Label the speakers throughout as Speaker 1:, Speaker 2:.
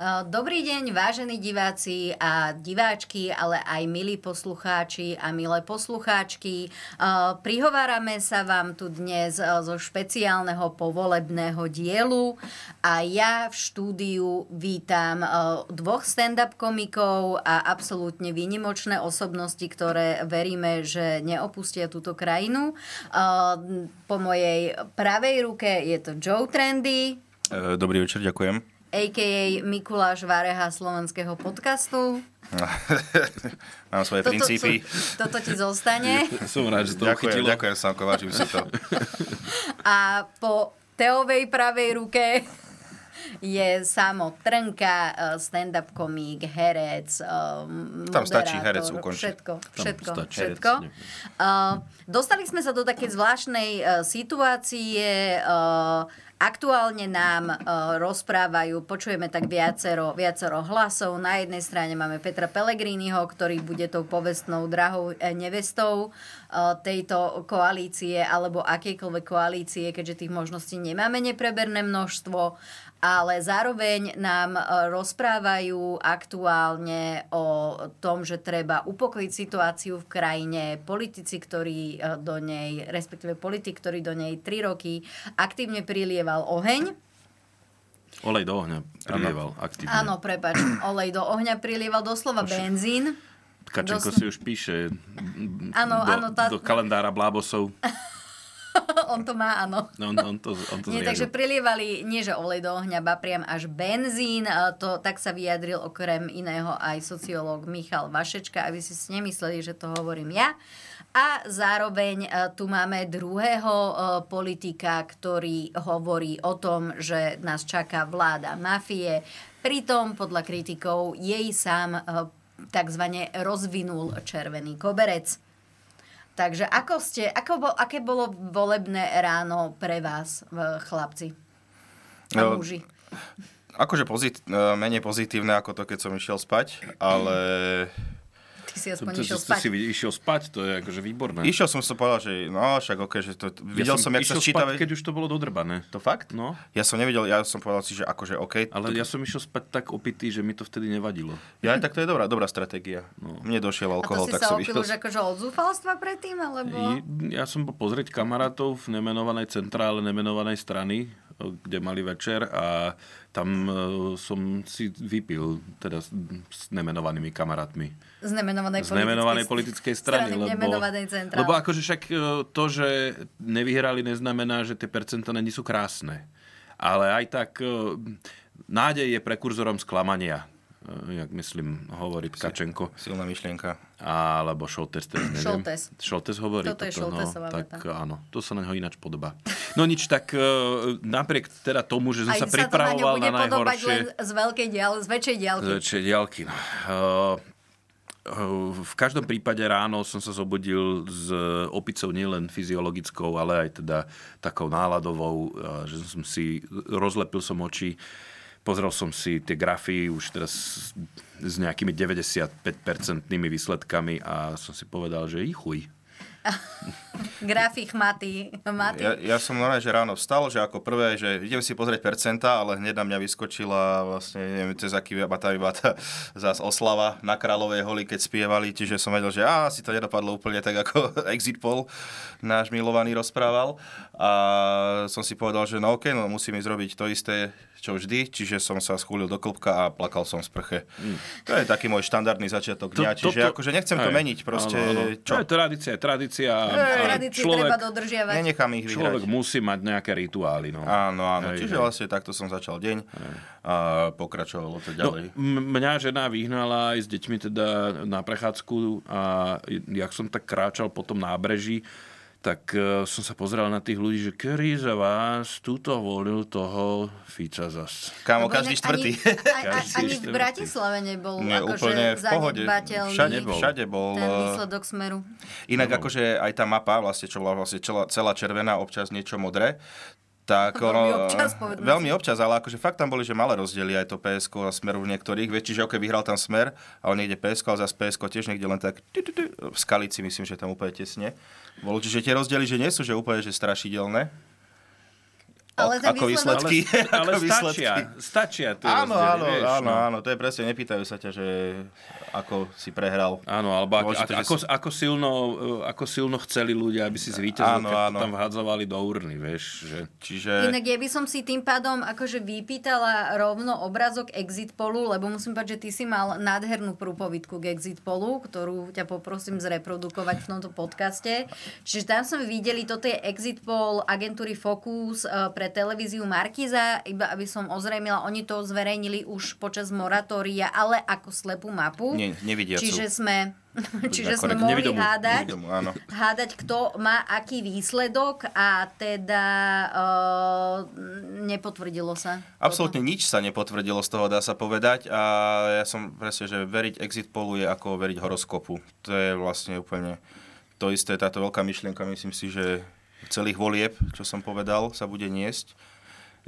Speaker 1: Eh, Dobrý deň, vážení diváci a diváčky, ale aj milí poslucháči a milé poslucháčky. Eh, Prihovárame sa vám tu dnes eh, zo špeciálneho povolebného dielu a ja v štúdiu vítam eh, dvoch stand-up komikov a absolútne vynimočné osobnosti, ktoré veríme, že neopustia túto krajinu. Eh, Po mojej pravej ruke je to Joe Trendy.
Speaker 2: E, Dobrý večer, ďakujem
Speaker 1: a.k.a. Mikuláš Vareha slovenského podcastu.
Speaker 2: Mám svoje
Speaker 1: toto,
Speaker 2: princípy.
Speaker 1: Toto ti zostane.
Speaker 3: Som rád, že to
Speaker 2: ďakujem,
Speaker 3: uchytilo.
Speaker 2: ďakujem, Sanko, vážim si to.
Speaker 1: A po Teovej pravej ruke je Samo Trnka, eh, stand-up komík, herec, eh, moderátor,
Speaker 2: Tam stačí herec ukončiť.
Speaker 1: Všetko, všetko,
Speaker 3: stačí
Speaker 1: všetko.
Speaker 3: herec,
Speaker 1: Uh, Dostali sme sa do takej zvláštnej uh, situácie, uh, Aktuálne nám uh, rozprávajú, počujeme tak viacero, viacero hlasov. Na jednej strane máme Petra Pellegriniho, ktorý bude tou povestnou drahou eh, nevestou uh, tejto koalície alebo akejkoľvek koalície, keďže tých možností nemáme nepreberné množstvo. Ale zároveň nám eh, rozprávajú aktuálne o tom, že treba upokojiť situáciu v krajine. Politici, ktorí eh, do nej, respektíve politik, ktorý do nej 3 roky aktívne prilieval oheň.
Speaker 3: Olej do ohňa prilieval aktívne.
Speaker 1: Áno, prepač, olej do ohňa prilieval doslova benzín.
Speaker 3: Kačenko
Speaker 1: Dosť-
Speaker 3: si už píše m,
Speaker 1: Áno,
Speaker 3: do,
Speaker 1: áno, tá-
Speaker 3: do kalendára blábosov.
Speaker 1: On to má, áno.
Speaker 3: No, on, on to, on to
Speaker 1: Nie, takže
Speaker 3: zriadil.
Speaker 1: prilievali nie že olej do ohňa, ba priam až benzín. A To, tak sa vyjadril okrem iného aj sociológ Michal Vašečka, aby si si nemysleli, že to hovorím ja. A zároveň e, tu máme druhého e, politika, ktorý hovorí o tom, že nás čaká vláda mafie. Pritom podľa kritikov jej sám e, takzvané rozvinul červený koberec. Takže ako ste, ako bol, aké bolo volebné ráno pre vás, v- chlapci a
Speaker 2: No,
Speaker 1: muži?
Speaker 2: Akože pozit- eh, menej pozitívne ako to, keď som išiel spať, ale
Speaker 1: Ty si
Speaker 3: To,
Speaker 1: aspoň
Speaker 3: to, to,
Speaker 1: išiel
Speaker 3: to si
Speaker 1: spať.
Speaker 3: vid- išiel spať, to je akože výborné.
Speaker 2: išiel som si povedal, že no však ok, že to, videl som, jak sa
Speaker 3: išiel
Speaker 2: sčítave.
Speaker 3: spať, keď už to bolo dodrbané.
Speaker 2: To fakt?
Speaker 3: No,
Speaker 2: Ja som nevedel, ja som povedal si, že akože ok,
Speaker 3: ale ja som išiel spať tak opitý, že mi to vtedy nevadilo.
Speaker 2: ja aj tak to je dobrá, dobrá stratégia.
Speaker 3: No.
Speaker 2: Mne došiel
Speaker 1: A to
Speaker 2: alkohol,
Speaker 1: si
Speaker 2: tak
Speaker 1: sa
Speaker 2: som
Speaker 1: opil
Speaker 2: išiel.
Speaker 1: už akože od zúfalstva predtým, alebo...
Speaker 3: I, ja som bol pozrieť kamarátov v nemenovanej centrále nemenovanej strany, o, kde mali večer a tam e, som si vypil teda s, s nemenovanými kamarátmi.
Speaker 1: Z nemenovanej,
Speaker 3: Z nemenovanej politickej strany.
Speaker 1: strany
Speaker 3: lebo,
Speaker 1: nemenovanej centrály.
Speaker 3: lebo akože však e, to, že nevyhrali, neznamená, že tie percentá není sú krásne. Ale aj tak e, nádej je prekurzorom sklamania, e, jak myslím hovorí Kačenko.
Speaker 2: Silná myšlienka.
Speaker 3: Alebo Šoltes, teraz neviem.
Speaker 1: Šoltes.
Speaker 3: Šoltes hovorí
Speaker 1: Toto je
Speaker 3: toto, no,
Speaker 1: Šoltesová
Speaker 3: tak
Speaker 1: veta.
Speaker 3: áno, to sa na neho ináč podobá. No nič, tak e, napriek teda tomu, že som
Speaker 1: Aj sa
Speaker 3: sa
Speaker 1: to na ňu
Speaker 3: pripravoval
Speaker 1: bude
Speaker 3: na,
Speaker 1: podobať
Speaker 3: najhoršie...
Speaker 1: len z veľkej dial, z väčšej diálky.
Speaker 3: Čiže diaľky. no. Eh, eh, V každom prípade ráno som sa zobudil s opicou nielen fyziologickou, ale aj teda takou náladovou, eh, že som si, rozlepil som oči, pozrel som si tie grafy už teraz s- s nejakými 95-percentnými výsledkami a som si povedal, že ich chuj.
Speaker 1: Grafy chmaty. chmaty.
Speaker 2: Ja, ja som normálne, že ráno vstal, že ako prvé, že idem si pozrieť percenta, ale hneď na mňa vyskočila vlastne, neviem, cez aký batá bata, zás oslava na Kráľovej holi, keď spievali, čiže som vedel, že á, si to nedopadlo úplne tak, ako Exit Poll náš milovaný rozprával. A som si povedal, že no ok, no musím ísť robiť to isté, čo vždy, čiže som sa schúlil do klopka a plakal som v sprche. To je taký môj štandardný začiatok
Speaker 3: Mm. To-
Speaker 2: dňa, čiže
Speaker 3: toto-
Speaker 2: akože nechcem to
Speaker 3: Aj,
Speaker 2: meniť, proste
Speaker 3: áno, áno.
Speaker 2: čo?
Speaker 3: To je tradícia, je tradícia. tradícia.
Speaker 1: Hej,
Speaker 3: a
Speaker 1: tradície treba dodržiavať.
Speaker 2: Nenechám ich vyhrať.
Speaker 3: človek musí mať nejaké rituály. No.
Speaker 2: Áno, áno.
Speaker 3: Hej,
Speaker 2: Čiže
Speaker 3: hej.
Speaker 2: vlastne takto som začal deň a pokračovalo to
Speaker 3: No,
Speaker 2: ďalej.
Speaker 3: m- mňa žena vyhnala aj s deťmi teda na prechádzku a jak som tak kráčal po tom nábreží, tak e, som sa pozrel na tých ľudí, že ktorý za vás túto volil toho Fica zas.
Speaker 2: Kámo,
Speaker 1: Lebo inak
Speaker 2: každý štvrtý.
Speaker 1: Ani, ani,
Speaker 3: Každý
Speaker 1: ani v
Speaker 3: štvrtý.
Speaker 1: Bratislave nebol
Speaker 2: Nie,
Speaker 1: akože
Speaker 2: úplne v pohode.
Speaker 1: zanedbateľný
Speaker 2: Všade bol. Všade bol. eh,
Speaker 1: ten výsledok smeru.
Speaker 3: No.
Speaker 2: Inak akože aj tá mapa, vlastne, čo bola vlastne celá, celá červená, občas niečo modré, tak
Speaker 1: Veľmi
Speaker 2: ono,
Speaker 1: občas, povedzme
Speaker 2: veľmi občas, ale akože fakt tam boli, že malé rozdiely aj to PSK a Smer už niektorých. Vieš, čiže ok, vyhral tam Smer, ale niekde PSK, ale zase PSK tiež niekde len tak tu, tu, tu, v Skalici, myslím, že tam úplne tesne. Bolo, čiže tie rozdiely, že nie sú, že úplne, že strašidelné.
Speaker 1: Ale ten
Speaker 2: ako
Speaker 1: výsledok-
Speaker 2: výsledky.
Speaker 3: Ale
Speaker 2: ako výsledky.
Speaker 3: stačia, stačia tie
Speaker 2: Áno,
Speaker 3: rozdiely,
Speaker 2: áno,
Speaker 3: vieš,
Speaker 2: áno,
Speaker 3: no.
Speaker 2: áno, to je presne, nepýtajú sa ťa, že ako si prehral.
Speaker 3: Áno, alebo ak,
Speaker 2: Dôležité,
Speaker 3: ak,
Speaker 2: že
Speaker 3: ako,
Speaker 2: si-
Speaker 3: ako, silno, e, ako silno chceli ľudia, aby si zvíťazil,
Speaker 2: Áno,
Speaker 3: keď to
Speaker 2: áno.
Speaker 3: tam vhádzovali do urny, vieš. Že...
Speaker 2: Čiže...
Speaker 1: Inak ja by som si tým pádom akože vypýtala rovno obrazok exit polu, lebo musím povedať, že ty si mal nádhernú prúpovidku k exit polu, ktorú ťa poprosím zreprodukovať v tomto podcaste. Čiže tam sme videli, toto je exit poll agentúry Focus e, pre televíziu Markiza, iba aby som ozrejmila, oni to zverejnili už počas moratória, ale ako slepú mapu.
Speaker 2: Nie, nevidiacu.
Speaker 1: Čiže sme, čiže sme
Speaker 2: Korekt.
Speaker 1: mohli
Speaker 3: Nevidomu.
Speaker 1: hádať,
Speaker 2: Nevidomu, áno.
Speaker 1: hádať, kto má aký výsledok a teda e, nepotvrdilo sa.
Speaker 2: Absolútne nič sa nepotvrdilo z toho, dá sa povedať. A ja som presne, že veriť exit polu je ako veriť horoskopu. To je vlastne úplne to isté. Táto veľká myšlienka, myslím si, že celých volieb, čo som povedal, sa bude niesť.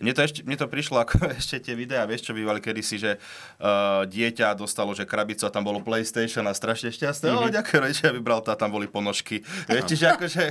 Speaker 2: Mne to, ešte, mne to prišlo ako ešte tie videá, vieš čo bývali kedysi, že uh, dieťa dostalo, že krabicu a tam bolo PlayStation a strašne šťastné,
Speaker 3: Mhm.
Speaker 2: mm-hmm. o, ďakujem rodičia, vybral to a tam boli ponožky. Vieš, čiže akože,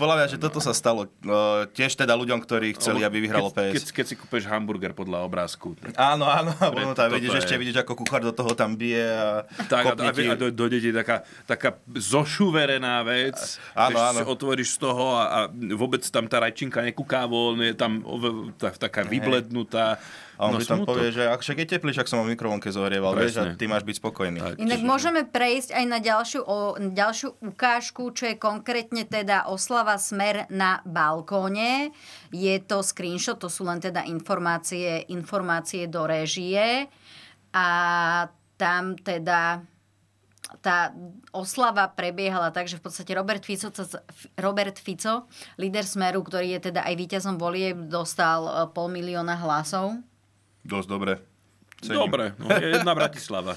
Speaker 2: podľa mňa, že toto sa stalo uh, tiež teda ľuďom, ktorí chceli, aby vyhralo PS.
Speaker 3: keď, Keď, keď si kúpeš hamburger podľa obrázku,
Speaker 2: Áno, áno, a potom tam
Speaker 3: toto
Speaker 2: vidíš,
Speaker 3: je.
Speaker 2: ešte vidíš, ako kuchár do toho tam bije a
Speaker 3: Tak, a,
Speaker 2: kopne
Speaker 3: a,
Speaker 2: ti.
Speaker 3: a do, dojde ti taká, taká zošuverená vec,
Speaker 2: Áno,
Speaker 3: vieš,
Speaker 2: áno.
Speaker 3: si otvoríš z toho a, a vôbec tam tá rajčinka nekúká von, je tam ove- tá, taká vyblednutá.
Speaker 2: A on no, tam
Speaker 3: smutok.
Speaker 2: povie, že ak však je teplý, však som ho v mikrovlnke zohrieval, vieš, a
Speaker 3: Presne.
Speaker 2: ty máš byť spokojný.
Speaker 3: Tak,
Speaker 1: Inak
Speaker 3: čiže-
Speaker 1: môžeme prejsť aj na ďalšiu, o, ďalšiu ukážku, čo je konkrétne teda oslava smer na balkóne. Je to screenshot, to sú len teda informácie, informácie do režie a tam teda tá oslava prebiehala tak, že v podstate Robert Fico, sa- Robert Fico, líder Smeru, ktorý je teda aj víťazom volieb, dostal e, pol milióna hlasov.
Speaker 2: Dosť dobre. Cením.
Speaker 3: Dobre, no, je jedna Bratislava.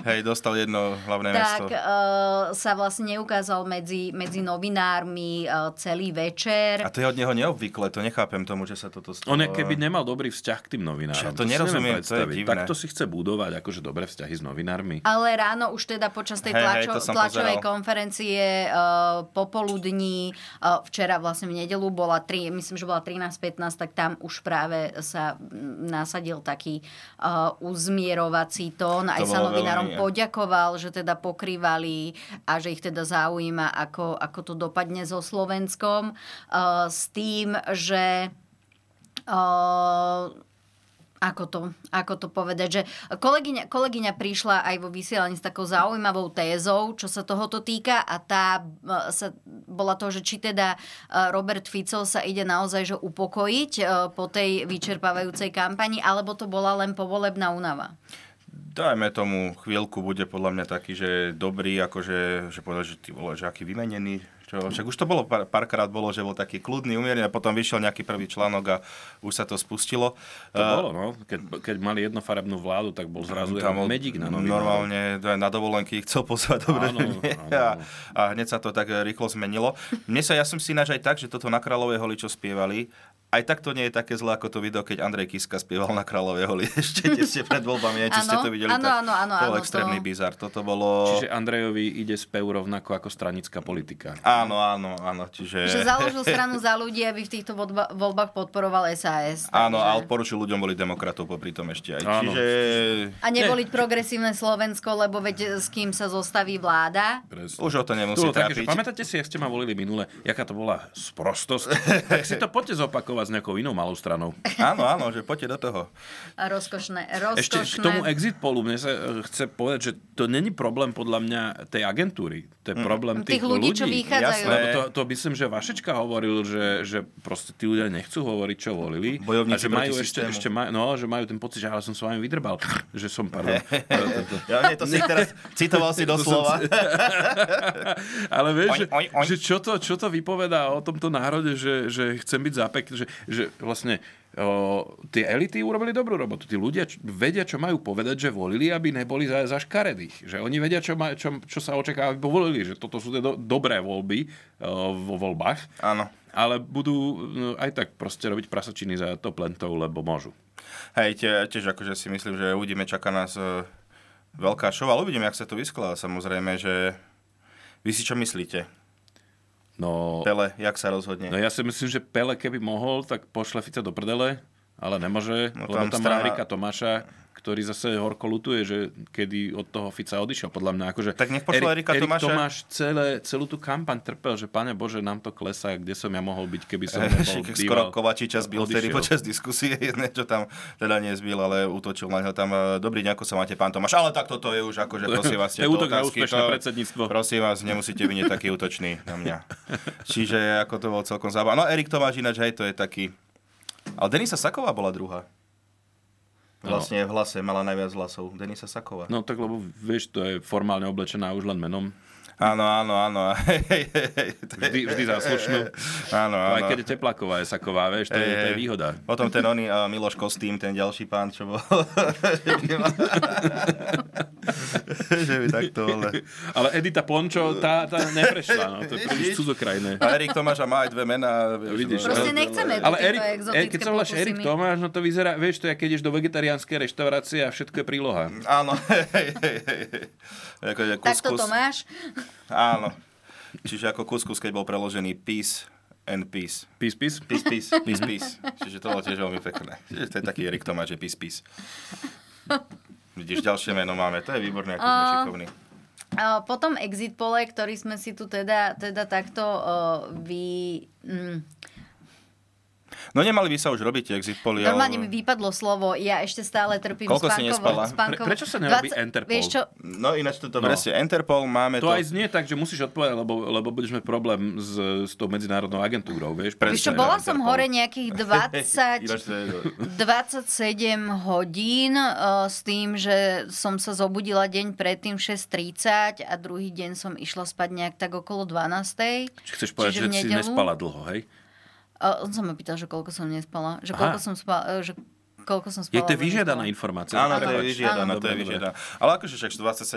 Speaker 2: Hej, dostal jedno hlavné mesto.
Speaker 1: tak uh, sa vlastne neukázal medzi, medzi novinármi uh, celý večer.
Speaker 2: A to je od neho neobvyklé, to nechápem tomu, že sa toto stalo.
Speaker 3: On je keby nemal dobrý vzťah k tým novinárom.
Speaker 2: Čo, to
Speaker 3: si
Speaker 2: nerozumiem,
Speaker 3: neviem
Speaker 2: to je
Speaker 3: predstaviť.
Speaker 2: divné.
Speaker 3: Takto si chce budovať akože dobré vzťahy s novinármi.
Speaker 1: Ale ráno už teda počas tej
Speaker 2: Hej, hej,
Speaker 1: tlačo-
Speaker 2: to som
Speaker 1: tlačovej
Speaker 2: pozeral.
Speaker 1: konferencie uh, popoludní, uh, včera vlastne v nedelu bola, tri, myslím, že bola 13.15, tak tam už práve sa mm, nasadil taký uh, uzmierovací tón. Aj sa
Speaker 2: bolo
Speaker 1: novinárom
Speaker 2: veľmi-
Speaker 1: poďakoval, že teda pokrývali a že ich teda zaujíma, ako, ako to dopadne so Slovenskom. Uh, s tým, že... Uh, ako to, ako to povedať, že kolegyňa, kolegyňa prišla aj vo vysielaní s takou zaujímavou tézou, čo sa tohoto týka a tá e, sa, bola to, že či teda e, Robert Fico sa ide naozaj že upokojiť e, po tej vyčerpávajúcej kampani, alebo to bola len povolebná únava.
Speaker 2: Dajme tomu chvíľku, bude podľa mňa taký, že dobrý, akože, že povedal, že ty vole, že aký vymenený. Čo, však už to bolo pár, párkrát bolo, že bol taký kľudný, umierný a potom vyšiel nejaký prvý článok a už sa to spustilo. E,
Speaker 3: To bolo, no. Keď, keď mali jednofarebnú vládu, tak bol zrazu
Speaker 2: tam bol
Speaker 3: tam medík na novinárov.
Speaker 2: normálne aj na dovolenky ich chcel pozvať do
Speaker 3: Áno,
Speaker 2: Brne
Speaker 3: áno.
Speaker 2: a, a hneď sa to tak e, rýchlo zmenilo. Mne sa, ja som si ináč aj tak, že toto na Kráľovej holi, čo spievali, aj tak to nie je také zlé ako to video, keď Andrej Kiska spieval na Kráľovej holi ešte tesne pred voľbami, aj či ste
Speaker 1: Áno,
Speaker 2: to videli.
Speaker 1: áno,
Speaker 2: tak
Speaker 1: áno, áno,
Speaker 2: To bol
Speaker 1: áno,
Speaker 2: extrémny
Speaker 1: to-
Speaker 2: bizar. Toto bolo...
Speaker 3: Čiže Andrejovi ide spev rovnako ako stranická politika.
Speaker 2: Áno, áno, áno,
Speaker 3: Eh.
Speaker 2: čiže...
Speaker 1: Že založil stranu za ľudí, aby v týchto voľba- voľbách podporoval SAS.
Speaker 2: Áno, a
Speaker 1: takže-
Speaker 2: odporučil ľuďom boli demokratov popri tom ešte aj.
Speaker 3: Áno.
Speaker 2: Čiže...
Speaker 1: a nevoliť progresívne Slovensko, lebo veď s kým sa zostaví vláda.
Speaker 3: Presne.
Speaker 2: Už o to nemusí
Speaker 3: To bolo také, že
Speaker 2: trápiť.
Speaker 3: pamätáte si, ak ste ma volili minule, jaká to bola sprostosť? tak si to poďte zopakovať s nejakou inou malou stranou.
Speaker 2: Áno, áno, že poďte do toho.
Speaker 1: A rozkošné,
Speaker 3: Ešte
Speaker 1: rozkošné.
Speaker 3: k tomu exit polu, mne sa
Speaker 2: Mm.
Speaker 3: eh, e, chce povedať, že to není problém podľa mňa tej agentúry. To je problém tých,
Speaker 1: Tých ľudí, čo vychádzajú hľadajú.
Speaker 3: Lebo to, to myslím, že Vašečka hovoril, že, že proste tí ľudia nechcú hovoriť, čo volili.
Speaker 2: Bojovníci
Speaker 3: a že majú
Speaker 2: proti
Speaker 3: ešte,
Speaker 2: systému.
Speaker 3: ešte maj, no, že majú ten pocit, že ale som s vami vydrbal. Že som, pardon.
Speaker 2: Ja, nie, to si teraz citoval si doslova.
Speaker 3: ale vieš,
Speaker 2: Oň,
Speaker 3: že,
Speaker 2: oň, oň.
Speaker 3: že čo, to, čo to vypovedá o tomto národe, že, že chcem byť zapek, že, že vlastne o, tie elity urobili dobrú robotu. Tí ľudia č- vedia, čo majú povedať, že volili, aby neboli za, za škaredých. Že oni vedia, čo, ma, čo, čo sa očakáva, aby volili. Že toto sú tie do, dobré voľby o, vo voľbách.
Speaker 2: Áno.
Speaker 3: Ale budú no, aj tak proste robiť prasačiny za to plentov, lebo môžu.
Speaker 2: Hej, tie- tiež akože si myslím, že uvidíme, čaká nás e, veľká show, ale uvidíme, jak sa to vyskladá samozrejme, že vy si čo myslíte?
Speaker 3: No,
Speaker 2: Pele, jak sa rozhodne?
Speaker 3: no ja si myslím, že Pele keby mohol, tak pošle Fica do prdele, ale nemôže,
Speaker 2: No
Speaker 3: no, lebo
Speaker 2: tam
Speaker 3: tam má
Speaker 2: strana-
Speaker 3: Rika Tomáša, ktorý zase horko lutuje, že kedy od toho Fica odišiel, podľa mňa. Akože
Speaker 2: Tak nech pošle Erika
Speaker 3: Erik
Speaker 2: Tomáša.
Speaker 3: Tomáš celé, celú tú kampaň trpel, že pane Bože, nám to klesá, kde som ja mohol byť, keby som nebol
Speaker 2: Eh, Však
Speaker 3: býval.
Speaker 2: Skoro Kovačiča zbil vtedy
Speaker 3: Odišiel.
Speaker 2: počas diskusie, jedné, čo tam teda nezbil, ale utočil na ňo tam. e, Dobrý deň, ako sa máte, pán Tomáš, ale tak toto je už akože, prosím vás,
Speaker 3: To je
Speaker 2: tieto
Speaker 3: útok na
Speaker 2: otázky,
Speaker 3: úspešné predsedníctvo.
Speaker 2: Prosím vás, nemusíte byť taký útočný na mňa. Čiže ako to bolo celkom zábavné. No Erik Tomáš ináč, hej, to je taký. Ale Denisa Saková bola druhá. Vlastne v hlase mala najviac hlasov. Denisa Saková.
Speaker 3: No tak lebo vieš, to je formálne oblečená už len menom.
Speaker 2: Áno, áno, áno.
Speaker 3: Vždy, vždy záslušnú.
Speaker 2: Áno, áno.
Speaker 3: Aj keď je tepláková, je saková, vieš, to je, to je výhoda.
Speaker 2: Potom ten oný uh, Miloš Kostým, ten ďalší pán, čo bol. že by takto, ale...
Speaker 3: Ale Edita Pončo, tá, tá neprešla, no, to je príliš cudzokrajné.
Speaker 2: A Erik Tomáša má aj dve mená. vieš,
Speaker 3: Vidíš,
Speaker 2: no.
Speaker 1: Proste
Speaker 3: ale-
Speaker 1: nechceme
Speaker 3: Ale
Speaker 1: tieto
Speaker 3: Erik,
Speaker 1: exotické
Speaker 3: e, keď sa voláš
Speaker 1: pokusy
Speaker 3: Erik
Speaker 1: my.
Speaker 3: Tomáš, no to vyzerá, vieš, to je, keď ideš do vegetariánskej reštaurácie a všetko je príloha.
Speaker 2: Áno. Ako, že
Speaker 1: Takto
Speaker 2: kuskus.
Speaker 1: to máš.
Speaker 2: Áno. Čiže ako kuskus, keď bol preložený peace and peace.
Speaker 3: Pís, pís.
Speaker 2: Peace, peace,
Speaker 3: Mhm.
Speaker 2: peace, peace. Čiže to bolo tiež veľmi pekné. Čiže to je taký Erik Tomáš, že peace, peace. Vidíš, ďalšie meno máme. To je výborné, ako sme šikovní.
Speaker 1: A potom exit pole, ktorý sme si tu teda, teda takto uh, vy... Mm,
Speaker 2: No nemali by sa už robiť tie exit poly.
Speaker 1: normálne mi vypadlo slovo, ja ešte stále trpím
Speaker 2: Koľko
Speaker 1: spánkovou-
Speaker 2: si nespala?
Speaker 1: spánkovou-
Speaker 3: Pre- prečo sa nerobí Enterpol?
Speaker 1: Vieš čo,
Speaker 2: No ináč toto
Speaker 3: No.
Speaker 2: presne. Interpol máme
Speaker 3: To
Speaker 2: to...
Speaker 3: aj znie tak, že musíš odpovedať, lebo, lebo budeš mať problém s, s tou medzinárodnou agentúrou, vieš.
Speaker 1: vieš čo,
Speaker 3: presne.
Speaker 1: bola som hore nejakých 20,
Speaker 2: Ináč to je...
Speaker 1: 27 hodín eh, s tým, že som sa zobudila deň predtým 6.30 a druhý deň som išla spať nejak tak okolo 12.
Speaker 3: Či Chceš povedať,
Speaker 1: Čiže v
Speaker 3: že si
Speaker 1: nedeľu-
Speaker 3: nespala dlho, hej?
Speaker 1: A on sa ma pýtal, že koľko som nespala. Že
Speaker 3: Aha.
Speaker 1: koľko som spala, že koľko som spala.
Speaker 3: Je to
Speaker 1: alebo
Speaker 3: vyžiadaná
Speaker 1: nespala.
Speaker 3: informácia.
Speaker 2: Áno, to
Speaker 3: prepáč.
Speaker 2: je vyžiadaná,
Speaker 3: Dobre,
Speaker 2: to je
Speaker 3: dobre.
Speaker 2: vyžiadaná. Ale akože však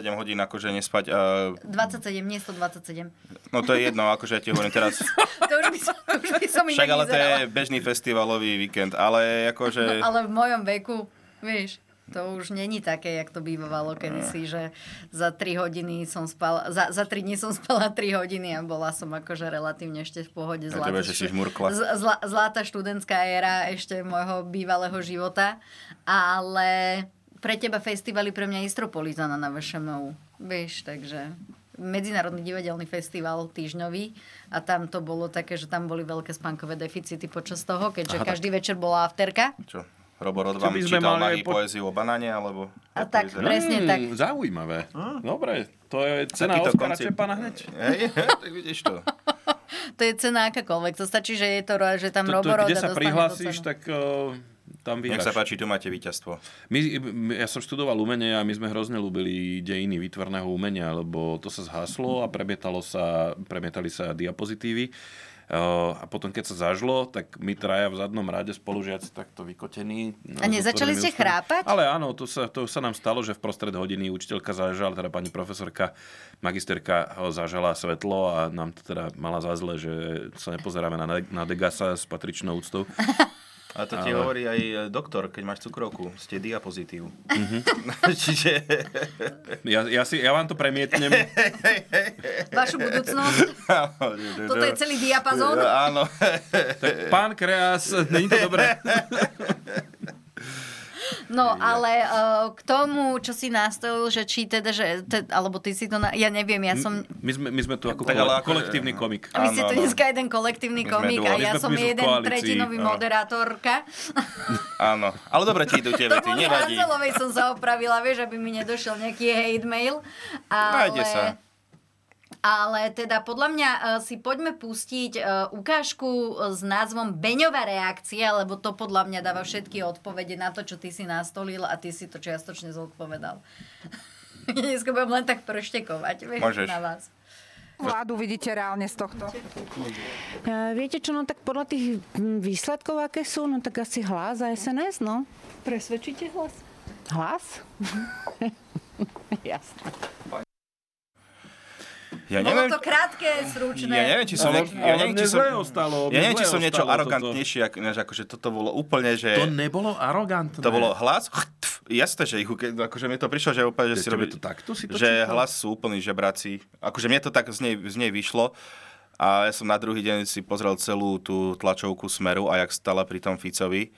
Speaker 2: 27 hodín akože nespať, a,
Speaker 1: 27, nie 127.
Speaker 2: no to je jedno, akože ja ti hovorím teraz.
Speaker 1: To už by som, už by som
Speaker 2: Však
Speaker 1: inak
Speaker 2: ale to je
Speaker 1: vyzerala.
Speaker 2: bežný festivalový víkend, ale akože...
Speaker 1: No, ale v mojom veku, vieš, to už není také, jak to bývalo kedysi, že za 3 hodiny som spala, za, za 3 dní som spala 3 hodiny a bola som akože relatívne ešte v pohode.
Speaker 2: Ja tebe, že si žmurkla.
Speaker 1: z- zla, zlatá študentská éra ešte môjho bývalého života, ale pre teba festivaly pre mňa Istropolizana na VŠMU, vieš, takže medzinárodný divadelný festival týždňový a tam to bolo také, že tam boli veľké spánkové deficity počas toho, keďže Aha, každý večer bola afterka.
Speaker 2: Čo? Robo Rod
Speaker 3: Čo
Speaker 2: vám
Speaker 3: by sme
Speaker 2: čítal
Speaker 3: mali
Speaker 2: magii
Speaker 3: aj po-
Speaker 2: poéziu o banáne, alebo...
Speaker 1: A
Speaker 2: ako
Speaker 1: tak,
Speaker 2: vyzerá?
Speaker 1: Presne
Speaker 3: Mm,
Speaker 1: tak.
Speaker 3: Zaujímavé. Dobre, to je cena
Speaker 2: Takýto
Speaker 3: Oscara
Speaker 2: koncept.
Speaker 3: Čepana hneď.
Speaker 2: Hej, tak vidíš to.
Speaker 1: To je cena akákoľvek. To stačí, že je to, ro- že tam
Speaker 3: To, to,
Speaker 1: Roboroda
Speaker 3: kde sa
Speaker 1: dostane
Speaker 3: prihlásíš,
Speaker 1: tú cenu.
Speaker 3: tak uh, tam
Speaker 2: Nech
Speaker 3: vyhráš.
Speaker 2: sa páči, tu máte víťazstvo.
Speaker 3: My, my- ja som študoval umenie a my sme hrozne ľúbili dejiny výtvarného umenia, lebo to sa zhaslo a premietalo sa, premietali sa diapozitívy. Eh, A potom, keď sa zažlo, tak my traja v zadnom rade spolužiaci takto vykotení. no,
Speaker 1: A nezačali
Speaker 3: s otvorenými
Speaker 1: ste
Speaker 3: ústami.
Speaker 1: chrápať?
Speaker 3: Ale áno, to sa, to sa nám stalo, že v prostred hodiny učiteľka zažala, teda pani profesorka, magisterka ho zažala svetlo a nám to teda mala za zle, že sa nepozeráme na, na Degasa s patričnou úctou.
Speaker 2: A to ti hovorí aj e, doktor, keď máš cukrovku, ste diapozitív. Čiže...
Speaker 3: Ja, ja, si, ja vám to premietnem.
Speaker 1: Vašu budúcnosť.
Speaker 3: No.
Speaker 1: Toto je celý diapazón.
Speaker 2: E, Áno.
Speaker 3: Pán Kreas, není to dobré.
Speaker 1: No, ale eh, k tomu, čo si nastolil, že či teda, že, te, alebo ty si to, na, ja neviem, ja som...
Speaker 3: My sme, my sme tu ako
Speaker 2: Tak
Speaker 3: tak,
Speaker 2: ale
Speaker 3: kole,
Speaker 2: ako-
Speaker 3: kolektívny komik.
Speaker 1: A vy ste
Speaker 2: áno,
Speaker 1: tu
Speaker 2: áno.
Speaker 1: dneska jeden kolektívny
Speaker 2: My sme
Speaker 1: komik
Speaker 2: duo.
Speaker 1: a
Speaker 2: My
Speaker 1: ja
Speaker 3: sme-
Speaker 1: som
Speaker 3: my sme v
Speaker 1: jeden
Speaker 3: koalícii,
Speaker 1: tretinový
Speaker 3: áno.
Speaker 1: moderátorka.
Speaker 2: Áno. Ale dobre ti idú tie vety,
Speaker 1: Kvôli
Speaker 2: nevadí.
Speaker 1: Hanzelovej som sa opravila, vieš, aby mi nedošiel nejaký hate mail. Ale...
Speaker 2: Nájde sa.
Speaker 1: Ale teda podľa mňa e, si poďme pustiť e, ukážku e, s názvom Beňová reakcia, lebo to podľa mňa dáva všetky odpovede na to, čo ty si nastolil a ty si to čiastočne zodpovedal. Dneska budem len tak prštekovať, vieš,
Speaker 2: Môžeš.
Speaker 1: na vás.
Speaker 4: Vládu vidíte reálne z tohto.
Speaker 5: E, Viete čo, no tak podľa tých mm, výsledkov, aké sú, no tak asi hlas a SNS, no.
Speaker 6: Presvedčíte hlas?
Speaker 5: Hlas? Jasné.
Speaker 2: Ja
Speaker 1: Bolo
Speaker 2: neviem,
Speaker 1: to krátke, stručné.
Speaker 2: ja neviem, či som,
Speaker 3: Ale-
Speaker 2: niek- ja
Speaker 3: ale
Speaker 2: neviem,
Speaker 3: mne
Speaker 2: či som,
Speaker 3: zle ostalo,
Speaker 2: ja
Speaker 3: mne
Speaker 2: neviem, či
Speaker 3: zle
Speaker 2: som niečo
Speaker 3: ostalo toto.
Speaker 2: arogantnejšie, ako, než akože toto bolo úplne, že...
Speaker 3: To nebolo arogantné.
Speaker 2: To bolo hlas, chtf, jasné, že ich, uke- akože mi to prišlo, že úplne, že
Speaker 3: Že
Speaker 2: si
Speaker 3: tebe
Speaker 2: robí,
Speaker 3: to takto si to
Speaker 2: že
Speaker 3: čítal?
Speaker 2: hlas sú úplní žebraci. Akože mne to tak z nej, z nej vyšlo. A ja som na druhý deň si pozrel celú tú tlačovku Smeru a jak stala pri tom Ficovi.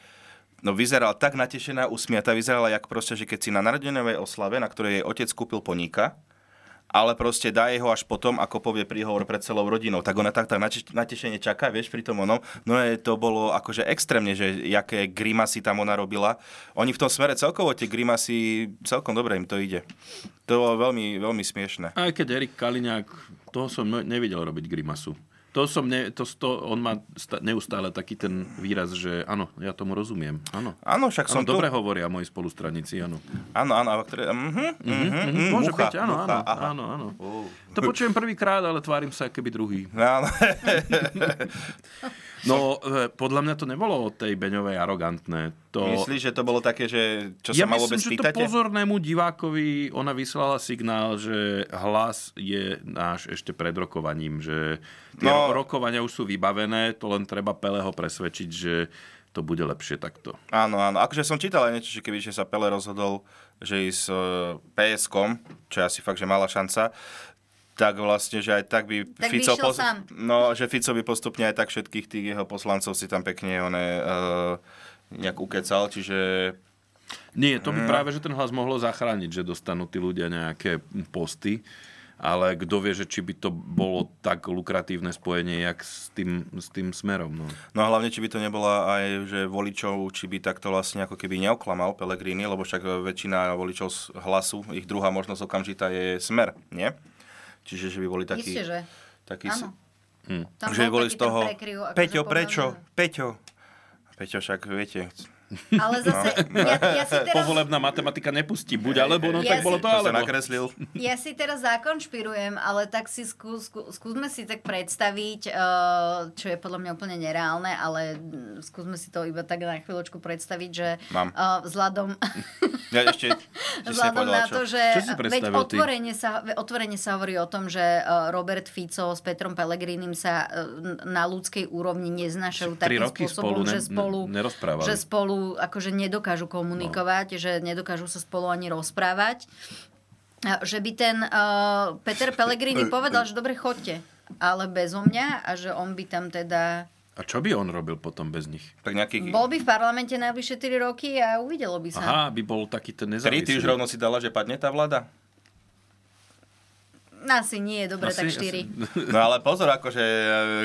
Speaker 2: No vyzerala tak natešená, usmiatá, vyzerala jak proste, že keď si na narodeninovej oslave, na ktorej jej otec kúpil poníka, ale proste dá jej ho až potom, ako povie príhovor pred celou rodinou. Tak ona tak, tak nateč- natešenie čaká, vieš, pri tom onom. No je, to bolo akože extrémne, že jaké grimasy tam ona robila. Oni v tom smere celkovo tie grimasy, celkom dobre im to ide. To bolo veľmi, veľmi smiešne.
Speaker 3: Aj keď Erik Kaliňák, toho som ne- nevidel robiť grimasu. To som ne, to, to, on má sta, neustále taký ten výraz, že áno, ja tomu rozumiem. Áno.
Speaker 2: Áno, však som
Speaker 3: Áno,
Speaker 2: tu.
Speaker 3: dobre hovoria moji spolustranici, áno.
Speaker 2: Áno, áno. A ktoré, mm-hmm, mm-hmm,
Speaker 3: Mhm, Môže
Speaker 2: mucha,
Speaker 3: byť, áno,
Speaker 2: mucha,
Speaker 3: áno,
Speaker 2: aha.
Speaker 3: áno, áno. To počujem prvýkrát, ale tvárim sa, keby druhý.
Speaker 2: Áno.
Speaker 3: No, e, podľa mňa to nebolo od tej Beňovej arogantné. To,
Speaker 2: Myslíš, že to bolo také, že čo sa
Speaker 3: ja
Speaker 2: ma
Speaker 3: myslím,
Speaker 2: vôbec
Speaker 3: že
Speaker 2: pýtate?
Speaker 3: to pozornému divákovi ona vyslala signál, že hlas je náš ešte pred rokovaním, že tie
Speaker 2: No.
Speaker 3: no. rokovania už sú vybavené, to len treba Peleho presvedčiť, že to bude lepšie takto.
Speaker 2: Áno, áno. Akože som čítal aj niečo, že keby že sa Pele rozhodol, že ísť e, s PSK, čo je asi fakt, že malá šanca, tak vlastne, že aj tak by
Speaker 1: Tak by išiel sám.
Speaker 2: no, že Fico by postupne aj tak všetkých tých jeho poslancov si tam pekne one, uh, nejak ukecal, čiže
Speaker 3: Nie, to by práve, že ten hlas mohlo zachrániť, že dostanú tí ľudia nejaké posty, ale kto vie, že či by to bolo tak lukratívne spojenie, jak s tým, s tým smerom. No.
Speaker 2: No a hlavne, či by to nebola aj že voličov, či by takto vlastne ako keby neoklamal Pellegrini, lebo však e, väčšina voličov z hlasu, ich druhá možnosť okamžitá je smer, nie? Čiže, že by boli takí...
Speaker 1: Isté, že.
Speaker 2: Takí,
Speaker 1: Áno. Tam
Speaker 2: že by
Speaker 1: bol
Speaker 2: boli
Speaker 1: taký
Speaker 2: z
Speaker 1: ten
Speaker 2: toho...
Speaker 1: prekryv, akože
Speaker 2: Peťo,
Speaker 1: podľa
Speaker 2: prečo?
Speaker 1: mňa.
Speaker 2: Peťo. A Peťo však, viete...
Speaker 1: Ale zase,
Speaker 2: No.
Speaker 1: ja, ja si teraz...
Speaker 3: Povolebná matematika nepustí, buď alebo, no
Speaker 1: Ja
Speaker 3: tak bolo
Speaker 1: si-
Speaker 3: to
Speaker 2: sa
Speaker 3: alebo.
Speaker 2: nakreslil.
Speaker 1: Ja si teraz zakonšpirujem, ale tak si skú, skú, skúsme si tak predstaviť, e, čo je podľa mňa úplne nereálne, ale mm, skúsme si to iba tak na chvíľočku predstaviť, že
Speaker 2: Mám.
Speaker 1: e, vzhľadom,
Speaker 2: Ja ešte... Že si
Speaker 1: vzhľadom
Speaker 2: nepovedal,
Speaker 1: na
Speaker 2: čo.
Speaker 1: to, že
Speaker 3: Čo si
Speaker 1: veď
Speaker 3: predstavil ty?
Speaker 1: otvorene sa, ve- otvorene sa hovorí o tom, že e, Robert Fico s Petrom Pellegrinim sa e, na ľudskej úrovni neznašajú
Speaker 3: Tri
Speaker 1: takým
Speaker 3: roky spolu
Speaker 1: spôsobom,
Speaker 3: ne-
Speaker 1: že spolu,
Speaker 3: ne- nerozprávali. No.
Speaker 1: že spolu akože nedokážu komunikovať, že nedokážu sa spolu ani rozprávať že by ten uh, Peter Pellegrini povedal, že dobre, chodte, ale bezo mňa a že on by tam teda...
Speaker 3: A čo by on robil potom bez nich?
Speaker 2: Tak nejakých...
Speaker 1: Bol by v parlamente najbližšie 4 roky a uvidelo by sa.
Speaker 3: Aha, by bol taký ten
Speaker 2: Tri,
Speaker 3: nezávislý.
Speaker 2: ty už rovno si dala, že padne tá vláda?
Speaker 1: Asi nie, dobre,
Speaker 3: Asi-
Speaker 1: tak
Speaker 3: asi-
Speaker 1: 4.
Speaker 2: No ale pozor, akože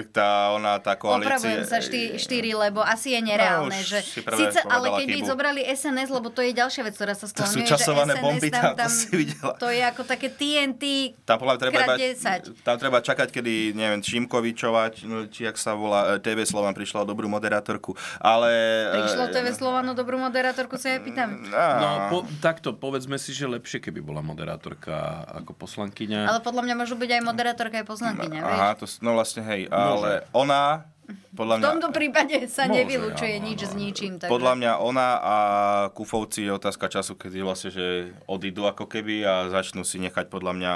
Speaker 2: e, tá ona, tá koalícia...
Speaker 1: Opravujem sa 4, lebo asi je nereálne.
Speaker 2: No, už
Speaker 1: že
Speaker 2: si práve
Speaker 1: Sice,
Speaker 2: povedala
Speaker 1: ale keď by
Speaker 2: chybu.
Speaker 1: zobrali SNS, lebo to je ďalšia vec, ktorá sa
Speaker 2: To
Speaker 1: skloňuje,
Speaker 2: sú časované
Speaker 1: že SNS
Speaker 2: bomby,
Speaker 1: tam,
Speaker 2: tam, to si videla.
Speaker 1: to je ako také TNT,
Speaker 2: e, Tam podľa mňa treba,
Speaker 1: Krát
Speaker 2: iba,
Speaker 1: 10.
Speaker 2: tam treba čakať, kedy, neviem, Šimkovičová, či, no, či jak sa volá, e, TV Slovan prišla o dobrú moderátorku, ale... e, Mm.
Speaker 1: prišlo TV Slovano, no, dobrú moderátorku, sa ja pýtam.
Speaker 2: á,
Speaker 3: No, po, takto, povedzme si, že lepšie, keby bola moderátorka ako poslankyňa.
Speaker 1: Ale podľa mňa môžu byť aj moderátorka, aj poslankyňa, vieš?
Speaker 2: Aha, to, s- no vlastne hej, ale ona, podľa
Speaker 1: V
Speaker 2: mňa,
Speaker 1: tomto prípade sa
Speaker 3: Môže,
Speaker 1: nevylučuje
Speaker 3: áno,
Speaker 1: nič s ničím. Takže...
Speaker 2: podľa mňa ona a Kufovci je otázka času, kedy vlastne, že odídu ako keby a začnú si nechať podľa mňa...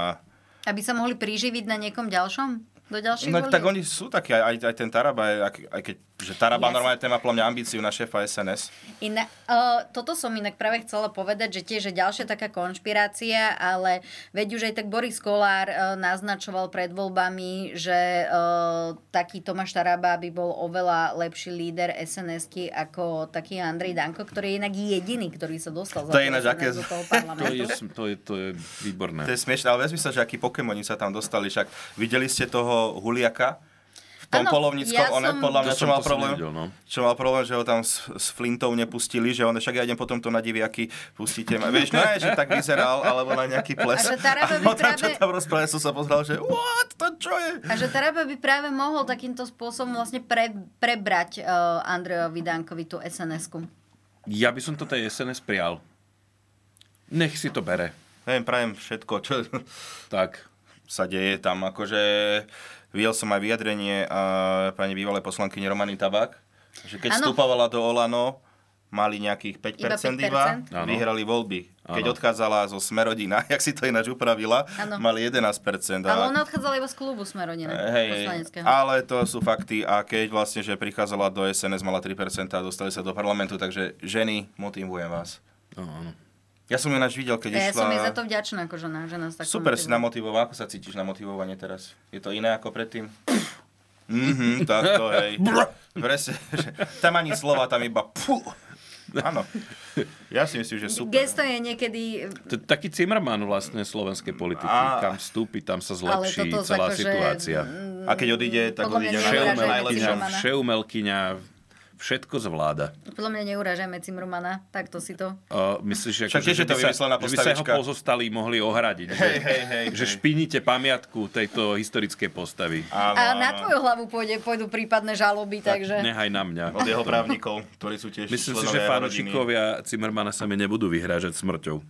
Speaker 1: Aby sa mohli priživiť na niekom ďalšom? Do ďalších
Speaker 2: No,
Speaker 1: volieb?
Speaker 2: tak oni sú takí, aj, aj ten Taraba, aj, aj keď, že
Speaker 1: Ja
Speaker 2: Taraba
Speaker 1: si-
Speaker 2: normálne téma, podľa mňa ambíciu na šéfa SNS.
Speaker 1: Iná, uh, toto som inak práve chcela povedať, že tiež je ďalšia taká konšpirácia, ale veď už aj tak Boris Kolár uh, naznačoval pred voľbami, že uh, taký Tomáš Taraba by bol oveľa lepší líder SNS-ky ako taký Andrej Danko, ktorý je inak jediný, ktorý sa dostal za
Speaker 2: To je
Speaker 1: tú
Speaker 2: ináč aké-
Speaker 1: SNS do toho
Speaker 3: To, je,
Speaker 1: parlamentu.
Speaker 3: to, je, to je výborné.
Speaker 2: To je smiešne, ale vezmi sa, že akí Pokémoni sa tam dostali, však videli ste toho Huliaka v v
Speaker 1: Áno,
Speaker 2: tom polovníckom,
Speaker 1: ja
Speaker 2: on
Speaker 1: som-
Speaker 2: podľa mňa,
Speaker 3: To
Speaker 2: čo
Speaker 3: som-
Speaker 2: mal
Speaker 3: to som
Speaker 2: problém,
Speaker 3: nevidel, no.
Speaker 2: čo mal problém, že ho tam s, s flintou nepustili, že on však ja idem potom to na diviaky, pustíte ma. Vieš, no je, že tak vyzeral, alebo na nejaký ples.
Speaker 1: A že Taraba by
Speaker 2: on tam, čo
Speaker 1: práve-
Speaker 2: tam rozprával, som sa pozrel, že what, to čo je?
Speaker 1: A že Taraba by práve mohol takýmto spôsobom vlastne pre, prebrať uh, Andrejovi Dankovi tú SNS-ku.
Speaker 3: Ja by som to tej SNS prijal. Nech si to bere.
Speaker 2: Neviem, prajem všetko, čo
Speaker 3: Tak.
Speaker 2: sa deje tam. Akože videl som aj vyjadrenie a pani bývalej poslankyne Romany Tabak, že keď
Speaker 1: Áno.
Speaker 2: vstupovala do Olano, mali nejakých 5% iba,
Speaker 1: 5%.
Speaker 3: Áno.
Speaker 2: vyhrali voľby. Keď
Speaker 3: Áno.
Speaker 2: odchádzala zo Smerodina, jak si to ináč upravila,
Speaker 1: Áno.
Speaker 2: mali 11%.
Speaker 1: Ale ona odchádzala iba z klubu Smerodina
Speaker 2: Hej,
Speaker 1: poslaneckého.
Speaker 2: ale to sú fakty a keď vlastne, že prichádzala do SNS, mala 3% a dostali sa do parlamentu, takže ženy, motivujem vás.
Speaker 3: No, áno.
Speaker 2: Ja som ju ináč videl, keď
Speaker 1: Ja
Speaker 2: išla...
Speaker 1: som jej za to vďačná, ako žena, že nás tak
Speaker 2: Super si namotivoval. Ako sa cítiš na motivovanie teraz? Je to iné ako predtým? Mhm, tak to hej. Presne, že tam ani slova, tam iba pú. Áno. Ja si myslím, že super.
Speaker 1: Gesto je niekedy...
Speaker 3: To je taký Cimrman vlastne slovenskej politiky.
Speaker 2: Á.
Speaker 3: Kam vstúpi, tam sa
Speaker 1: Ale
Speaker 3: zlepší
Speaker 1: toto
Speaker 3: celá
Speaker 1: akože-
Speaker 3: situácia.
Speaker 2: A keď odíde, tak
Speaker 1: Podľa mňa
Speaker 2: odíde
Speaker 1: neurážajme
Speaker 2: na
Speaker 3: Všeumelkyňa,
Speaker 2: najlepšom.
Speaker 1: Cimrmana.
Speaker 3: všeumelkyňa, všetko zvláda.
Speaker 1: Podľa mňa neurážajme Cimromana, takto si to...
Speaker 3: Uh, myslíš,
Speaker 2: Však
Speaker 3: ako,
Speaker 2: tiež je akože, to
Speaker 3: by sa-
Speaker 2: vymyslená
Speaker 3: že by sa ho
Speaker 2: postavička.
Speaker 3: pozostali mohli ohradiť. Že,
Speaker 2: Hej, hej, hej,
Speaker 3: že
Speaker 2: hej.
Speaker 3: špiníte pamiatku tejto historickej postavy.
Speaker 2: Áno,
Speaker 1: A na
Speaker 2: áno.
Speaker 1: tvoju hlavu pôjde, pôjdu prípadné žaloby, takže...
Speaker 3: Nehaj na mňa.
Speaker 2: Od jeho právnikov, ktorí sú tiež
Speaker 3: Myslím si,
Speaker 2: členovia
Speaker 3: že
Speaker 2: rodiny.
Speaker 3: fanočikovia Cimrmana sa mi nebudú vyhrážať smrťou.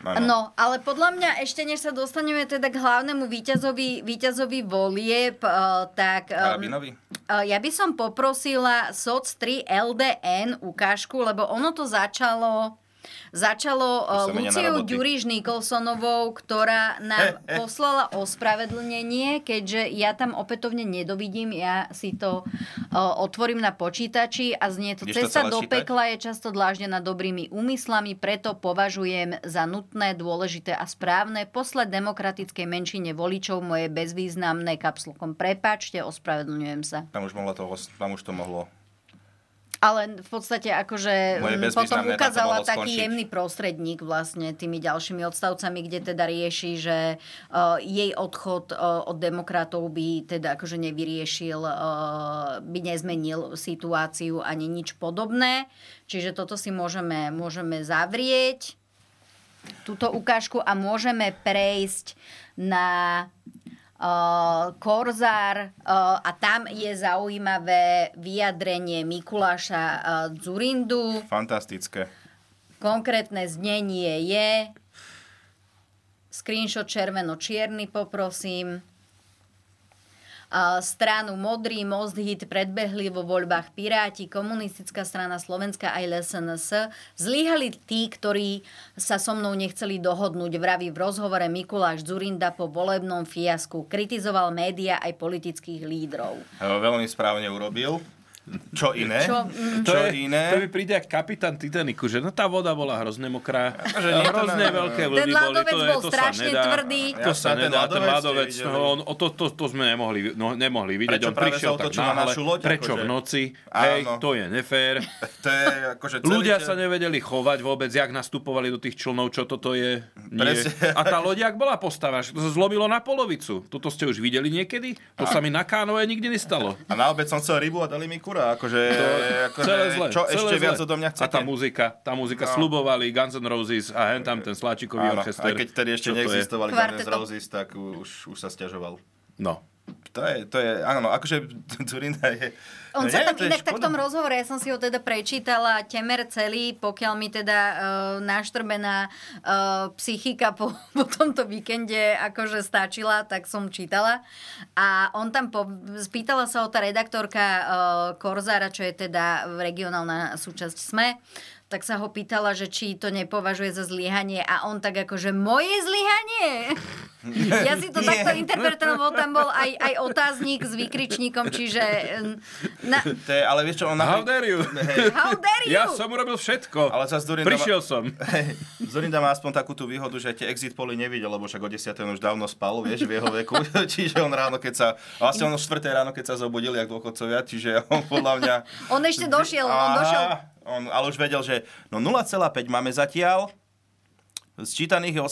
Speaker 2: Áno.
Speaker 1: No, ale podľa mňa ešte než sa dostaneme teda k hlavnému víťazovi, víťazovi volieb, eh, tak... ehm,
Speaker 2: Harabinovi?
Speaker 1: Eh, Ja by som poprosila SOC 3 LDN ukážku, lebo ono to začalo Začalo
Speaker 2: Už sa
Speaker 1: eh,
Speaker 2: menia na
Speaker 1: Luciou
Speaker 2: roboty.
Speaker 1: Ďuriš Nikolsonovou, ktorá nám poslala ospravedlnenie, keďže ja tam opätovne nedovidím, ja si to eh, otvorím na počítači a znie to
Speaker 2: Ideš to
Speaker 1: cesta
Speaker 2: celé
Speaker 1: do
Speaker 2: čítať?
Speaker 1: pekla je často dláždená dobrými úmyslami, preto považujem za nutné, dôležité a správne poslať demokratickej menšine voličov moje bezvýznamné kapslokom prepačte, ospravedlňujem sa.
Speaker 2: Tam už, mohlo to, tam už to mohlo.
Speaker 1: Ale v podstate akože
Speaker 2: Moje
Speaker 1: mm,
Speaker 2: bezvýznamné,
Speaker 1: potom
Speaker 2: tak to
Speaker 1: ukázala
Speaker 2: mohlo
Speaker 1: taký
Speaker 2: skončiť.
Speaker 1: jemný prostredník vlastne tými ďalšími odstavcami, kde teda rieši, že uh, jej odchod uh, od demokratov by teda akože nevyriešil, uh, by nezmenil situáciu ani nič podobné. Čiže toto si môžeme, môžeme zavrieť túto ukážku a môžeme prejsť na uh, Korzár uh, a tam je zaujímavé vyjadrenie Mikuláša uh, Zurindu.
Speaker 2: Fantastické.
Speaker 1: Konkrétne znenie je screenshot červeno-čierny poprosím. A Stranu Modrý, Most Hit predbehli vo voľbách Piráti, Komunistická strana Slovenska aj SNS. Zlíhali tí, ktorí sa so mnou nechceli dohodnúť, vraví v rozhovore Mikuláš Zurinda po volebnom fiasku. Kritizoval média aj politických lídrov.
Speaker 2: Ho Veľmi správne urobil. Čo iné?
Speaker 1: Čo-
Speaker 2: Čo iné?
Speaker 3: to mi príde ako kapitán Titaniku, že no tá voda bola hrozne mokrá,
Speaker 2: Že nie, to
Speaker 3: hrozne
Speaker 2: ne-
Speaker 3: veľké vlny
Speaker 1: Ten
Speaker 3: boli,
Speaker 1: ľadovec
Speaker 3: to, je,
Speaker 1: bol
Speaker 3: to
Speaker 1: strašne
Speaker 3: sa nedá.
Speaker 1: tvrdý.
Speaker 3: To sa
Speaker 2: Jasné, ten
Speaker 3: nedá, ten
Speaker 2: ľadovec
Speaker 3: ľadovec,
Speaker 2: ste videli.
Speaker 3: no, on, o to, to, to sme nemohli, no, nemohli vidieť,
Speaker 2: Prečo
Speaker 3: on
Speaker 2: práve
Speaker 3: prišiel
Speaker 2: sa
Speaker 3: tak
Speaker 2: otočil na
Speaker 3: náhle,
Speaker 2: našu loď,
Speaker 3: prečo
Speaker 2: akože?
Speaker 3: v noci,
Speaker 2: Áno.
Speaker 3: hej, to je nefér.
Speaker 2: To je akože celý
Speaker 3: Ľudia
Speaker 2: ten-
Speaker 3: sa nevedeli chovať vôbec, jak nastupovali do tých člnov, čo toto je. Nie.
Speaker 2: Presne.
Speaker 3: A tá loď, jak bola postavená, že to sa zlomilo na polovicu. Toto ste už videli niekedy? To sa mi na kánoe nikdy nestalo.
Speaker 2: A na obed som chcel rybu a dali mi kurá. Akože, akože
Speaker 3: Celé zle,
Speaker 2: čo
Speaker 3: celé
Speaker 2: ešte
Speaker 3: zle.
Speaker 2: viac odo mňa
Speaker 3: A
Speaker 2: chcete?
Speaker 3: tá muzika, tá muzika
Speaker 2: No.
Speaker 3: no. slubovali Guns N' Roses a hen tam ten sláčikový
Speaker 2: Áno,
Speaker 3: orchester.
Speaker 2: aj keď tedy ešte
Speaker 3: Čo to je?
Speaker 2: neexistovali Guns
Speaker 1: Kvarteto.
Speaker 2: N' Roses, tak u- už, už sa stiažoval.
Speaker 3: No.
Speaker 2: To je, to je, áno, akože Zurinda je...
Speaker 1: On
Speaker 2: no
Speaker 1: sa
Speaker 2: nie,
Speaker 1: tam
Speaker 2: to je
Speaker 1: inak tak v
Speaker 2: škoda.
Speaker 1: tom rozhovore, ja som si ho teda prečítala temer celý, pokiaľ mi teda e, naštrbená e, psychika po, po tomto víkende akože stačila, tak som čítala. A on tam, po, spýtala sa o tá redaktorka e, Korzára, čo je teda regionálna súčasť SME, tak sa ho pýtala, že či to nepovažuje za zlyhanie a on tak akože moje zlyhanie. Ja si to takto interpretoval, tam bol aj, aj otáznik s vykričníkom, čiže em, na,
Speaker 2: To je, ale vieš čo, on napríklad...
Speaker 3: How dare you?
Speaker 1: how dare you?
Speaker 3: Ja som urobil všetko.
Speaker 2: Ale zas Durindova-
Speaker 3: Prišiel som.
Speaker 2: Zorinda má aspoň takú tú výhodu, že tie exit poly nevidel, lebo však o 10. on už dávno spal, vieš, v jeho veku. čiže on ráno, keď sa... Vlastne on o 4. ráno, keď sa zobudil, jak dôchodcovia, čiže on podľa mňa...
Speaker 1: On ešte došiel, on
Speaker 2: Á,
Speaker 1: došiel.
Speaker 2: On, ale už vedel, že no 0,5 máme zatiaľ, sčítaných je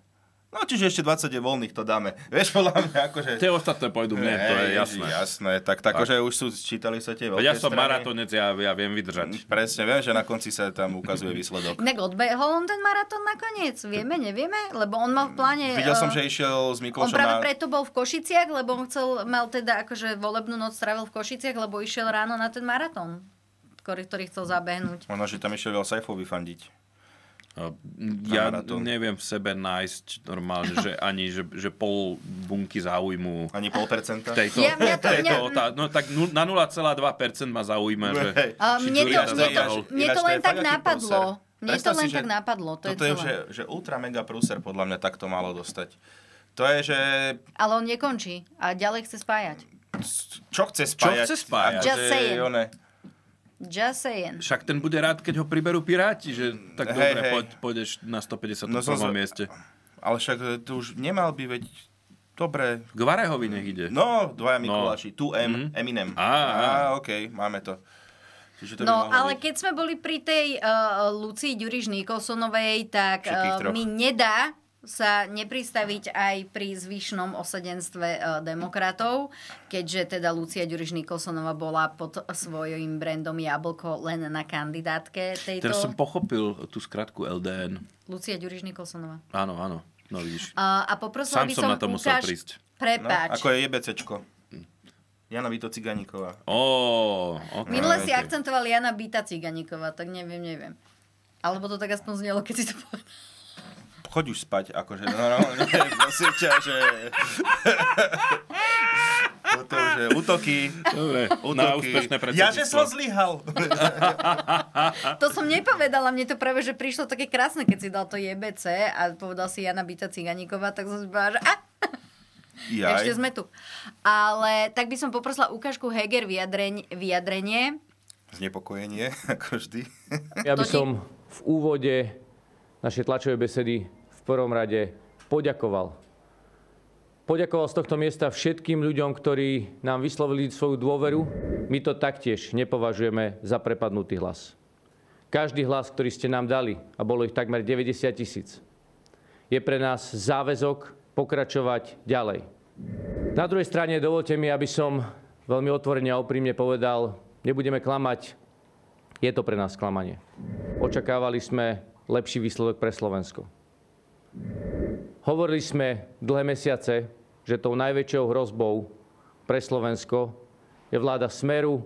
Speaker 2: 80%, No čiže ešte 20 je voľných, to dáme. Vieš, podľa mňa akože...
Speaker 3: Tie ostatné pôjdu mne, to je
Speaker 2: Hej,
Speaker 3: jasné.
Speaker 2: Jasné, tak, tak akože už sú, čítali sa tie veľké
Speaker 3: Veď ja som
Speaker 2: strany.
Speaker 3: maratonec, ja, ja viem vydržať.
Speaker 2: Presne, viem, že na konci sa tam ukazuje výsledok.
Speaker 1: Inak odbehol on ten maratón nakoniec, vieme, nevieme, lebo on mal v pláne...
Speaker 2: Videl som,
Speaker 1: eh,
Speaker 2: že išiel
Speaker 1: On
Speaker 2: s Miklošom
Speaker 1: práve
Speaker 2: na...
Speaker 1: preto bol v Košiciach, lebo on chcel, mal teda akože volebnú noc strávil v Košiciach, lebo išiel ráno na ten maratón, ktorý, ktorý chcel zabehnúť.
Speaker 2: Možno, že tam išiel Sajfovi fandiť.
Speaker 3: A Ja
Speaker 2: maratón.
Speaker 3: neviem v sebe nájsť normálne, že ani že, že pol bunky záujmu
Speaker 2: Ani pol percenta.
Speaker 3: v tejto,
Speaker 1: Ja- mňa to-
Speaker 3: tejto
Speaker 1: mňa-
Speaker 3: otá- No tak nu- na 0,2% ma zaujíma, že...
Speaker 2: Hej.
Speaker 1: A Eh,
Speaker 3: či
Speaker 1: mne to, mne
Speaker 3: Durian
Speaker 1: to,
Speaker 3: zabehol.
Speaker 1: mne to
Speaker 2: Ináč,
Speaker 1: len
Speaker 2: je
Speaker 1: tak
Speaker 2: fakt taký
Speaker 1: napadlo. Mne
Speaker 2: prúser.
Speaker 1: to
Speaker 2: Predstav si,
Speaker 1: len
Speaker 2: že
Speaker 1: tak napadlo, to je
Speaker 2: toto je, že,
Speaker 1: celé.
Speaker 2: že ultra mega prúser podľa mňa takto malo dostať. To je, že
Speaker 1: Ale on nekončí a ďalej chce spájať.
Speaker 2: čo chce
Speaker 3: Čo
Speaker 2: spájať?
Speaker 3: chce spájať?
Speaker 2: Akože
Speaker 1: Just saying.
Speaker 2: je one-
Speaker 1: Just saying.
Speaker 3: Však ten bude rád, keď ho priberú piráti, že
Speaker 2: Hej,
Speaker 3: tak dobre,
Speaker 2: hej.
Speaker 3: poď, pôjdeš na 150.
Speaker 2: No,
Speaker 3: No,
Speaker 2: som sa-
Speaker 3: mieste.
Speaker 2: Ale však e, tu už nemal by, veď dobre.
Speaker 3: K Varehovi nech ide.
Speaker 2: No, dvaja
Speaker 3: No.
Speaker 2: Mikuláši, tu M, Eminem.
Speaker 3: Á, á.
Speaker 2: Á, okej, máme to. Čiže to by
Speaker 1: No,
Speaker 2: mohlo
Speaker 1: ale
Speaker 2: byť.
Speaker 1: keď sme boli pri tej uh, Lucii Ďuriš Nikolsonovej, tak
Speaker 2: Všetkých
Speaker 1: uh,
Speaker 2: troch.
Speaker 1: mi nedá sa nepristaviť aj pri zvyšnom osadenstve uh, demokratov, keďže teda Lucia Ďuriš Nikolsonová bola pod svojím brandom Jablko len na kandidátke tejto.
Speaker 3: Teraz som pochopil tú skratku LDN.
Speaker 1: Lucia Ďuriš Nikolsonová.
Speaker 3: Áno, áno. No vidíš.
Speaker 1: Uh, a poprosila
Speaker 3: Sám
Speaker 1: by
Speaker 3: som
Speaker 1: som
Speaker 3: na to musel
Speaker 1: Lukáš-
Speaker 3: prísť.
Speaker 2: No,
Speaker 1: Prepáč.
Speaker 2: ako je JBCčko. Jana Vito Ciganíková.
Speaker 3: Ó, okay.
Speaker 1: Minule si
Speaker 3: okay.
Speaker 1: akcentoval Jana Bita Ciganíková, tak neviem, neviem. Alebo to tak aspoň znelo, keď si to povedal.
Speaker 2: Choď už spať, akože normálne, prosím ťa, že... Toto, že útoky,
Speaker 3: Dobre,
Speaker 2: útoky.
Speaker 3: na úspešné
Speaker 2: Ja,
Speaker 3: predsedníctvo.
Speaker 2: že som zlyhal.
Speaker 1: To som nepovedala, mne to práve, že prišlo také krásne, keď si dal to JBC a povedal si Jana Bita Ciganíková, tak som si povedala, že a,
Speaker 2: Jaj.
Speaker 1: ešte sme tu. Ale tak by som poprosila Ukážku Heger vyjadreň, vyjadrenie.
Speaker 2: Znepokojenie, ako vždy.
Speaker 7: Ja
Speaker 1: To
Speaker 7: by
Speaker 1: ti-
Speaker 7: som v úvode našej tlačovej besedy v prvom rade poďakoval. Poďakoval z tohto miesta všetkým ľuďom, ktorí nám vyslovili svoju dôveru. My to taktiež nepovažujeme za prepadnutý hlas. Každý hlas, ktorý ste nám dali, a bolo ich takmer 90 tisíc, je pre nás záväzok pokračovať ďalej. Na druhej strane dovolte mi, aby som veľmi otvorene a úprimne povedal, nebudeme klamať, je to pre nás sklamanie. Očakávali sme lepší výsledok pre Slovensko. Hovorili sme dlhé mesiace, že tou najväčšou hrozbou pre Slovensko je vláda Smeru,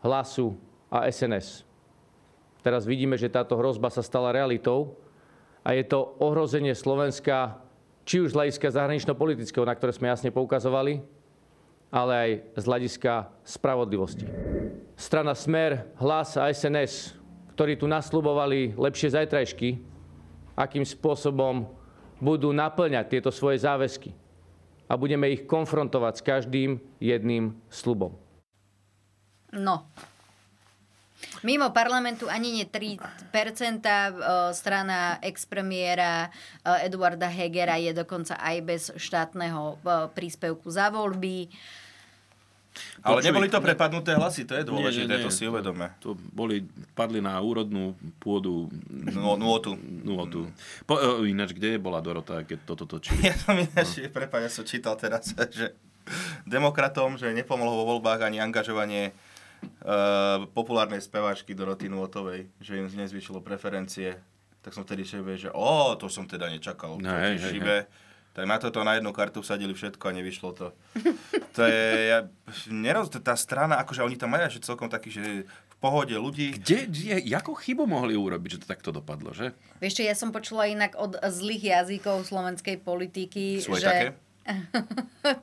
Speaker 7: Hlasu a SNS. Teraz vidíme, že táto hrozba sa stala realitou a je to ohrozenie Slovenska či už z hľadiska zahranično-politického, na ktoré sme jasne poukazovali, ale aj z hľadiska spravodlivosti strana Smer, Hlas a SNS, ktorí tu nasľubovali lepšie zajtrajšky, akým spôsobom budú naplňať tieto svoje záväzky. A budeme ich konfrontovať s každým jedným slubom.
Speaker 1: No. Mimo parlamentu ani nie 3% eh, strana expremiéra eh, Eduarda Hegera je dokonca aj bez štátneho eh, príspevku za voľby.
Speaker 2: Ale
Speaker 3: Počuj,
Speaker 2: neboli to
Speaker 3: ne-
Speaker 2: prepadnuté hlasy, to je dôležité, to si uvedome.
Speaker 3: To boli, padli na úrodnú pôdu
Speaker 2: No, nôtu.
Speaker 3: nôtu. Po, e, ináč, kde je bola Dorota, keď toto
Speaker 2: Ja
Speaker 3: točili?
Speaker 2: som
Speaker 3: Hm.
Speaker 2: ináč, prepáč, ja som čítal teraz, že demokratom, že nepomohlo vo voľbách ani angažovanie eh, populárnej speváčky Doroty Nuotovej, že im nezvyšilo preferencie. Tak som vtedy šebe, že o, to som teda nečakal.
Speaker 3: No,
Speaker 2: to
Speaker 3: hej,
Speaker 2: je
Speaker 3: hej,
Speaker 2: živé. Tak na toto na jednu kartu vsadili všetko a nevyšlo to. To je, ja, neroz, tá strana, akože oni tam majú že celkom taký, že v pohode ľudí.
Speaker 3: Kde, kde, jakú chybu mohli urobiť, že to takto dopadlo, že?
Speaker 1: Vieš čo, ja som počula inak od zlých jazykov slovenskej politiky,
Speaker 2: Sú aj
Speaker 1: že...
Speaker 2: také?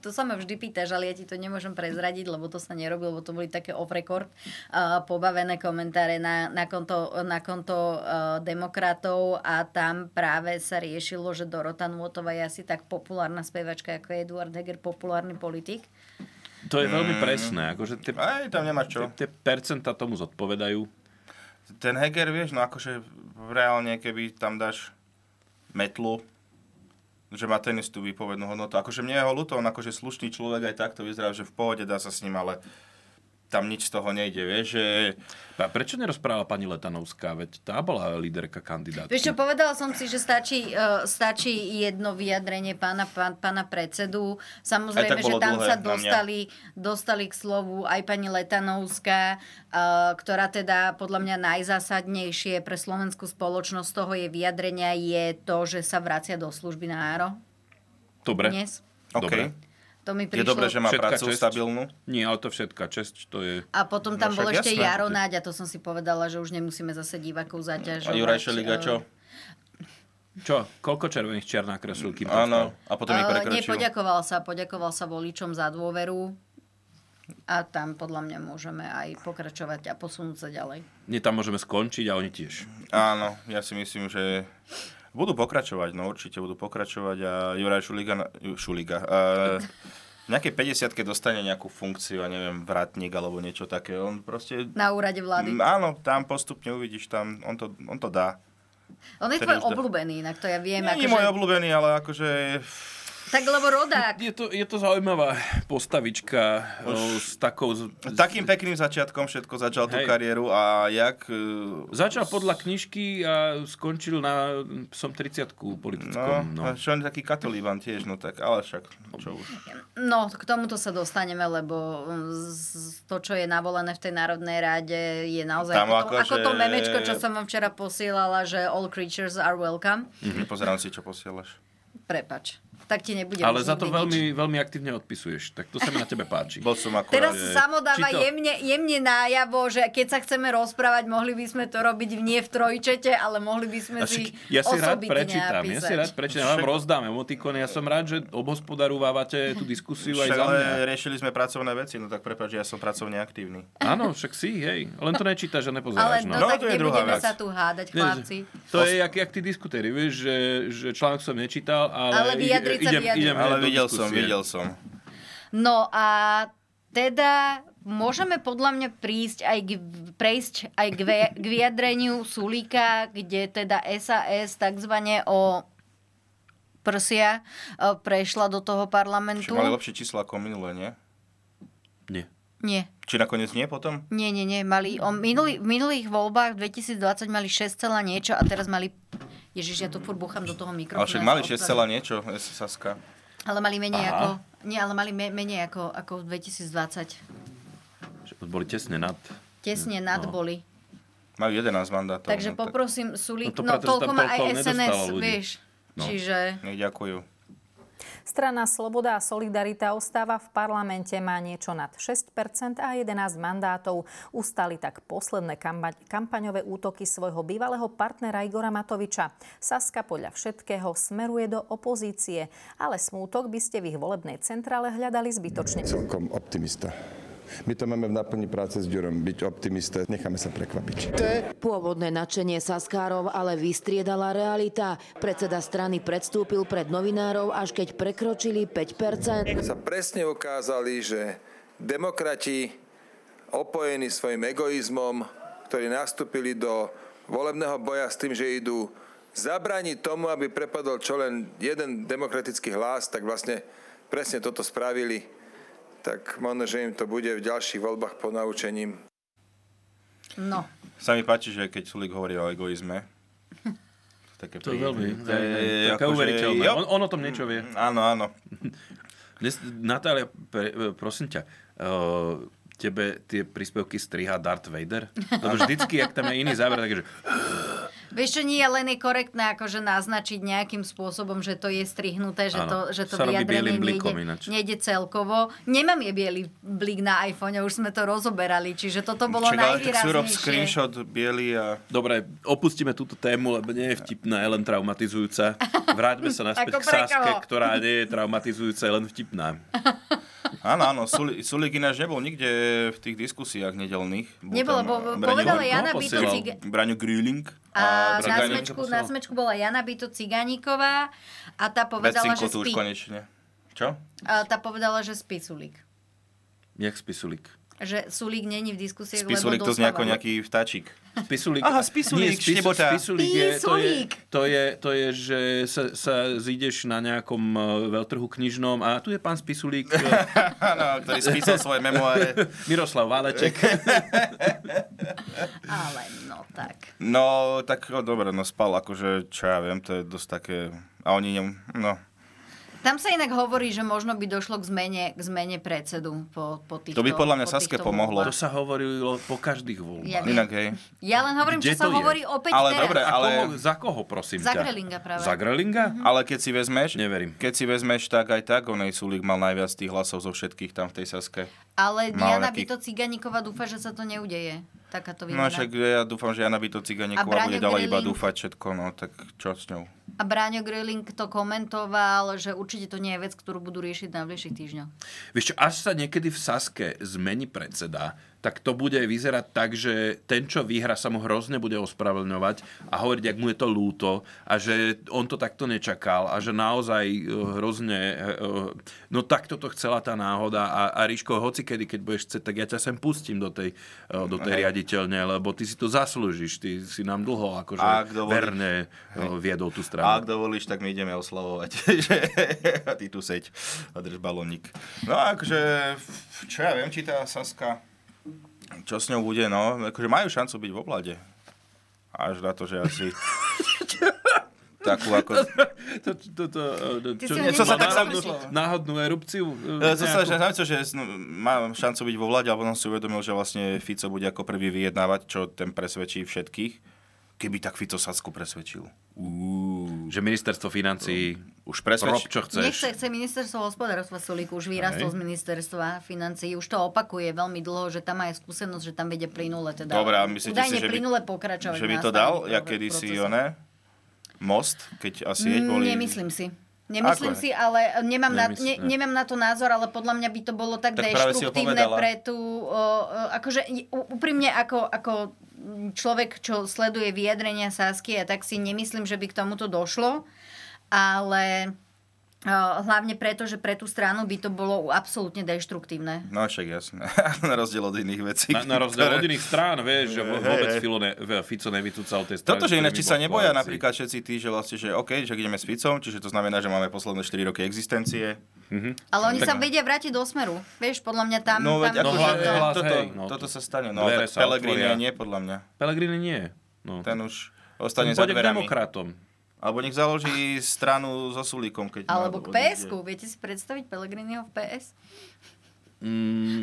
Speaker 1: to sa ma vždy pýtaš, ale ja ti to nemôžem prezradiť, lebo to sa nerobí, lebo to boli také off-record uh, pobavené komentáre na, na konto, na konto uh, demokratov a tam práve sa riešilo, že Dorota Nuotová je asi tak populárna spevačka, ako je Eduard Heger, populárny politik.
Speaker 3: To je veľmi presné. Akože tie,
Speaker 2: Aj, tam nemáš čo.
Speaker 3: tie, tie percenta tomu zodpovedajú.
Speaker 2: Ten Heger, vieš, no akože reálne, keby tam dáš metlu, že má ten istú výpovednú hodnotu. Akože mne je ho ľúto, on akože slušný človek aj takto vyzerá, že v pohode dá sa s ním, ale tam nič z toho nejde, vieš, že...
Speaker 3: A prečo nerozprávala pani Letanovská? Veď tá bola líderka kandidátky.
Speaker 1: Vieš čo, povedala som si, že stačí, eh, stačí jedno vyjadrenie pána, pán, pána predsedu. Samozrejme,
Speaker 2: Aj tak bolo
Speaker 1: že tam
Speaker 2: dlhé
Speaker 1: sa
Speaker 2: na mňa.
Speaker 1: dostali, dostali k slovu aj pani Letanovská, eh, ktorá teda podľa mňa najzásadnejšie pre slovenskú spoločnosť toho je vyjadrenia je to, že sa vracia do služby na áro
Speaker 3: Dobre.
Speaker 1: dnes.
Speaker 3: Dobre.
Speaker 2: OK.
Speaker 1: To mi
Speaker 2: Je
Speaker 1: prišlo.
Speaker 2: dobré, že má
Speaker 3: Všetka
Speaker 2: prácu
Speaker 3: česť.
Speaker 2: stabilnú.
Speaker 3: Nie, ale to všetka česť, to je...
Speaker 1: A potom tam
Speaker 2: No
Speaker 1: bol
Speaker 2: však
Speaker 1: ešte
Speaker 2: jasné.
Speaker 1: Jaro Náď a to som si povedala, že už nemusíme zase divákov zaťažovať. e,
Speaker 2: A Juraj Šeliga čo?
Speaker 3: Čo? Koľko červených čiar nakreslil, kým tam
Speaker 2: Áno,
Speaker 3: stal?
Speaker 2: a potom ich
Speaker 1: Ale Eh,
Speaker 2: prekročil.
Speaker 1: Nepoďakoval sa, poďakoval sa voličom za dôveru a tam podľa mňa môžeme aj pokračovať a posunúť sa ďalej.
Speaker 3: Nie, tam môžeme skončiť a oni tiež.
Speaker 2: Áno, ja si myslím, že budú pokračovať, no určite budú pokračovať a Juraj Šuliga, na- Ju- Šuliga a v nejakej 50 dostane nejakú funkciu, ja neviem, vrátnik alebo niečo také. On proste...
Speaker 1: Na úrade vlády.
Speaker 2: Mm, Áno, tam postupne uvidíš, tam on to, on to dá.
Speaker 1: On je tvoj
Speaker 2: teda už dá.
Speaker 1: obľúbený, inak to ja viem. akože-
Speaker 2: Nie je môj obľúbený, ale akože...
Speaker 1: Tak lebo rodák.
Speaker 3: Je to, je to zaujímavá postavička o, s takou... s-
Speaker 2: Takým pekným začiatkom všetko začal tú
Speaker 3: Hej.
Speaker 2: kariéru a jak... e,
Speaker 3: Začal podľa knižky a skončil na som 30 politickom.
Speaker 2: No, no.
Speaker 3: No,
Speaker 2: čo on je taký katolíban tiež, no tak, ale však, čo už.
Speaker 1: No, k tomuto sa dostaneme, lebo mm, z- to, čo je navolené v tej Národnej rade, je naozaj
Speaker 2: Tam
Speaker 1: ako, to,
Speaker 2: akože-
Speaker 1: ako to memečko, čo som vám včera posielala, že all creatures are welcome.
Speaker 3: Mhm.
Speaker 2: Mm-hmm. Nepozerám si, čo posielaš.
Speaker 1: Prepač. Tak ti nebudem
Speaker 3: Ale
Speaker 1: už
Speaker 3: za to
Speaker 1: nikdy nič.
Speaker 3: veľmi, veľmi aktívne odpisuješ. Tak to sa mi na tebe páči.
Speaker 2: Bol som akurát...
Speaker 1: Teraz
Speaker 2: e,
Speaker 1: samo dáva
Speaker 3: či to-
Speaker 1: jemne, jemne nájavo, že keď sa chceme rozprávať, mohli by sme to robiť v- nie v trojčete, ale mohli by sme
Speaker 3: A
Speaker 1: si
Speaker 3: však ja si rád
Speaker 1: osobitne
Speaker 3: prečítam, ja
Speaker 1: napísať.
Speaker 3: si rád prečítam, ja vám rozdám emotikony, ja som rád, že obhospodarovávate tú diskusiu aj
Speaker 2: Však,
Speaker 3: za
Speaker 2: ale
Speaker 3: mňa.
Speaker 2: riešili sme pracovné veci, no tak prepáč, že ja som pracovne aktívny.
Speaker 3: Áno, však si, hej, len to nečítaš a
Speaker 1: Ale
Speaker 3: nepozeráš.
Speaker 1: no,
Speaker 3: No.
Speaker 2: No,
Speaker 1: tak
Speaker 2: to je druhá
Speaker 1: nebudeme
Speaker 2: vec.
Speaker 1: sa tu hádať,
Speaker 3: Nie,
Speaker 1: chlapci.
Speaker 3: To je jak, jak tí diskutéry, vieš, že, že článok som nečítal, ale,
Speaker 1: Ale vyjadriť sa
Speaker 3: ide- idem,
Speaker 1: vyjadriť.
Speaker 3: idem
Speaker 2: Ale
Speaker 3: hneď do
Speaker 2: videl som,
Speaker 3: diskusie.
Speaker 2: videl som.
Speaker 1: No a teda môžeme podľa mňa prísť aj k, prejsť aj k, ve, k vyjadreniu Sulíka, kde teda SAS takzvané o prsia e, prešla do toho
Speaker 2: Však
Speaker 1: parlamentu.
Speaker 2: mali lepšie čísla ako minulé, nie?
Speaker 3: Nie.
Speaker 1: Nie.
Speaker 2: Či nakoniec nie potom?
Speaker 1: Nie, nie, nie. Mali, o minulý, v minulých voľbách 2020 mali 6, celá niečo a teraz mali... Ježiš, ja tu furt búcham do toho mikrofónu.
Speaker 2: Ale však
Speaker 1: ja
Speaker 2: mali
Speaker 1: sa
Speaker 2: 6
Speaker 1: ospravedlňujem.
Speaker 2: niečo, e, Saska.
Speaker 1: Ale mali menej
Speaker 3: Aha.
Speaker 1: ako... Nie, ale mali me, menej ako, ako v 2020.
Speaker 3: Že Boli tesne nad.
Speaker 1: Tesne
Speaker 3: Hm, no,
Speaker 1: nad boli.
Speaker 2: Majú 11 mandátov.
Speaker 1: Takže
Speaker 2: no tak
Speaker 1: poprosím Sulík,
Speaker 3: No to
Speaker 1: no,
Speaker 3: preto, že
Speaker 1: toľko
Speaker 3: tam
Speaker 1: má
Speaker 3: toľko
Speaker 1: aj
Speaker 3: nedostalo
Speaker 1: SNS,
Speaker 3: ľudí.
Speaker 1: vieš.
Speaker 3: No.
Speaker 1: Čiže...
Speaker 2: Nech ďakujú.
Speaker 8: Strana Sloboda a Solidarita ostáva v parlamente, má niečo nad 6 a 11 mandátov. Ustali tak posledné kamba- kampaňové útoky svojho bývalého partnera Igora Matoviča. Saska podľa všetkého smeruje do opozície, ale smútok by ste v ich volebnej centrále hľadali zbytočne.
Speaker 9: celkom optimista. My to máme v náplni práce s Ďurom, byť optimista, necháme sa prekvapiť.
Speaker 10: Pôvodné nadšenie Saskárov ale vystriedala realita. Predseda strany predstúpil pred novinárov, až keď prekročili 5
Speaker 9: Sa presne ukázali, že demokrati opojení svojim egoizmom, ktorí nastúpili do volebného boja s tým, že idú zabrániť tomu, aby prepadol čo len jeden demokratický hlas, tak vlastne presne toto spravili. Tak možno, že im to bude v ďalších voľbách po naučením.
Speaker 1: No.
Speaker 2: Sa mi páči, že keď Sulik hovorí o egoizme, také
Speaker 3: Mhm. To je
Speaker 2: príjemné.
Speaker 3: veľmi
Speaker 2: To je
Speaker 3: také
Speaker 2: akože-
Speaker 3: uveriteľné.
Speaker 2: jo.
Speaker 3: On, on o tom niečo vie.
Speaker 2: Áno, áno.
Speaker 3: Dnes, Natália, pre, e, prosím ťa, uh, tebe tie príspevky striha Darth Vader? Lebo vždycky, ak tam je iný záver, takže
Speaker 1: Vieš čo, nie, len je korektné akože naznačiť nejakým spôsobom, že to je strihnuté, že
Speaker 3: Áno,
Speaker 1: to, že to
Speaker 3: sa robí
Speaker 1: vyjadrenie
Speaker 3: bielým blikom
Speaker 1: nejde,
Speaker 3: ináč.
Speaker 1: nejde celkovo. Nemám je bielý blik na iPhone, už sme to rozoberali, čiže toto bolo
Speaker 2: Čak, ale tak si urob
Speaker 1: najvýraznejšie.
Speaker 2: screenshot biely a...
Speaker 3: Dobre, opustíme túto tému, lebo nie je vtipná, je len traumatizujúca. Vráťme sa naspäť
Speaker 1: Ako
Speaker 3: k
Speaker 1: pre
Speaker 3: Saske,
Speaker 1: koho?
Speaker 3: ktorá nie je traumatizujúca, je len vtipná.
Speaker 2: Áno, áno, Suli- Sulík ináč nebol nikde v tých diskusiách nedelných. Bol
Speaker 1: Nebolo,
Speaker 2: tam,
Speaker 1: bo,
Speaker 2: eh, Braňo-
Speaker 1: povedala
Speaker 3: Braňo-
Speaker 1: Jana
Speaker 3: no,
Speaker 1: Bito
Speaker 3: posielal.
Speaker 1: Cig-
Speaker 2: Braňo Grüling
Speaker 1: a
Speaker 2: Braňo-
Speaker 1: na
Speaker 3: Cigánik
Speaker 1: smečku,
Speaker 3: to
Speaker 1: na
Speaker 3: poslal.
Speaker 1: smečku bola Jana Bito Ciganíková a tá
Speaker 2: Bez
Speaker 1: povedala, že
Speaker 2: cinkotu už
Speaker 1: spí.
Speaker 2: konečne. Čo?
Speaker 1: A tá povedala, že spí Sulík.
Speaker 3: Jak spisulík.
Speaker 1: Že Sulík není v diskusii,
Speaker 2: Spisulík
Speaker 1: lebo
Speaker 2: to znie ako
Speaker 1: dostáva-
Speaker 2: nejaký vtáčik.
Speaker 3: Spisulík.
Speaker 2: Aha, spisulík,
Speaker 3: Nie, spisu-
Speaker 2: štebota.
Speaker 3: spisulík je, to, je,
Speaker 1: Spisulík.
Speaker 3: to, je, to je, že sa, sa zídeš na nejakom eh, veľtrhu knižnom a tu je pán e, Spisulík.
Speaker 2: Áno, ktorý spísal svoje memoáre.
Speaker 3: Miroslav Váleček.
Speaker 1: Ale no tak.
Speaker 2: No, tak o, dobre, no spal akože, čo ja viem, to je dosť také... A oni nem... No,
Speaker 1: Tam sa inak hovorí, že možno by došlo k zmene, k zmene predsedu po, po týchto
Speaker 2: To by podľa mňa
Speaker 1: po
Speaker 2: Saske
Speaker 1: týchto
Speaker 2: pomohlo.
Speaker 3: To sa hovorilo po
Speaker 1: Ja
Speaker 3: každých voľbách.
Speaker 1: viem.
Speaker 2: inak hej.
Speaker 1: Ja len hovorím, čo
Speaker 3: Kde
Speaker 1: sa
Speaker 3: to je?
Speaker 1: hovorí opäť
Speaker 2: Ale
Speaker 1: teraz.
Speaker 2: dobre,
Speaker 3: A
Speaker 2: ale-
Speaker 3: koho, za koho, prosím
Speaker 1: Za
Speaker 3: ťa?
Speaker 1: Grelinga práve. Mhm.
Speaker 3: Za Grelinga?
Speaker 2: Ale keď si vezmeš,
Speaker 3: Neverím.
Speaker 2: keď si vezmeš, tak aj tak onej Sulík mal najviac tých hlasov zo všetkých tam v tej Saske.
Speaker 1: Ale
Speaker 2: Mal
Speaker 1: Diana
Speaker 2: nejaký-
Speaker 1: Byto Ciganíková dúfa, že sa to neudeje. Takáto
Speaker 2: No
Speaker 1: výmena.
Speaker 2: však ja dúfam, že Jana by to
Speaker 1: A
Speaker 2: Ciganíková bude
Speaker 1: Braňo
Speaker 2: ďalej iba
Speaker 1: Grelin?
Speaker 2: dúfať všetko, no tak čo s ňou?
Speaker 1: A Bráňo Grilling to komentoval, že určite to nie je vec, ktorú budú riešiť na najbližších týždňoch.
Speaker 3: Vieš čo, až sa niekedy v Saske zmení predseda, tak to bude vyzerať tak, že ten, čo vyhra, sa mu hrozne bude ospravedlňovať a hovoriť, ak mu je to lúto a že on to takto nečakal a že naozaj eh, hrozne... eh, eh, No takto to chcela tá náhoda a, a Ríško, hoci kedy, keď budeš chcieť, tak ja ťa sem pustím do tej, eh, do tej riaditeľne, lebo ty si to zaslúžiš, ty si nám dlho akože
Speaker 2: Ak dovolíš.
Speaker 3: verne eh, viedol
Speaker 2: A
Speaker 3: tú stranu.
Speaker 2: ak dovolíš, tak my ideme oslavovať. že- a ty tu seď a drž balónik. No a akože, f- čo ja viem, či tá Saska, čo s ňou bude, no, akože majú šancu byť vo vlade. Až na to, že asi... takú ako...
Speaker 3: To, to, to, eh,
Speaker 1: Ty
Speaker 3: čo-
Speaker 1: si ho
Speaker 3: čo-
Speaker 2: nepovedal.
Speaker 3: náhodnú, náhodnú erupciu?
Speaker 2: Ja
Speaker 3: eh,
Speaker 2: som sa že, znamená, že no, mám šancu byť vo vláde, ale on si uvedomil, že vlastne Fico bude ako prvý vyjednávať, čo ten presvedčí všetkých. Keby tak Fico Sasku presvedčil. Uú.
Speaker 3: že ministerstvo financí
Speaker 2: Už
Speaker 3: rob,
Speaker 2: presvedčí.
Speaker 3: čo chceš.
Speaker 1: Nechce, chce ministerstvo hospodárstva Sulík, už vyrastol
Speaker 3: Hej.
Speaker 1: z ministerstva financií, už to opakuje veľmi dlho, že tam má aj skúsenosť, že tam vedia plynule teda.
Speaker 2: Dobre, a myslíte
Speaker 1: údajne
Speaker 2: si, že by,
Speaker 1: plynule pokračovať.
Speaker 2: že by
Speaker 1: v
Speaker 2: to dal,
Speaker 1: nastavení
Speaker 2: ja
Speaker 1: toho
Speaker 2: kedysi,
Speaker 1: procesu.
Speaker 2: one, most, keď asi jeď
Speaker 1: Mm,
Speaker 2: boli...
Speaker 1: Nemyslím si. Nemyslím
Speaker 2: Ako?
Speaker 1: si, ale nemám,
Speaker 3: Nemysl-
Speaker 1: na, ne,
Speaker 3: ne.
Speaker 1: nemám na to názor, ale podľa mňa by to bolo tak,
Speaker 2: Tak práve si ho
Speaker 1: deštruktívne
Speaker 2: povedala.
Speaker 1: pre tú... O, o, akože i- u- úprimne ako, ako človek, čo sleduje vyjadrenia Sasky, ja tak si nemyslím, že by k tomuto došlo, ale o, hlavne preto, že pre tú stranu by to bolo absolútne deštruktívne.
Speaker 2: No však jasné, na rozdiel od iných vecí.
Speaker 3: Na, na rozdiel
Speaker 2: ktoré-
Speaker 3: od iných strán, vieš, že vo-
Speaker 2: Hej,
Speaker 3: vôbec
Speaker 2: hej.
Speaker 3: Filo ne, Fico nevytúcal tej strany.
Speaker 2: Toto, že
Speaker 3: s
Speaker 2: ináč,
Speaker 3: ktorými
Speaker 2: či sa
Speaker 3: bol v
Speaker 2: neboja
Speaker 3: koalícii.
Speaker 2: napríklad všetci tí, že vlastne, že OK, že ideme s Ficom, čiže to znamená, že máme posledné 4 roky existencie.
Speaker 1: Ale oni sa
Speaker 2: Tak-
Speaker 1: vedia vrátiť do smeru. Vieš, podľa mňa tam...
Speaker 2: No, veď
Speaker 1: tam
Speaker 2: ako,
Speaker 3: No,
Speaker 1: je
Speaker 3: hlavne
Speaker 1: to-
Speaker 3: hlas,
Speaker 2: toto,
Speaker 3: hej, no,
Speaker 2: toto
Speaker 3: to-
Speaker 2: sa stane. No,
Speaker 3: dvere
Speaker 2: tak
Speaker 3: sa
Speaker 2: Pelegrini
Speaker 3: otvoria.
Speaker 2: nie, podľa mňa.
Speaker 3: Pellegrini nie. No.
Speaker 2: Ten už
Speaker 3: On
Speaker 2: ostane za
Speaker 3: pôjde k
Speaker 2: dverami.
Speaker 3: demokratom.
Speaker 2: Alebo nech založí stranu so Sulíkom, keď...
Speaker 1: Alebo k
Speaker 2: má- odíde.
Speaker 1: PS-ku. Viete si predstaviť Pelegriniho v PS?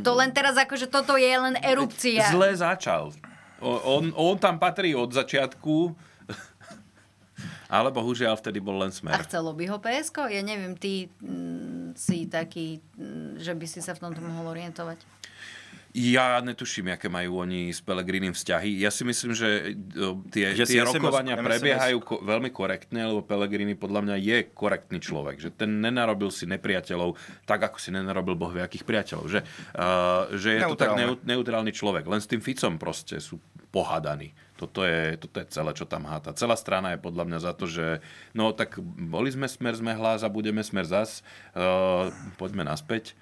Speaker 1: To len teraz akože toto je len erupcia.
Speaker 3: Mm. Zle začal. O, on, on tam patrí od začiatku, ale bohužiaľ vtedy bol len
Speaker 1: A
Speaker 3: smer.
Speaker 1: chcelo by ho PSK? Ja neviem, ty mm, si taký, mm, že by si sa v tomto mohol orientovať.
Speaker 3: Ja netuším, aké majú oni s Pelegrinim vzťahy. Ja si myslím, že e, tie,
Speaker 2: Že si
Speaker 3: tie
Speaker 2: SMS
Speaker 3: rokovania
Speaker 2: SMS.
Speaker 3: prebiehajú ko- veľmi korektne, lebo Pelegrini podľa mňa je korektný človek. Že ten nenarobil si nepriateľov tak, ako si nenarobil boh vie akých priateľov. Že, uh, že je to tak
Speaker 2: Neutrálne.
Speaker 3: neu- neutrálny človek. Len s tým Ficom proste sú pohadaní. Toto je, toto je celé, čo tam háta. Celá strana je podľa mňa za to, že no tak boli sme smer, sme hlas a budeme smer zas. Uh, poďme naspäť.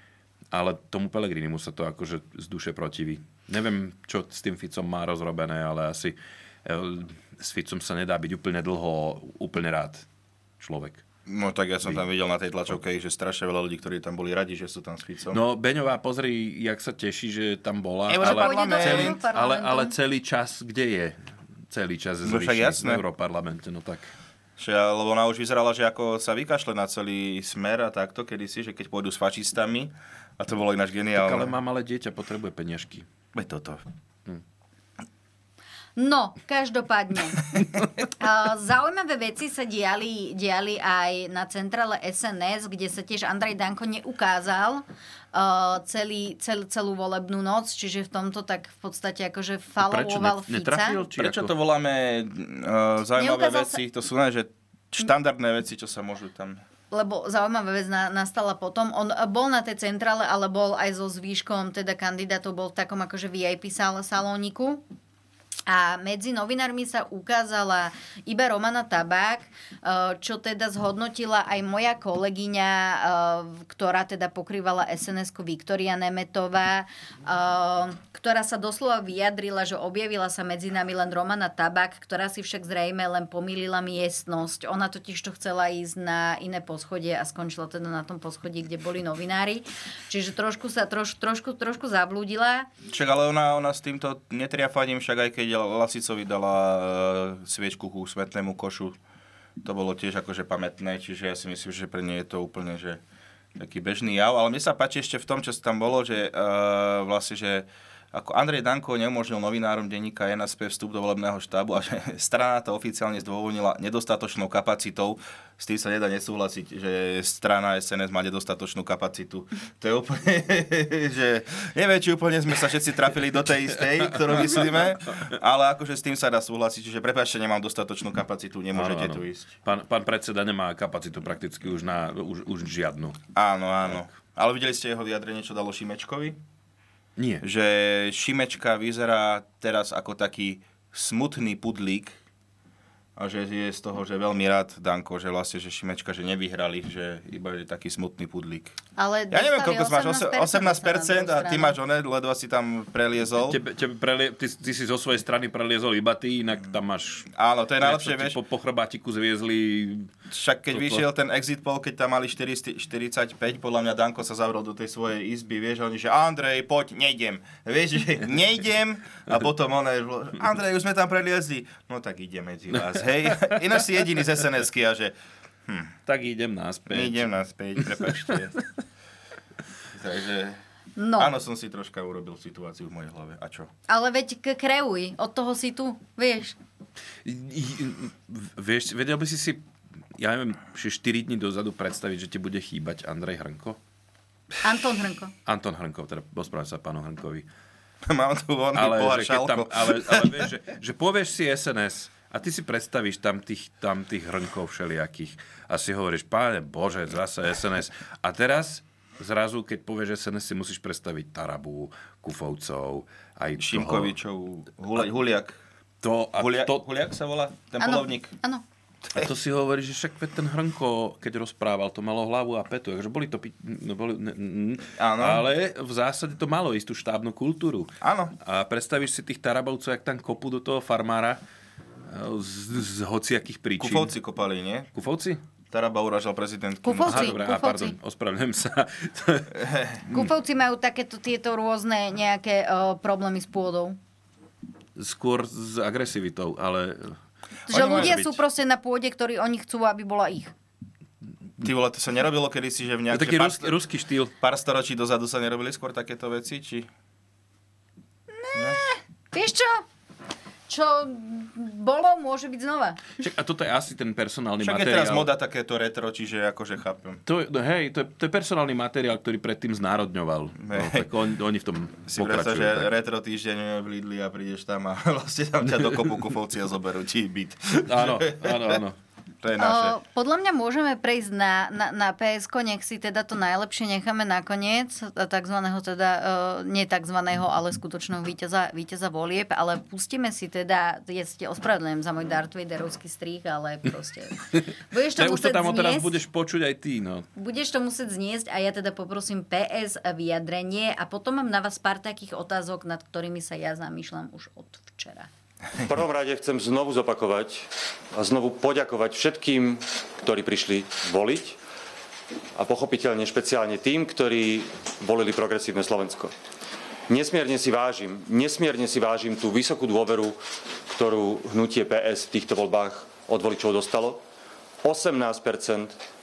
Speaker 3: Ale tomu Pelegrinimu sa to akože z duše protiví. Neviem, čo s tým Ficom má rozrobené, ale asi e, s Ficom sa nedá byť úplne dlho, úplne rád človek.
Speaker 2: No tak ja som tam videl na tej tlačovke, že strašne veľa ľudí, ktorí tam boli radi, že sú tam s Ficom.
Speaker 3: No, Beňová, pozri, jak sa teší, že tam bola,
Speaker 2: Európa-
Speaker 3: ale,
Speaker 1: Pôjde do
Speaker 2: Celý-
Speaker 1: Európarlamentu.
Speaker 3: ale, ale celý čas, kde je? Celý čas
Speaker 2: No však
Speaker 3: zvyšný
Speaker 2: jasné.
Speaker 3: v Europarlamente, no tak.
Speaker 2: Že, lebo ona už vyzerala, že ako sa vykašle na celý smer a takto kedysi, že keď pôjdu s fašistami, a to bolo ináč
Speaker 3: tak. Ale
Speaker 2: geniálne.
Speaker 3: mám ale dieťa, potrebuje peniažky.
Speaker 2: Veď toto.
Speaker 1: No, každopádne. Uh, Zaujímavé veci sa diali, diali aj na centrále SNS, kde sa tiež Andrej Danko neukázal uh, celý, cel, celú volebnú noc, čiže v tomto tak v podstate akože falovoval
Speaker 3: ne- netrafil?
Speaker 1: Fica.
Speaker 3: Či
Speaker 2: Prečo
Speaker 3: ako-
Speaker 2: to voláme uh, zaujímavé
Speaker 1: Neukázal sa-
Speaker 2: veci? To sú ne, že štandardné veci, čo sa môžu tam...
Speaker 1: lebo zaujímavá vec na, nastala potom. On e, bol na tej centrále, ale bol aj so zvýškom teda kandidátov, bol v takom akože VIP sál, salóniku. A medzi novinármi sa ukázala iba Romana Tabák, e, čo teda zhodnotila aj moja kolegyňa, e, ktorá teda pokrývala SNS-ku Viktoria Nemetová, e, ktorá sa doslova vyjadrila, že objavila sa medzi nami len Romana Tabák, ktorá si však zrejme len pomýlila miestnosť. Ona totiž to chcela ísť na iné poschodie a skončila teda na tom poschodí, kde boli novinári. Čiže trošku sa troš, trošku, trošku zablúdila.
Speaker 2: Však ale ona, ona s týmto netriafaním, však aj keď Lasicovi dala e, sviečku ku smetnému košu. To bolo tiež akože pamätné, čiže ja si myslím, že pre nie je to úplne, že taký bežný jav. Ale mne sa páči ešte v tom, čo tam bolo, že e, vlastne, že ako Andrej Danko neumožnil novinárom denníka NSP vstup do volebného štábu a že strana to oficiálne zdôvodnila nedostatočnou kapacitou. S tým sa nedá nesúhlasiť, že strana SNS má nedostatočnú kapacitu. To je úplne, že neviem, či úplne sme sa všetci trafili do tej istej, ktorú myslíme, ale akože s tým sa dá súhlasiť, že prepáčte, nemám dostatočnú kapacitu, nemôžete
Speaker 3: Áno, áno.
Speaker 2: tu ísť.
Speaker 3: Pán, pán predseda nemá kapacitu prakticky už, na, už, už žiadnu.
Speaker 2: Áno, áno. Ale videli ste jeho vyjadrenie, čo dalo Šimečkovi?
Speaker 3: Nie.
Speaker 2: Že Šimečka vyzerá teraz ako taký smutný pudlík a že je z toho, že veľmi rád Danko, že vlastne, že Šimečka, že nevyhrali, že iba je taký smutný pudlík.
Speaker 1: Ale
Speaker 2: Ja neviem, koľko
Speaker 1: dostali
Speaker 2: máš, ose- 18% a ty máš one, ledva si tam preliezol.
Speaker 3: Tebe, tebe prelie, ty, ty si zo svojej strany preliezol iba ty, inak tam máš...
Speaker 2: Áno, to je najlepšie,
Speaker 3: Ti
Speaker 2: vieš.
Speaker 3: Po, po chrbátiku zviezli...
Speaker 2: Však keď
Speaker 3: toto.
Speaker 2: vyšiel ten exit poll, keď tam mali 4, 45, podľa mňa Danko sa zavrel do tej svojej izby, vieš, a oni, že Andrej, poď, nejdem. Vieš, že nejdem a potom on je, Andrej, už sme tam preliezli. No tak ide medzi vás, hej. Ináč si jediný z SNS-ky a že
Speaker 3: Tak idem naspäť.
Speaker 2: idem naspäť, prepačte. Takže...
Speaker 1: No.
Speaker 2: Áno, som si troška urobil situáciu v mojej hlave. A čo?
Speaker 1: Ale veď k- kreuj, od toho si tu, vieš.
Speaker 3: Vieš, vedel by si si, ja neviem, že 4 dní dozadu predstaviť, že ti bude chýbať Andrej Hrnko?
Speaker 1: Anton Hrnko.
Speaker 3: Anton Hrnkov, teda rozprávam sa pánu Hrnkovi.
Speaker 2: Mám tu vonný pohár
Speaker 3: že keď tam,
Speaker 2: šálkov.
Speaker 3: ale, ale vieš, že, že povieš si SNS a ty si predstavíš tam tých, tam tých Hrnkov všelijakých a si hovoríš, páne Bože, zase SNS. A teraz zrazu, keď povieš SNS, si musíš predstaviť Tarabu, Kufovcov, aj toho-
Speaker 2: Šimkovičov, Huli- Huliak.
Speaker 3: To, a
Speaker 2: Huliak,
Speaker 3: to,
Speaker 2: Huliak sa volá? Ten
Speaker 1: Áno,
Speaker 2: polovník? Hmm.
Speaker 1: áno.
Speaker 3: A to si hovorí, že však veď ten Hrnko, keď rozprával, to malo hlavu a petu. Takže boli to... Pi- no, boli, ne, n-
Speaker 2: Áno.
Speaker 3: ale v zásade to malo istú štábnu kultúru.
Speaker 2: Áno.
Speaker 3: A predstavíš si tých Tarabovcov, jak tam kopu do toho farmára e, z, z hociakých príčin.
Speaker 2: Kufovci kopali, nie?
Speaker 3: Kufovci?
Speaker 2: Taraba uražal prezidentku.
Speaker 1: Kufovci,
Speaker 3: Aha, dobré, á,
Speaker 1: Kufovci.
Speaker 3: pardon, ospravedlňujem sa.
Speaker 1: Kúpovci majú takéto tieto rôzne nejaké o, problémy s pôdou.
Speaker 3: Skôr s agresivitou, ale...
Speaker 1: Že
Speaker 3: Oni
Speaker 1: ľudia
Speaker 3: môžu
Speaker 1: sú
Speaker 3: byť.
Speaker 1: proste na pôde, ktorý oni chcú, aby bola ich.
Speaker 2: Ty vole, to sa nerobilo kedysi, že v
Speaker 3: To je
Speaker 2: nejaké...
Speaker 3: taký
Speaker 2: pár,
Speaker 3: rus, ruský štýl.
Speaker 2: pár storočí dozadu sa nerobili skôr takéto veci, či...
Speaker 1: Vieš čo? Čo bolo, môže byť znova.
Speaker 3: Však, a toto je asi ten personálny
Speaker 2: Však je
Speaker 3: materiál.
Speaker 2: teraz moda takéto retro, čiže akože chápem.
Speaker 3: To, je- no hej, to je, to je personálny materiál, ktorý predtým znárodňoval. No,
Speaker 2: Hej.
Speaker 3: tak on, oni v tom
Speaker 2: Si predstav,
Speaker 3: pokračujú.
Speaker 2: že
Speaker 3: Tak.
Speaker 2: retro týždeň v Lidli a prídeš tam a vlastne tam ťa dokopu kufovci a zoberú ti byt.
Speaker 3: Áno, áno, áno.
Speaker 2: To je naše.
Speaker 1: O, Eh, podľa mňa môžeme prejsť na, na, na PSK, nech si teda to najlepšie necháme nakoniec, takzvaného teda, e, nie takzvaného, ale skutočného víťaza, víťaza volieb, ale pustíme si teda, ja si te ospravedlňujem za môj Darth Vaderovský strih, ale proste, budeš to
Speaker 3: Ne, už to
Speaker 1: musieť
Speaker 3: tam teraz
Speaker 1: zniesť.
Speaker 3: budeš počuť aj ty, no.
Speaker 1: Budeš to musieť zniesť a ja teda poprosím PS a vyjadrenie a potom mám na vás pár takých otázok, nad ktorými sa ja zamýšľam už od včera.
Speaker 7: V prvom rade chcem znovu zopakovať a znovu poďakovať všetkým, ktorí prišli voliť a pochopiteľne špeciálne tým, ktorí volili progresívne Slovensko. Nesmierne si vážim, nesmierne si vážim tú vysokú dôveru, ktorú hnutie PS v týchto voľbách od voličov dostalo. 18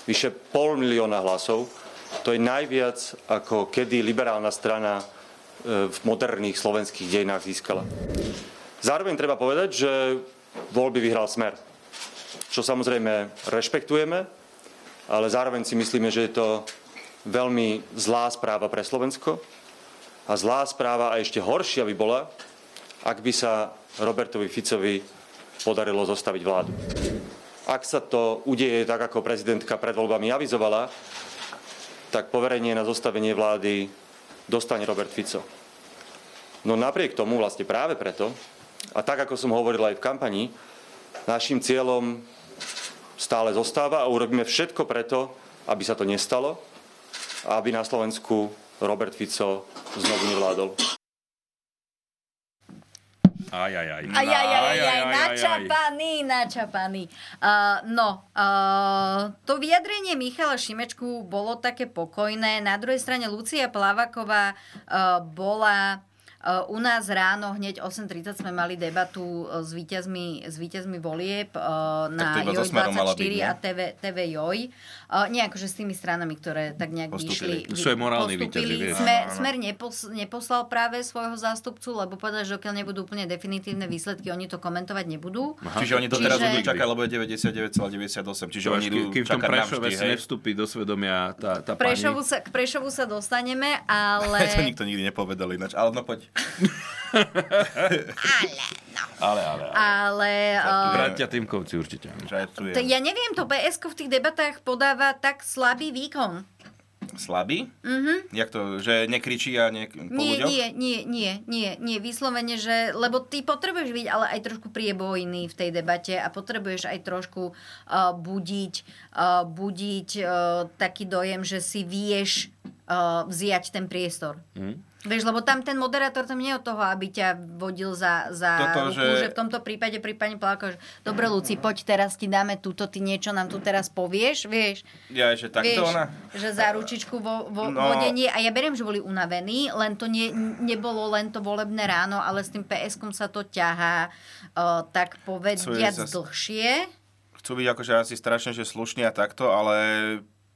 Speaker 7: vyše pol milióna hlasov, to je najviac, ako kedy liberálna strana e, v moderných slovenských dejinách získala. Zároveň treba povedať, že voľby vyhral Smer, čo samozrejme rešpektujeme, ale zároveň si myslíme, že je to veľmi zlá správa pre Slovensko a zlá správa a ešte horšia by bola, ak by sa Robertovi Ficovi podarilo zostaviť vládu. Ak sa to udeje tak, ako prezidentka pred voľbami avizovala, tak poverenie na zostavenie vlády dostane Robert Fico. No napriek tomu, vlastne práve preto, A tak, ako som hovoril aj v kampani, našim cieľom stále zostáva a urobíme všetko preto, aby sa to nestalo a aby na Slovensku Robert Fico znovu nevládol.
Speaker 3: Aj, aj, aj.
Speaker 1: Aj, aj, aj, aj, aj, načapaný, načapaný. Uh, no, uh, to vyjadrenie Michala Šimečku bolo také pokojné. Na druhej strane Lucia Plavaková uh, bola uh, u nás ráno, hneď 8.30 sme mali debatu uh, s víťazmi, s víťazmi volieb uh, na
Speaker 2: to iba so Smerom mala
Speaker 1: JOJ24
Speaker 2: byť, ne?
Speaker 1: a TV, TV JOJ. Uh, nie akože s tými stranami, ktoré tak nejak
Speaker 3: Postúpili.
Speaker 1: vyšli.
Speaker 3: Sú aj morálni
Speaker 1: postúpili.
Speaker 3: víťazi, vieš.
Speaker 1: Smer,
Speaker 3: Áno, áno.
Speaker 1: Smer nepos, neposlal práve svojho zástupcu, lebo povedal, že okiaľ nebudú úplne definitívne výsledky, oni to komentovať nebudú.
Speaker 2: Aha. Čiže oni to teraz
Speaker 1: Čiže-
Speaker 2: budú čakať, lebo je 99,98. Čiže oni idú
Speaker 3: kým v tom
Speaker 2: čakať
Speaker 3: Prešove
Speaker 2: navždy,
Speaker 3: si
Speaker 2: hej.
Speaker 3: nevstúpi do svedomia tá, tá pani.
Speaker 1: Prešovu sa, k Prešovu sa dostaneme, ale...
Speaker 2: to nikto nikdy nepovedal ináč. Ale no poď.
Speaker 3: Ale, ale, ale.
Speaker 1: ale eh,
Speaker 3: Bratia Týmkovci určite.
Speaker 1: to, ja neviem, to PSK v tých debatách podáva tak slabý výkon.
Speaker 2: Slabý?
Speaker 1: Mhm.
Speaker 2: Jak to, že nekričí a ne... po
Speaker 1: Nie,
Speaker 2: ľuďoch?
Speaker 1: nie, nie, nie, nie, nie, vyslovene, že, lebo ty potrebuješ byť ale aj trošku priebojný v tej debate a potrebuješ aj trošku uh, budiť, uh, budiť uh, taký dojem, že si vieš uh, vziať ten priestor.
Speaker 3: Hm?
Speaker 1: Vieš, lebo tam ten moderátor tam nie je od toho, aby ťa vodil za, za
Speaker 2: Toto,
Speaker 1: ruku, že...
Speaker 2: že-
Speaker 1: že v tomto prípade pri pani Plávko, že dobre Luci, poď teraz ti dáme túto, ty niečo nám tu teraz povieš, vieš.
Speaker 2: Ja, že takto
Speaker 1: vieš,
Speaker 2: ona...
Speaker 1: že za ručičku vo, vo
Speaker 2: No.
Speaker 1: vodenie. A ja beriem, že boli unavení, len to nie, nebolo len to volebné ráno, ale s tým PSK sa to ťahá, o, tak povediac
Speaker 2: zas-
Speaker 1: dlhšie.
Speaker 2: Chcú byť akože asi strašne, že slušní a takto, ale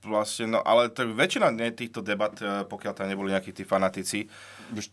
Speaker 2: vlastne, no, ale to, väčšina ne- týchto debat, e, pokiaľ tam neboli nejakí tí fanatici,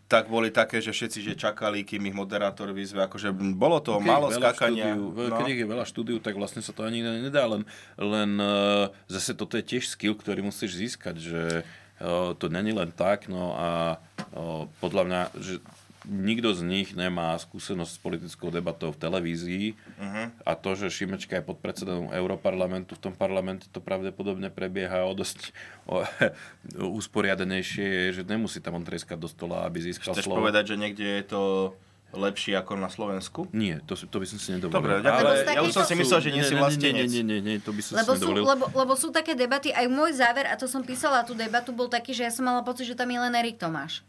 Speaker 2: tak boli také, že všetci že čakali, kým ich moderátor vyzve, akože m, bolo to No.
Speaker 3: Keď
Speaker 2: málo
Speaker 3: je veľa
Speaker 2: skákania.
Speaker 3: Štúdiu, ve- Keď ich je veľa štúdiu, tak vlastne sa to ani ne- nedá, len, len eh, zase toto je tiež skill, ktorý musíš získať, že eh, to není len tak, no a eh, podľa mňa, že nikto z nich nemá skúsenosť s politickou debatou v televízii
Speaker 2: Mhm.
Speaker 3: a to, že Šimečka je podpredsedom Europarlamentu, v tom parlamente to pravdepodobne prebieha o dosť o, usporiadanejšie, že nemusí tam on treskať do stola, aby získal
Speaker 2: Chceš
Speaker 3: slovo.
Speaker 2: povedať, že niekde je to lepšie ako na Slovensku?
Speaker 3: Nie, to, si- to by som si nedovolil.
Speaker 2: Dobre, ďakujem. Lebo z
Speaker 3: Ale
Speaker 2: ja už som si
Speaker 3: sú-
Speaker 2: myslel, že nie si vlastne
Speaker 3: Nie,
Speaker 2: vlastenec.
Speaker 3: nie, nie, nie, to by som
Speaker 1: Lebo
Speaker 3: si
Speaker 1: sú,
Speaker 3: nedovolil.
Speaker 1: lebo, lebo sú také debaty, aj môj záver, a to som písala tú debatu, bol taký, že ja som mala pocit, že tam je len Erik Tomáš.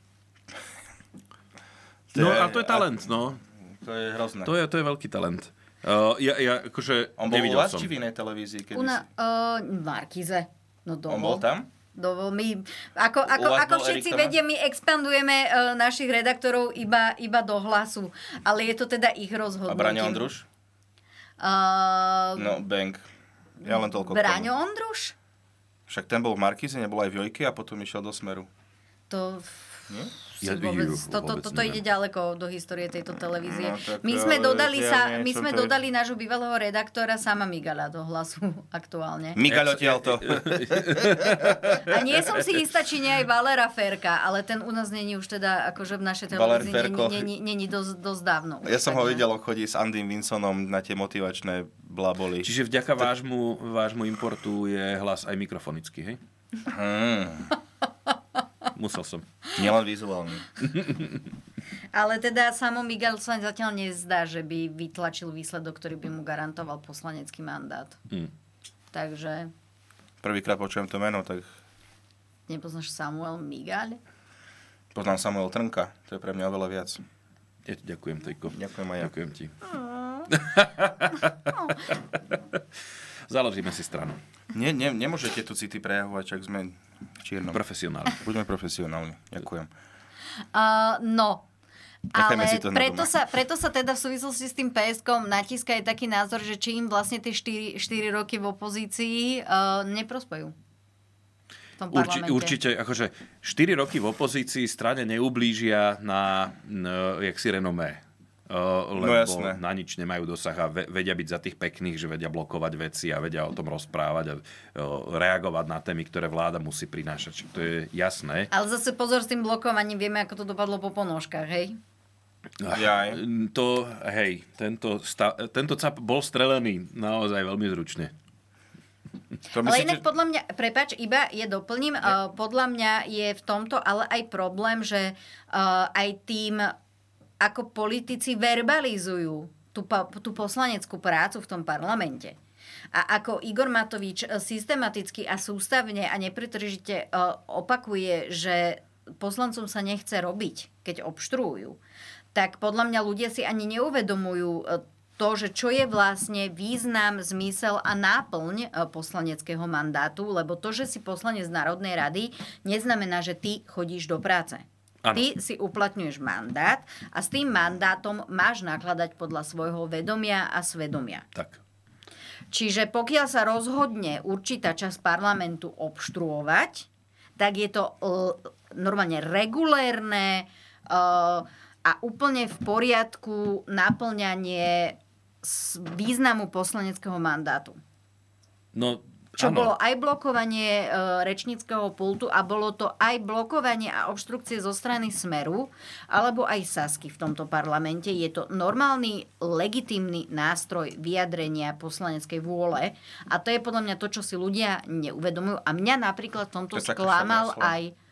Speaker 3: No a to je talent, no.
Speaker 2: To je hrozné.
Speaker 3: To je, to je veľký talent. Uh, ja, ja, akože,
Speaker 2: On bol u
Speaker 3: nevidel
Speaker 2: vás
Speaker 3: som.
Speaker 2: či v inej televízii? Kedy
Speaker 1: Una, uh, Markize. No dovol.
Speaker 2: On bol tam?
Speaker 1: Dovol. My, ako, ako,
Speaker 2: vás
Speaker 1: ako
Speaker 2: bol
Speaker 1: všetci
Speaker 2: Erik Tomáš?
Speaker 1: vedia, my expandujeme e, našich redaktorov iba, iba do hlasu. Ale je to teda ich
Speaker 2: A
Speaker 1: rozhodnutie.
Speaker 2: Braňo Ondruš?
Speaker 1: Uh,
Speaker 2: No, Bank. Ja len toľko. k tomu.
Speaker 1: Braňo Ondruš?
Speaker 2: Však ten bol v Markize, nebol aj v Jojke a potom išiel do Smeru.
Speaker 1: To...
Speaker 2: Nie?
Speaker 1: Ja, vôbec, toto, toto ide ďaleko do histórie tejto televízie.
Speaker 2: No, tak,
Speaker 1: my sme
Speaker 2: ale
Speaker 1: dodali,
Speaker 2: ja
Speaker 1: sa,
Speaker 2: nie
Speaker 1: my
Speaker 2: som
Speaker 1: sme
Speaker 2: to-
Speaker 1: dodali nášho bývalého redaktora sama Migala do hlasu aktuálne.
Speaker 2: Migalo tiaľ to.
Speaker 1: A nie som si istá, či nie aj Valera Ferka, ale ten u nás není už teda, akože v našej
Speaker 2: Valer
Speaker 1: televízii
Speaker 2: Ferko.
Speaker 1: není- není- není dosť, dosť dávno. už,
Speaker 2: Ja som ho
Speaker 1: takže-
Speaker 2: videl, on chodí s Andym Vinsonom na tie motivačné blaboli.
Speaker 3: Čiže vďaka vášmu, vášmu importu je hlas aj mikrofonický, hej?
Speaker 2: Hmm,
Speaker 3: Musel som.
Speaker 2: nielen vizuálne.
Speaker 1: Ale teda samo Miguel sa zatiaľ nezdá, že by vytlačil výsledok, ktorý by mu garantoval poslanecký mandát.
Speaker 2: Hm.
Speaker 1: Takže
Speaker 2: Prvýkrát počujem to meno, tak
Speaker 1: nepoznáš Samuel Miguel?
Speaker 2: poznám Samuel Trnka. To je pre mňa oveľa viac.
Speaker 3: Ja ti ďakujem, Tejko.
Speaker 2: Ďakujem aj ja.
Speaker 3: Ďakujem ti. Založíme si stranu.
Speaker 2: Nie, nie, nemôžete tu city prejavovať, ak sme čiernom.
Speaker 3: Profesionálni.
Speaker 2: Buďme profesionálni. Ďakujem.
Speaker 1: Uh, no.
Speaker 2: Nechajme
Speaker 1: Ale
Speaker 2: si to na
Speaker 1: preto
Speaker 2: doma.
Speaker 1: sa, preto sa teda v súvislosti s tým PSK natíska aj taký názor, že či im vlastne tie 4, 4 roky v opozícii uh, neprospejú. V tom
Speaker 3: Urči,
Speaker 1: parlamente.
Speaker 3: určite, akože 4 roky v opozícii strane neublížia na, no, jak si renomé. Uh,
Speaker 2: No
Speaker 3: lebo
Speaker 2: jasné.
Speaker 3: na nič nemajú dosah a ve, vedia byť za tých pekných, že vedia blokovať veci a vedia o tom rozprávať a uh, reagovať na témy, ktoré vláda musí prinášať. Čiže to je jasné.
Speaker 1: Ale zase pozor s tým blokovaním, vieme, ako to dopadlo po ponožkách, hej?
Speaker 2: Jaj.
Speaker 3: To, hej, tento, sta, tento cap bol strelený naozaj veľmi zručne.
Speaker 2: To
Speaker 1: Ale inak podľa mňa, prepač, iba je doplním, eh, uh, podľa mňa je v tomto ale aj problém, že uh, aj eh, tým ako politici verbalizujú tú, pa- tú poslaneckú prácu v tom parlamente. A ako Igor Matovič e, systematicky a sústavne a nepretržite e, opakuje, že poslancom sa nechce robiť, keď obštruujú, tak podľa mňa ľudia si ani neuvedomujú e, to, že čo je vlastne význam, zmysel a náplň e, poslaneckého mandátu, lebo to, že si poslanec Národnej rady, neznamená, že ty chodíš do práce.
Speaker 3: Áno.
Speaker 1: Ty si uplatňuješ mandát a s tým mandátom máš nakladať podľa svojho vedomia a svedomia.
Speaker 3: Tak.
Speaker 1: Čiže pokiaľ sa rozhodne určitá časť parlamentu obštruovať, tak je to l- normálne regulérne e, a úplne v poriadku naplňanie s- významu poslaneckého mandátu.
Speaker 3: No,
Speaker 1: Čo
Speaker 3: áno.
Speaker 1: bolo aj blokovanie e, rečníckého pultu a bolo to aj blokovanie a obštrukcie zo strany Smeru alebo aj Sasky v tomto parlamente. Je to normálny, legitímny nástroj vyjadrenia poslaneckej vôle a to je podľa mňa to, čo si ľudia neuvedomujú. A mňa napríklad v tomto
Speaker 2: To je také
Speaker 1: sklamal
Speaker 2: všeobecné slovo.
Speaker 1: aj...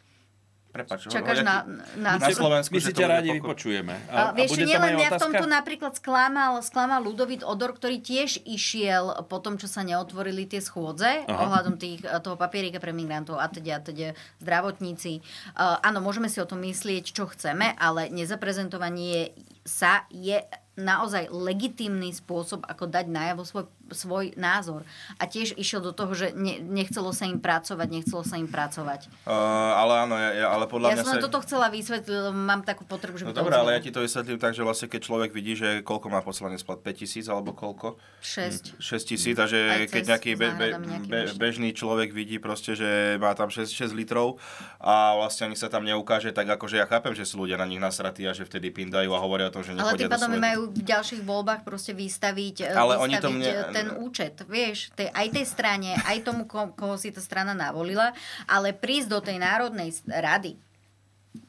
Speaker 2: Prepač,
Speaker 1: Čakáš na- na-
Speaker 2: na Slovensku,
Speaker 3: my
Speaker 2: že
Speaker 3: si
Speaker 2: to
Speaker 3: ťa
Speaker 2: bude
Speaker 3: rádi
Speaker 2: pokoj.
Speaker 3: vypočujeme.
Speaker 1: A, vieš,
Speaker 3: bude tam aj
Speaker 1: nielen mňa v
Speaker 3: otázka?
Speaker 1: tomto napríklad sklamal, sklamal Ludovít Odor, ktorý tiež išiel po tom, čo sa neotvorili tie schôdze
Speaker 3: Aha.
Speaker 1: ohľadom tých, eh, toho papierika pre migrantov a teda, a teda zdravotníci. Uh, áno, môžeme si o tom myslieť, čo chceme, ale nezaprezentovanie sa je naozaj legitímny spôsob, ako dať najavo svoj, svoj názor. A tiež išiel do toho, že ne, nechcelo sa im pracovať, nechcelo sa im pracovať.
Speaker 2: Uh, ale áno, ja, ja, ale
Speaker 1: Podľa
Speaker 2: podľa
Speaker 1: ja
Speaker 2: mňa
Speaker 1: som
Speaker 2: sa...
Speaker 1: len toto chcela vysvetliť, lebo mám takú potrebu, že by
Speaker 2: No
Speaker 1: to
Speaker 2: dobré, ale ja
Speaker 1: odznelo.
Speaker 2: ti to vysvetlím tak, že vlastne keď človek vidí, že koľko má poslanec plat, 5 tisíc alebo koľko?
Speaker 1: Šesť.
Speaker 2: 6 tisíc, takže
Speaker 1: Aj
Speaker 2: keď
Speaker 1: cez
Speaker 2: nejaký, be, be,
Speaker 1: záhradám nejaký
Speaker 2: be,
Speaker 1: účet.
Speaker 2: bežný človek vidí proste, že má tam 6, 6 litrov a vlastne ani sa tam neukáže, tak akože ja chápem, že sú ľudia na nich nasratí a že vtedy pindajú a hovoria o tom, že
Speaker 1: Ale tým
Speaker 2: nechodia do
Speaker 1: pádom
Speaker 2: svojho.
Speaker 1: im majú v ďalších voľbách proste vystaviť,
Speaker 2: Ale
Speaker 1: ale
Speaker 2: oni
Speaker 1: vystaviť
Speaker 2: to
Speaker 1: mne...
Speaker 2: mne-
Speaker 1: ten účet. Vieš, tej, aj tej strane, aj tomu, ko, koho si tá strana navolila, ale prísť do tej Národnej s- rady,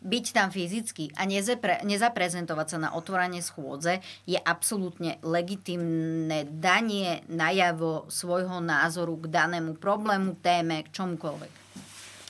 Speaker 1: byť tam fyzicky a nezapre, nezaprezentovať sa na otvoranie schôdze je absolútne legitimné danie najavo svojho názoru k danému problému, téme, k čomukoľvek.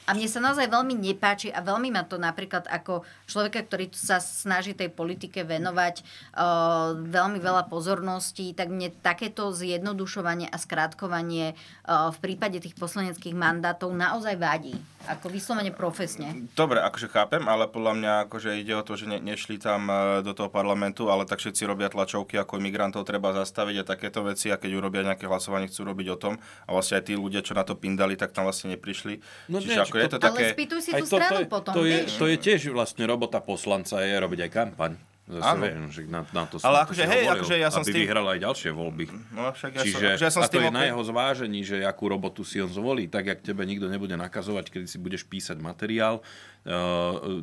Speaker 1: A mne sa naozaj veľmi nepáči a veľmi ma to napríklad ako človeka, ktorý sa snaží tej politike venovať uh, veľmi veľa pozorností, tak mne takéto zjednodušovanie a skrátkovanie uh, v prípade tých poslaneckých mandátov naozaj vadí. Ako vyslovene profesne.
Speaker 2: Dobre, akože chápem, ale podľa mňa akože ide o to, že ne, nešli tam e, do toho parlamentu, ale tak všetci robia tlačovky, ako imigrantov treba zastaviť a takéto veci a keď urobia nejaké hlasovanie, chcú robiť o tom a vlastne aj tí ľudia, čo na to pindali, tak tam vlastne neprišli.
Speaker 3: No
Speaker 2: Čiže
Speaker 3: nie,
Speaker 2: ako je to
Speaker 1: Ale
Speaker 2: také...
Speaker 1: spýtuj si
Speaker 3: Aj
Speaker 1: tú stranu
Speaker 3: je,
Speaker 1: potom,
Speaker 3: to, je,
Speaker 1: vieš?
Speaker 3: to je tiež vlastne robota poslanca, je robiť aj kampaň.
Speaker 2: Áno.
Speaker 3: Zase viem, že na, na to som
Speaker 2: Ale
Speaker 3: na to
Speaker 2: akože
Speaker 3: si
Speaker 2: hej,
Speaker 3: hovoril,
Speaker 2: akože ja som
Speaker 3: aby
Speaker 2: s tým-
Speaker 3: vyhral aj ďalšie voľby.
Speaker 2: No, však ja som-
Speaker 3: Čiže,
Speaker 2: akože ja som
Speaker 3: a
Speaker 2: s
Speaker 3: to
Speaker 2: tým
Speaker 3: je na
Speaker 2: ok.
Speaker 3: jeho zvážení, že akú robotu si on zvolí, tak jak tebe nikto nebude nakazovať, keď si budeš písať materiál, eh,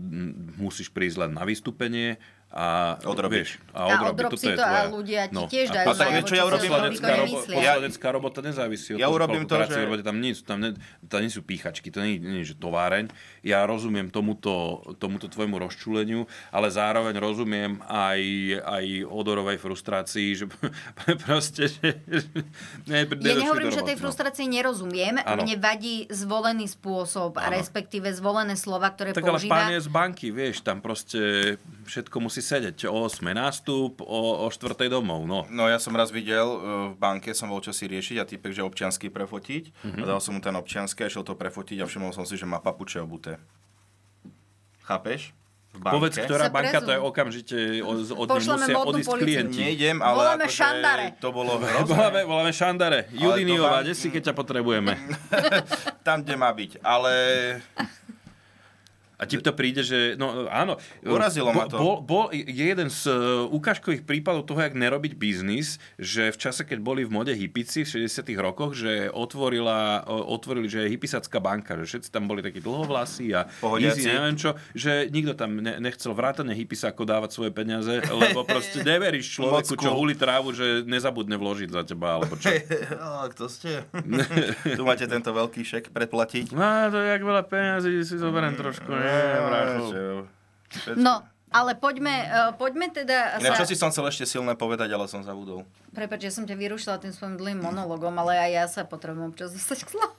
Speaker 3: m, musíš prísť len na vystúpenie a
Speaker 2: Odrobiť.
Speaker 3: vieš,
Speaker 1: A
Speaker 3: a odrobiť.
Speaker 1: odrob
Speaker 3: Toto
Speaker 1: si
Speaker 3: je
Speaker 1: to a
Speaker 3: tvoja. no.
Speaker 1: ľudia ti tiež dajú
Speaker 3: a tak,
Speaker 1: najavo,
Speaker 3: vieš, čo
Speaker 1: čo
Speaker 3: ja
Speaker 1: si o
Speaker 3: urobím,
Speaker 1: tom
Speaker 3: poslanecká,
Speaker 1: výkone
Speaker 3: robo,
Speaker 1: myslia.
Speaker 3: poslanecká robota nezávisí od
Speaker 2: Ja
Speaker 3: toho,
Speaker 2: urobím
Speaker 3: koľko
Speaker 2: to,
Speaker 3: krát si
Speaker 2: že-
Speaker 3: robíte, tam nie, sú- tam, ne, tam nie sú píchačky, to nie, nie je že továreň. Ja rozumiem tomuto, tomuto tvojmu rozčuleniu, ale zároveň rozumiem aj, aj odorovej frustrácii, že proste... Že, ne,
Speaker 1: Ja nehovorím, že
Speaker 3: robot,
Speaker 1: tej frustrácii nerozumiem.
Speaker 3: no. Áno.
Speaker 1: Mne vadí zvolený spôsob a
Speaker 3: Áno.
Speaker 1: respektíve zvolené slova, ktoré
Speaker 3: Tak ale
Speaker 1: používa.
Speaker 3: pán je z banky, vieš, tam proste všetko musí sedieť. O 8 nástup, o, o 4 domov, no.
Speaker 2: No ja som raz videl e, v banke, som bol čosi riešiť a typek, že občiansky prefotiť.
Speaker 3: Mhm.
Speaker 2: A dal som mu ten občiansky a šiel to prefotiť a všimol som si, že má papuče obuté. Chápeš? V banke.
Speaker 3: Povedz,
Speaker 1: Sa
Speaker 3: ktorá banka, to je
Speaker 1: prezum.
Speaker 3: okamžite od, od nej
Speaker 1: Pošleme
Speaker 3: musia
Speaker 1: modnú
Speaker 3: odísť
Speaker 1: políciu.
Speaker 3: klienti.
Speaker 2: Nejdem, ale
Speaker 1: Voláme
Speaker 2: akože
Speaker 1: Šandare.
Speaker 2: to bolo hrozné.
Speaker 3: Voláme, voláme Šandare.
Speaker 2: Ale
Speaker 3: Judiniová,
Speaker 2: to vám-
Speaker 3: kde si, keď ťa potrebujeme?
Speaker 2: Tam, kde má byť. Ale
Speaker 3: A ti to príde, že... No áno.
Speaker 2: Urazilo ma to.
Speaker 3: Bol, bol jeden z e, ukážkových prípadov toho, jak nerobiť biznis, že v čase, keď boli v mode hipici v 60 rokoch, že otvorila, e, otvorili, že je hipisacká banka, že všetci tam boli takí dlhovlasí a
Speaker 2: Pohodiaci.
Speaker 3: easy, neviem čo, že nikto tam ne, nechcel vrátane hipisako dávať svoje peniaze, lebo proste neveríš
Speaker 2: Mocku.
Speaker 3: človeku, čo huli trávu, že nezabudne vložiť za teba, alebo
Speaker 2: O,
Speaker 3: čo.
Speaker 2: No, kto ste? tu máte tento veľký šek predplatiť.
Speaker 3: No, to je jak veľa peniazy, si
Speaker 2: Mm,
Speaker 3: zoberiem trošku, ne, brácho.
Speaker 1: No, ale poďme, eh, poďme teda...
Speaker 2: Ja, čo si som chcel ešte silné povedať, ale som zabudol.
Speaker 1: Prepač, ja som ťa vyrušila tým svojim dlhým monologom, ale aj ja sa potrebujem občas dostať k slovu.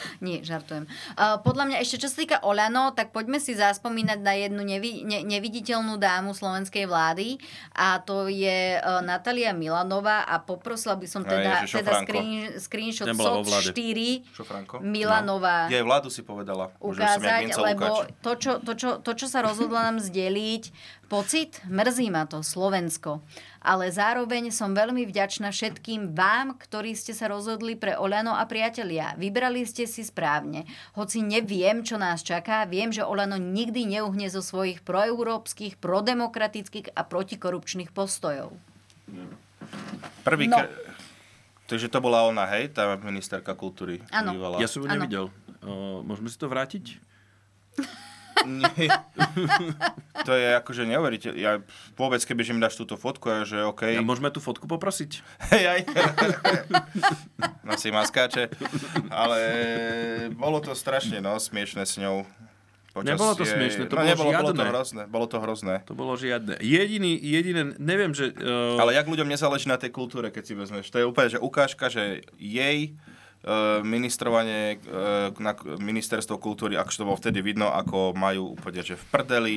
Speaker 1: Nie, žartujem. Uh, podľa mňa ešte, čo sa týka Olano, tak poďme si zaspomínať na jednu nevi, ne, neviditeľnú dámu slovenskej vlády a to je uh, Natália Milanová a poprosila by som
Speaker 2: A
Speaker 1: teda,
Speaker 2: Ježiš,
Speaker 1: teda
Speaker 2: Šofranko.
Speaker 1: screen, screenshot
Speaker 2: Nebola vo
Speaker 1: SOC
Speaker 2: vláde.
Speaker 1: 4
Speaker 2: Šofranko?
Speaker 1: Milanová.
Speaker 2: No. Ja aj vládu si povedala. Môžem som jak
Speaker 1: ukázať,
Speaker 2: Vinca
Speaker 1: lebo
Speaker 2: Lukáč.
Speaker 1: to čo, to, čo, to, čo sa rozhodla nám zdeliť, pocit, mrzí ma to, Slovensko. Ale zároveň som veľmi vďačná všetkým vám, ktorí ste sa rozhodli pre Olano a priatelia. Vybrali ste si správne. Hoci neviem, čo nás čaká, viem, že Olano nikdy neuhne zo svojich proeurópskych, prodemokratických a protikorupčných postojov.
Speaker 2: Prvý
Speaker 1: No.
Speaker 2: no. Takže to bola ona, hej, tá ministerka kultúry.
Speaker 1: Áno.
Speaker 2: Bývala.
Speaker 3: Ja som ju
Speaker 1: Áno.
Speaker 3: nevidel. O, môžeme si to vrátiť?
Speaker 2: To je akože neuveriteľ. Ja vôbec, kebyže mi dáš túto fotku, ja, že OK. Ja
Speaker 3: môžeme tú fotku poprosiť?
Speaker 2: Hej, aj. Nosí maskáče. Ale bolo to strašne, no, smiešne s ňou.
Speaker 3: Nebolo to
Speaker 2: jej-
Speaker 3: smiešne, to
Speaker 2: no,
Speaker 3: bolo
Speaker 2: nebolo, bolo to
Speaker 3: žiadne.
Speaker 2: hrozné. Bolo to hrozné.
Speaker 3: To bolo žiadne. Jediný, jediné, neviem, že... Uh...
Speaker 2: Ale jak ľuďom nezáleží na tej kultúre, keď si vezmeš. To je úplne že ukážka, že jej e, ministrovanie e, na k- ministerstvo kultúry, akože to bolo vtedy vidno, ako majú úplne, že v prdeli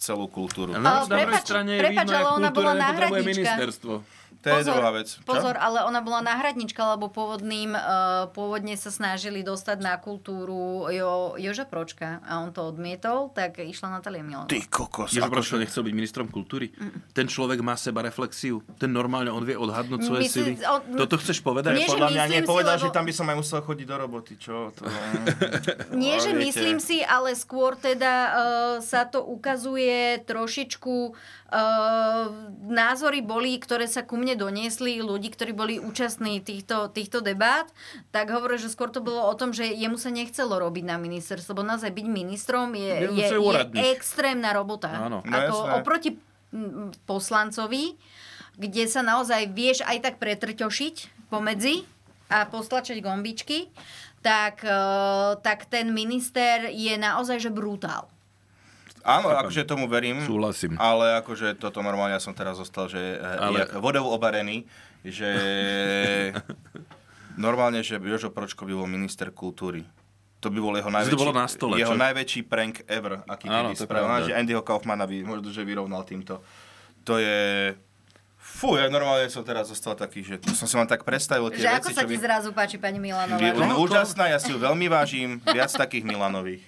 Speaker 2: celú kultúru.
Speaker 3: No,
Speaker 1: Ale na druhej prepač, strane je prepač, vidno, ale jak ona kultúra bola nepotrebuje náhradnička. ministerstvo.
Speaker 2: To je druhá vec. Čo?
Speaker 1: Pozor, ale ona bola náhradnička, lebo pôvodným, eh, pôvodne sa snažili dostať na kultúru jo, Joža Pročka a on to odmietol, tak išla Natália Milanová.
Speaker 2: Ty kokos.
Speaker 3: Ježiš, akože... nechcel byť ministrom kultúry. Ten človek má seba reflexiu. Ten normálne, on vie odhadnúť svoje
Speaker 1: Myslím-
Speaker 3: sily.
Speaker 1: on-
Speaker 3: Toto chceš povedať?
Speaker 1: Nie, že Podľa mňa myslím si, nepovedal, lebo- že tam
Speaker 2: by som aj musel chodiť do roboty, čo? To...
Speaker 1: Nie,
Speaker 2: Ale
Speaker 1: že
Speaker 2: viete.
Speaker 1: myslím si, ale skôr teda eh, sa to ukazuje trošičku eh, názory boli, ktoré sa ku mne doniesli ľudí, ktorí boli účastní týchto, týchto debát, tak hovorí, že skôr to bolo o tom, že jemu sa nechcelo robiť na ministerstvo, lebo naozaj byť ministrom je,
Speaker 3: Jemu
Speaker 1: je,
Speaker 3: sa je
Speaker 1: je
Speaker 3: úradník.
Speaker 1: extrémna robota.
Speaker 3: Áno. No
Speaker 1: Ako
Speaker 3: jasné.
Speaker 1: oproti mm, poslancovi, kde sa naozaj vieš aj tak pretrťošiť pomedzi a postlačať gombičky, tak, e, tak ten minister je naozaj že brutál.
Speaker 2: Áno, akože tomu verím.
Speaker 3: Súhlasím.
Speaker 2: Ale akože toto normálne, ja som teraz zostal, že ale...
Speaker 3: Ale-
Speaker 2: jak vodou obarený, že normálne, že Jožo Pročko by bol minister kultúry. To by bol jeho najväčší,
Speaker 3: to bolo na stole,
Speaker 2: jeho
Speaker 3: čo?
Speaker 2: najväčší prank ever, aký
Speaker 3: Áno,
Speaker 2: kedy
Speaker 3: to je
Speaker 2: spravil.
Speaker 3: pravda.
Speaker 2: Že Andyho Kaufmana by, možno, že vyrovnal týmto. To je... Fú, ja normálne som teraz zostal taký, že to som si vám tak predstavil tie
Speaker 1: Že ako
Speaker 2: veci,
Speaker 1: sa
Speaker 2: čo
Speaker 1: ti
Speaker 2: by...
Speaker 1: zrazu páči pani Milanová?
Speaker 2: Vy- Úžasná, ja si ju veľmi vážim. Viac takých Milanových.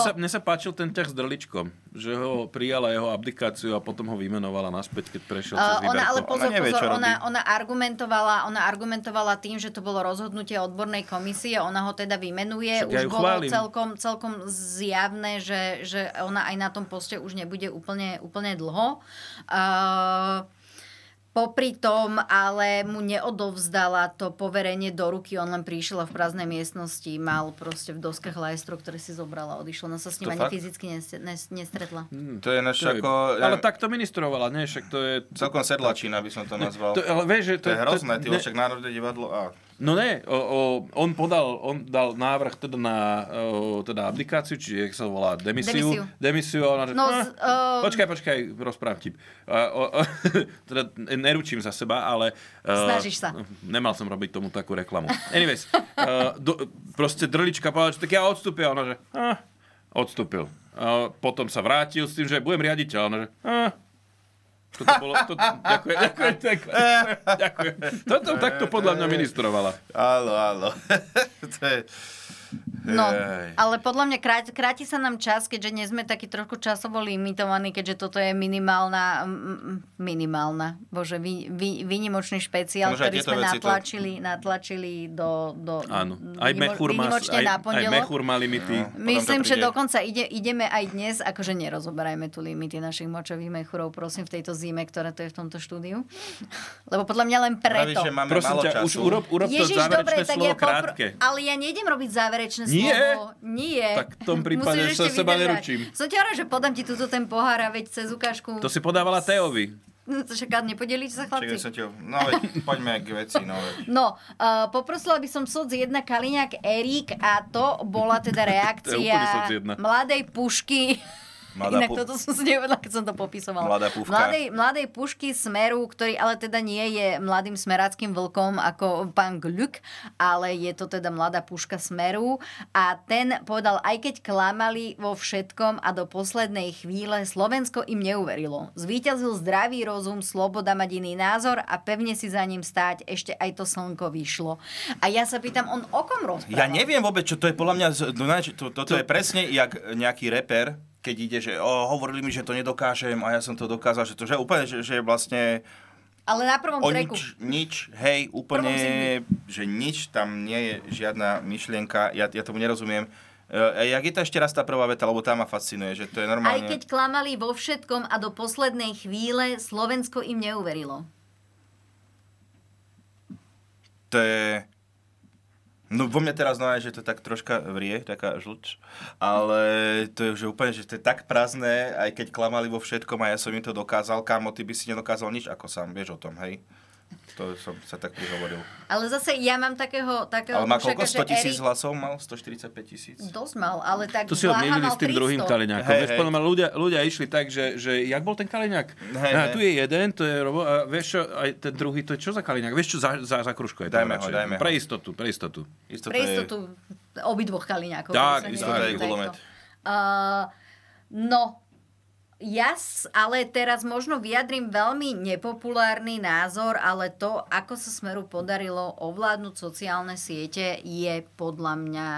Speaker 1: No.
Speaker 3: sa, mne sa páčil ten ťah s drličkom, že ho prijala jeho abdikáciu a potom ho vymenovala naspäť, keď prešiel cez
Speaker 1: Uh,
Speaker 3: výberku.
Speaker 1: ona ale pozor, pozor ona, ona, argumentovala, ona argumentovala tým, že to bolo rozhodnutie odbornej komisie, ona ho teda vymenuje,
Speaker 3: Však
Speaker 1: už
Speaker 3: ja ju
Speaker 1: bolo
Speaker 3: chválim.
Speaker 1: celkom, celkom zjavné, že, že ona aj na tom poste už nebude úplne, úplne dlho. Uh, Popri tom, ale mu neodovzdala to poverenie do ruky, on len prišiel a v prázdnej miestnosti, mal proste v doskách lajstro, ktoré si zobrala, odišla. Ona sa s
Speaker 2: To
Speaker 1: ním ani
Speaker 2: fakt?
Speaker 1: fyzicky nes- nes- nestretla.
Speaker 2: To je naš ako...
Speaker 3: Hm. Ale takto ministrovala, nie? Však to je...
Speaker 2: Celkom sedlačina by som to nazval.
Speaker 3: To, ale vieš, že to,
Speaker 2: To je hrozné, ty
Speaker 3: ne-
Speaker 2: však Národné divadlo a...
Speaker 3: No ne, o, o, on podal, on dal návrh teda na o, teda abdikáciu, či jak sa volá, demisiu.
Speaker 1: Demisiu.
Speaker 3: Demisiu. a ona, že,
Speaker 1: No,
Speaker 3: "Ah,
Speaker 1: z- ehm.
Speaker 3: Počkaj, počkaj, rozprávam ti. A, o, o, teda neručím za seba, ale... eh,
Speaker 1: Snažíš sa.
Speaker 3: Nemal som robiť tomu takú reklamu. Anyways, uh, do, proste drlička povedal, že tak ja odstúpim. A ona, že ah, odstúpil. A potom sa vrátil s tým, že budem riaditeľ. A ona, že ah, toto bolo, to, ďakujem, ďakujem, ďakujem, ďakujem. Toto takto podľa mňa ministrovala.
Speaker 2: Áno, áno. to je...
Speaker 1: No,
Speaker 2: Ej.
Speaker 1: ale podľa mňa krát, kráti sa nám čas, keďže nie sme takí trochu časovo limitovaní, keďže toto je minimálna, mm, mm, minimálna, bože, vy, vy, vynimočný špeciál,
Speaker 3: Možno aj
Speaker 1: ktorý
Speaker 3: tieto
Speaker 1: sme
Speaker 3: veci to-
Speaker 1: natlačili, natlačili do, do
Speaker 3: Áno. Aj
Speaker 1: vynimo-
Speaker 3: Mechúr má,
Speaker 1: vynimočne
Speaker 3: aj,
Speaker 1: na
Speaker 3: aj
Speaker 1: pondelok.
Speaker 3: Mechúr má limity.
Speaker 1: Myslím, že dokonca ide, ideme aj dnes, akože nerozoberajme tu limity našich močových mechúrov, prosím, v tejto zime, ktorá to je v tomto štúdiu. Lebo podľa mňa len preto.
Speaker 3: Pravíš, že máme Prosím málo ťa, času. už urob- urob to záverečné slovo krátke.
Speaker 1: Ale ja nejdem robiť záverečné
Speaker 3: Nie?
Speaker 1: slovo. Nie.
Speaker 3: Tak v tom prípade
Speaker 1: Musíš
Speaker 3: sa
Speaker 1: ešte
Speaker 3: seba
Speaker 1: vydržať.
Speaker 3: neručím.
Speaker 1: Som ťa rád, že podám ti túto ten pohár a veď cez ukážku. No,
Speaker 3: To si podávala Teovi.
Speaker 1: Však nepodelíš sa chlapci?
Speaker 2: Čiže sa ti... No, veď, poďme k veci, no. veď.
Speaker 1: No, uh, poprosila by som soc 1 Kaliňák Erik a to bola teda
Speaker 3: To je úplne soc
Speaker 1: reakcia
Speaker 3: jedna.
Speaker 1: mladej pušky
Speaker 2: Mladá
Speaker 1: Inak
Speaker 2: pu-
Speaker 1: toto som si nevedela, keď som to popisovala.
Speaker 2: Mladá púfka.
Speaker 1: Mladej, mladej pušky smeru, ktorý ale teda nie je mladým smeráckým vlkom ako pán Glück, ale je to teda mladá puška smeru. A ten povedal, aj keď klamali vo všetkom a do poslednej chvíle, Slovensko im neuverilo. Zvíťazil zdravý rozum, sloboda mať iný názor a pevne si za ním stáť. Ešte aj to slnko vyšlo. A ja sa pýtam, on o kom rozprával?
Speaker 2: Ja neviem vôbec, čo to je podľa mňa, z- no, ne, to, toto je presne jak nejaký reper, keď ide, že o, hovorili mi, že to nedokážem a ja som to dokázal, že to že úplne, že, že vlastne
Speaker 1: Ale na prvom
Speaker 2: o
Speaker 1: treku.
Speaker 2: nič, nič, hej,
Speaker 1: Prvom
Speaker 2: úplne,
Speaker 1: zimní.
Speaker 2: že nič, tam nie je žiadna myšlienka, ja, ja tomu nerozumiem. E, jak je to ešte raz tá prvá veta, lebo tá ma fascinuje, že to je
Speaker 1: Aj
Speaker 2: normálne...
Speaker 1: keď klamali vo všetkom a do poslednej chvíle, Slovensko im neuverilo.
Speaker 2: To je... No vo mne teraz znamená, že to tak troška vrie, taká žlč, ale to je už úplne, že to je tak prázdne, aj keď klamali vo všetkom a ja som im to dokázal, kámo, ty by si nedokázal nič ako sám, vieš o tom, hej? To som sa tak prihovoril.
Speaker 1: Ale zase ja mám takého... takého
Speaker 2: Ale má
Speaker 1: dušaka,
Speaker 2: koľko?
Speaker 1: že
Speaker 2: 100 tisíc
Speaker 1: Erik
Speaker 2: hlasov mal? 145 tisíc?
Speaker 1: Dosť mal, ale tak
Speaker 3: To si ho
Speaker 1: Blaha
Speaker 3: mierili
Speaker 1: mal
Speaker 3: s tým druhým
Speaker 1: 300.
Speaker 3: Kaliňákom.
Speaker 2: Hej,
Speaker 3: vieš,
Speaker 2: hej.
Speaker 3: podľa mňa ľudia, ľudia išli tak, že, že jak bol ten Kaliňák?
Speaker 2: Hej,
Speaker 3: Á,
Speaker 2: hej.
Speaker 3: tu je jeden, to je Robo, a vieš čo, aj ten druhý, to je čo za Kaliňák? Vieš čo, za, za, za kružko je tam
Speaker 2: Dajme ho,
Speaker 3: radšej.
Speaker 2: dajme ho.
Speaker 3: Pre istotu, pre istotu.
Speaker 1: Pre istotu obidvoch Kaliňákov. to
Speaker 3: Tak,
Speaker 1: sa
Speaker 3: isto,
Speaker 1: nedá
Speaker 3: tak,
Speaker 1: takto.
Speaker 3: gulomet.
Speaker 1: Uh, no, ja s- ale teraz možno vyjadrím veľmi nepopulárny názor, ale to, ako sa Smeru podarilo ovládnuť sociálne siete, je podľa mňa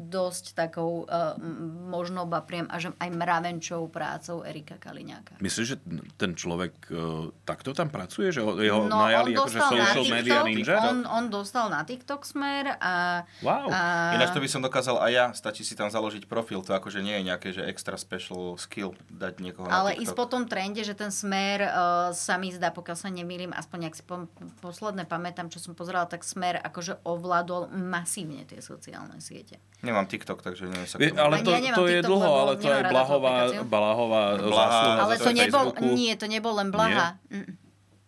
Speaker 1: dosť takou uh, m- možno bapriem až aj mravenčou prácou Erika Kaliňáka.
Speaker 3: Myslíš, že ten človek e, takto tam pracuje? Že ho, jeho
Speaker 1: No,
Speaker 3: najali
Speaker 1: on
Speaker 3: akože
Speaker 1: dostal na
Speaker 3: social
Speaker 1: TikTok,
Speaker 3: media ninja?
Speaker 1: On, on dostal na TikTok smer a...
Speaker 3: Wow.
Speaker 1: a
Speaker 2: Ináč to by som dokázal aj ja, stačí si tam založiť profil, to akože nie je nejaké, že extra special skill dať niekoho
Speaker 1: ale
Speaker 2: na TikTok.
Speaker 1: ísť po tom trende, že ten smer uh, sa mi zdá, pokiaľ sa nemýlim, aspoň ak si pom- posledne pamätám, čo som pozerala, tak smer akože ovládol masívne tie sociálne siete.
Speaker 2: Nemám TikTok, takže neviem sa k
Speaker 3: Vie,
Speaker 2: tomu-
Speaker 3: ale
Speaker 1: Ani
Speaker 3: to,
Speaker 1: ja nemám
Speaker 3: to je
Speaker 1: TikTok,
Speaker 3: dlho,
Speaker 1: lebo
Speaker 3: ale to
Speaker 1: nemám
Speaker 3: je
Speaker 1: rada tú
Speaker 3: Blahová,
Speaker 1: aplikáciu.
Speaker 3: Blahová
Speaker 2: Blaha,
Speaker 3: zásluha.
Speaker 1: ale
Speaker 3: za
Speaker 1: to nebol,
Speaker 3: Facebooku.
Speaker 1: nie, to nebol len blaha. Nie,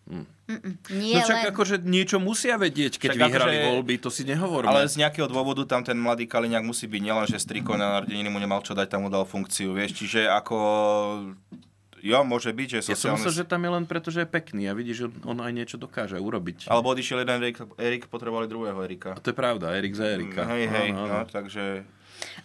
Speaker 2: Mm.
Speaker 1: Mm-mm. nie
Speaker 3: no však
Speaker 1: len...
Speaker 3: akože niečo musia vedieť, keď
Speaker 2: Však
Speaker 3: vyhrali
Speaker 2: akože-
Speaker 3: voľby, to si nehovorme.
Speaker 2: Ale z nejakého dôvodu tam ten mladý Kaliňák musí byť, nielen, že striko na narodeniny mu nemal čo dať, tam mu dal funkciu, vieš, čiže ako... Jo, môže byť, že
Speaker 3: Ja som
Speaker 2: sociálne...
Speaker 3: myslel, že tam je len preto, že je pekný a vidíš, že on aj niečo dokáže urobiť.
Speaker 2: Alebo odišiel jeden Erik, Erik potrebovali druhého Erika.
Speaker 3: A to je pravda, Erik za Erika.
Speaker 2: Hej, hej,
Speaker 3: Áno, áno.
Speaker 2: no, takže...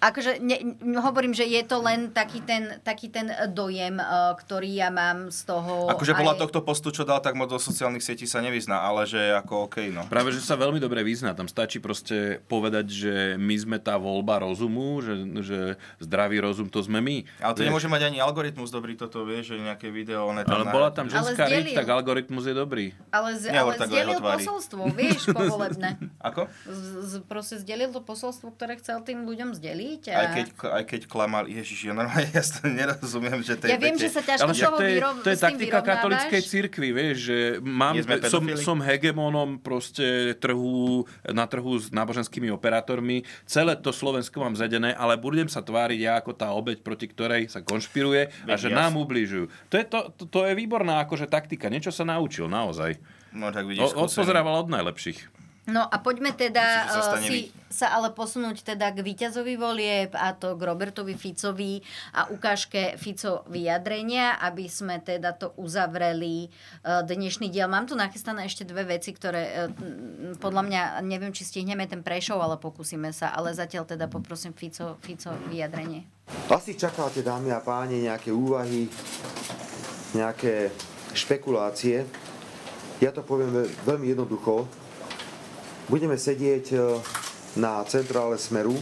Speaker 1: Akože ne, ne- hovorím, že je to len taký ten, taký ten dojem, eh, ktorý ja mám z toho.
Speaker 2: Akože podľa
Speaker 1: aj-
Speaker 2: tohto postu, čo dal, tak moc do sociálnych sietí sa nevyzná, ale že ako OK, no.
Speaker 3: Práve, že sa veľmi dobre vyzná. Tam stačí proste povedať, že my sme tá voľba rozumu, že, že zdravý rozum to sme my.
Speaker 2: Ale to
Speaker 3: Vieš,
Speaker 2: nemôže mať ani algoritmus dobrý toto, vieš, že nejaké video, on je tam
Speaker 3: Ale
Speaker 2: na-
Speaker 3: bola tam
Speaker 1: Ale
Speaker 3: ženská riť,
Speaker 1: zdieľil.
Speaker 3: tak algoritmus je dobrý.
Speaker 1: Ale, z,
Speaker 2: Nehovor
Speaker 1: ale
Speaker 2: tak o
Speaker 1: zdelil
Speaker 2: jeho tvári.
Speaker 1: posolstvo, vieš, povolebné.
Speaker 2: Ako?
Speaker 1: Z, z, proste zdelil to posolstvo, ktoré chcel tým ľuďom zdeliť. A...
Speaker 2: Aj keď, aj keď klamal, ježiš, ja normálne ja to nerozumiem, že to je
Speaker 1: Ja viem,
Speaker 2: pete.
Speaker 1: že sa ťažko
Speaker 3: Ale
Speaker 1: z
Speaker 3: však
Speaker 1: toho
Speaker 3: to je,
Speaker 1: vyrov-
Speaker 3: to je
Speaker 1: s tým
Speaker 3: taktika
Speaker 1: vyrovnávaš.
Speaker 3: katolíckej cirkvi, vieš, že mám,
Speaker 2: Nie sme
Speaker 3: som,
Speaker 2: pedofili.
Speaker 3: som hegemonom proste trhu, na trhu s náboženskými operátormi, celé to Slovensko mám zadené, ale budem sa tváriť ja ako tá obeď, proti ktorej sa konšpiruje a
Speaker 2: Veď
Speaker 3: že
Speaker 2: jasne.
Speaker 3: nám ubližujú. To je, to, to, to je výborná akože taktika, niečo sa naučil naozaj.
Speaker 2: No tak vidíš,
Speaker 3: O-
Speaker 2: skúsený.
Speaker 3: Odpozerával od najlepších.
Speaker 1: No a poďme
Speaker 2: Myslím,
Speaker 1: teda
Speaker 2: že sa
Speaker 1: sa,
Speaker 2: stane
Speaker 1: si, sa ale posunúť teda k víťazovi volieb a to k Robertovi Ficovi a ukážke Fico vyjadrenia, aby sme teda to uzavreli eh, dnešný diel. Mám tu nachystané ešte dve veci, ktoré eh, m, podľa mňa neviem, či stihneme ten prešov, ale pokúsime sa. Ale zatiaľ teda poprosím Fico, Fico vyjadrenie.
Speaker 11: Asi čakáte, dámy a páni, nejaké úvahy, nejaké špekulácie. Ja to poviem ve- veľmi jednoducho. Budeme sedieť e, na centrále Smeru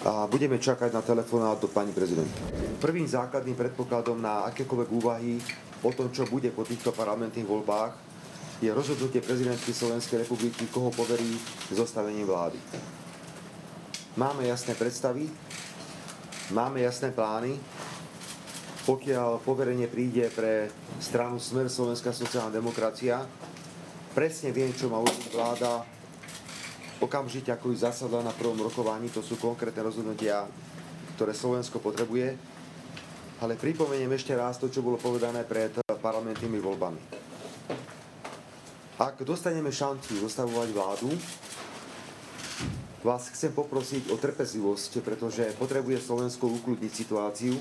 Speaker 11: a budeme čakať na telefonát do pani prezidentky. Prvým základným predpokladom na akékoľvek úvahy o tom, čo bude po týchto parlamentných voľbách, je rozhodnutie prezidentky Slovenskej republiky, koho poverí zostavením vlády. Máme jasné predstavy, Máme jasné plány. Pokiaľ poverenie príde pre stranu Smer Slovenská sociálna demokracia, presne viem, čo má urobiť vláda okamžite, ako ju zasadla na prvom rokovaní. To sú konkrétne rozhodnutia, ktoré Slovensko potrebuje. Ale pripomeniem ešte raz to, čo bolo povedané pred parlamentnými voľbami. Ak dostaneme šancu zostavovať vládu, vás chcem poprosiť o trpezlivosť, pretože potrebuje Slovensko ukludniť situáciu.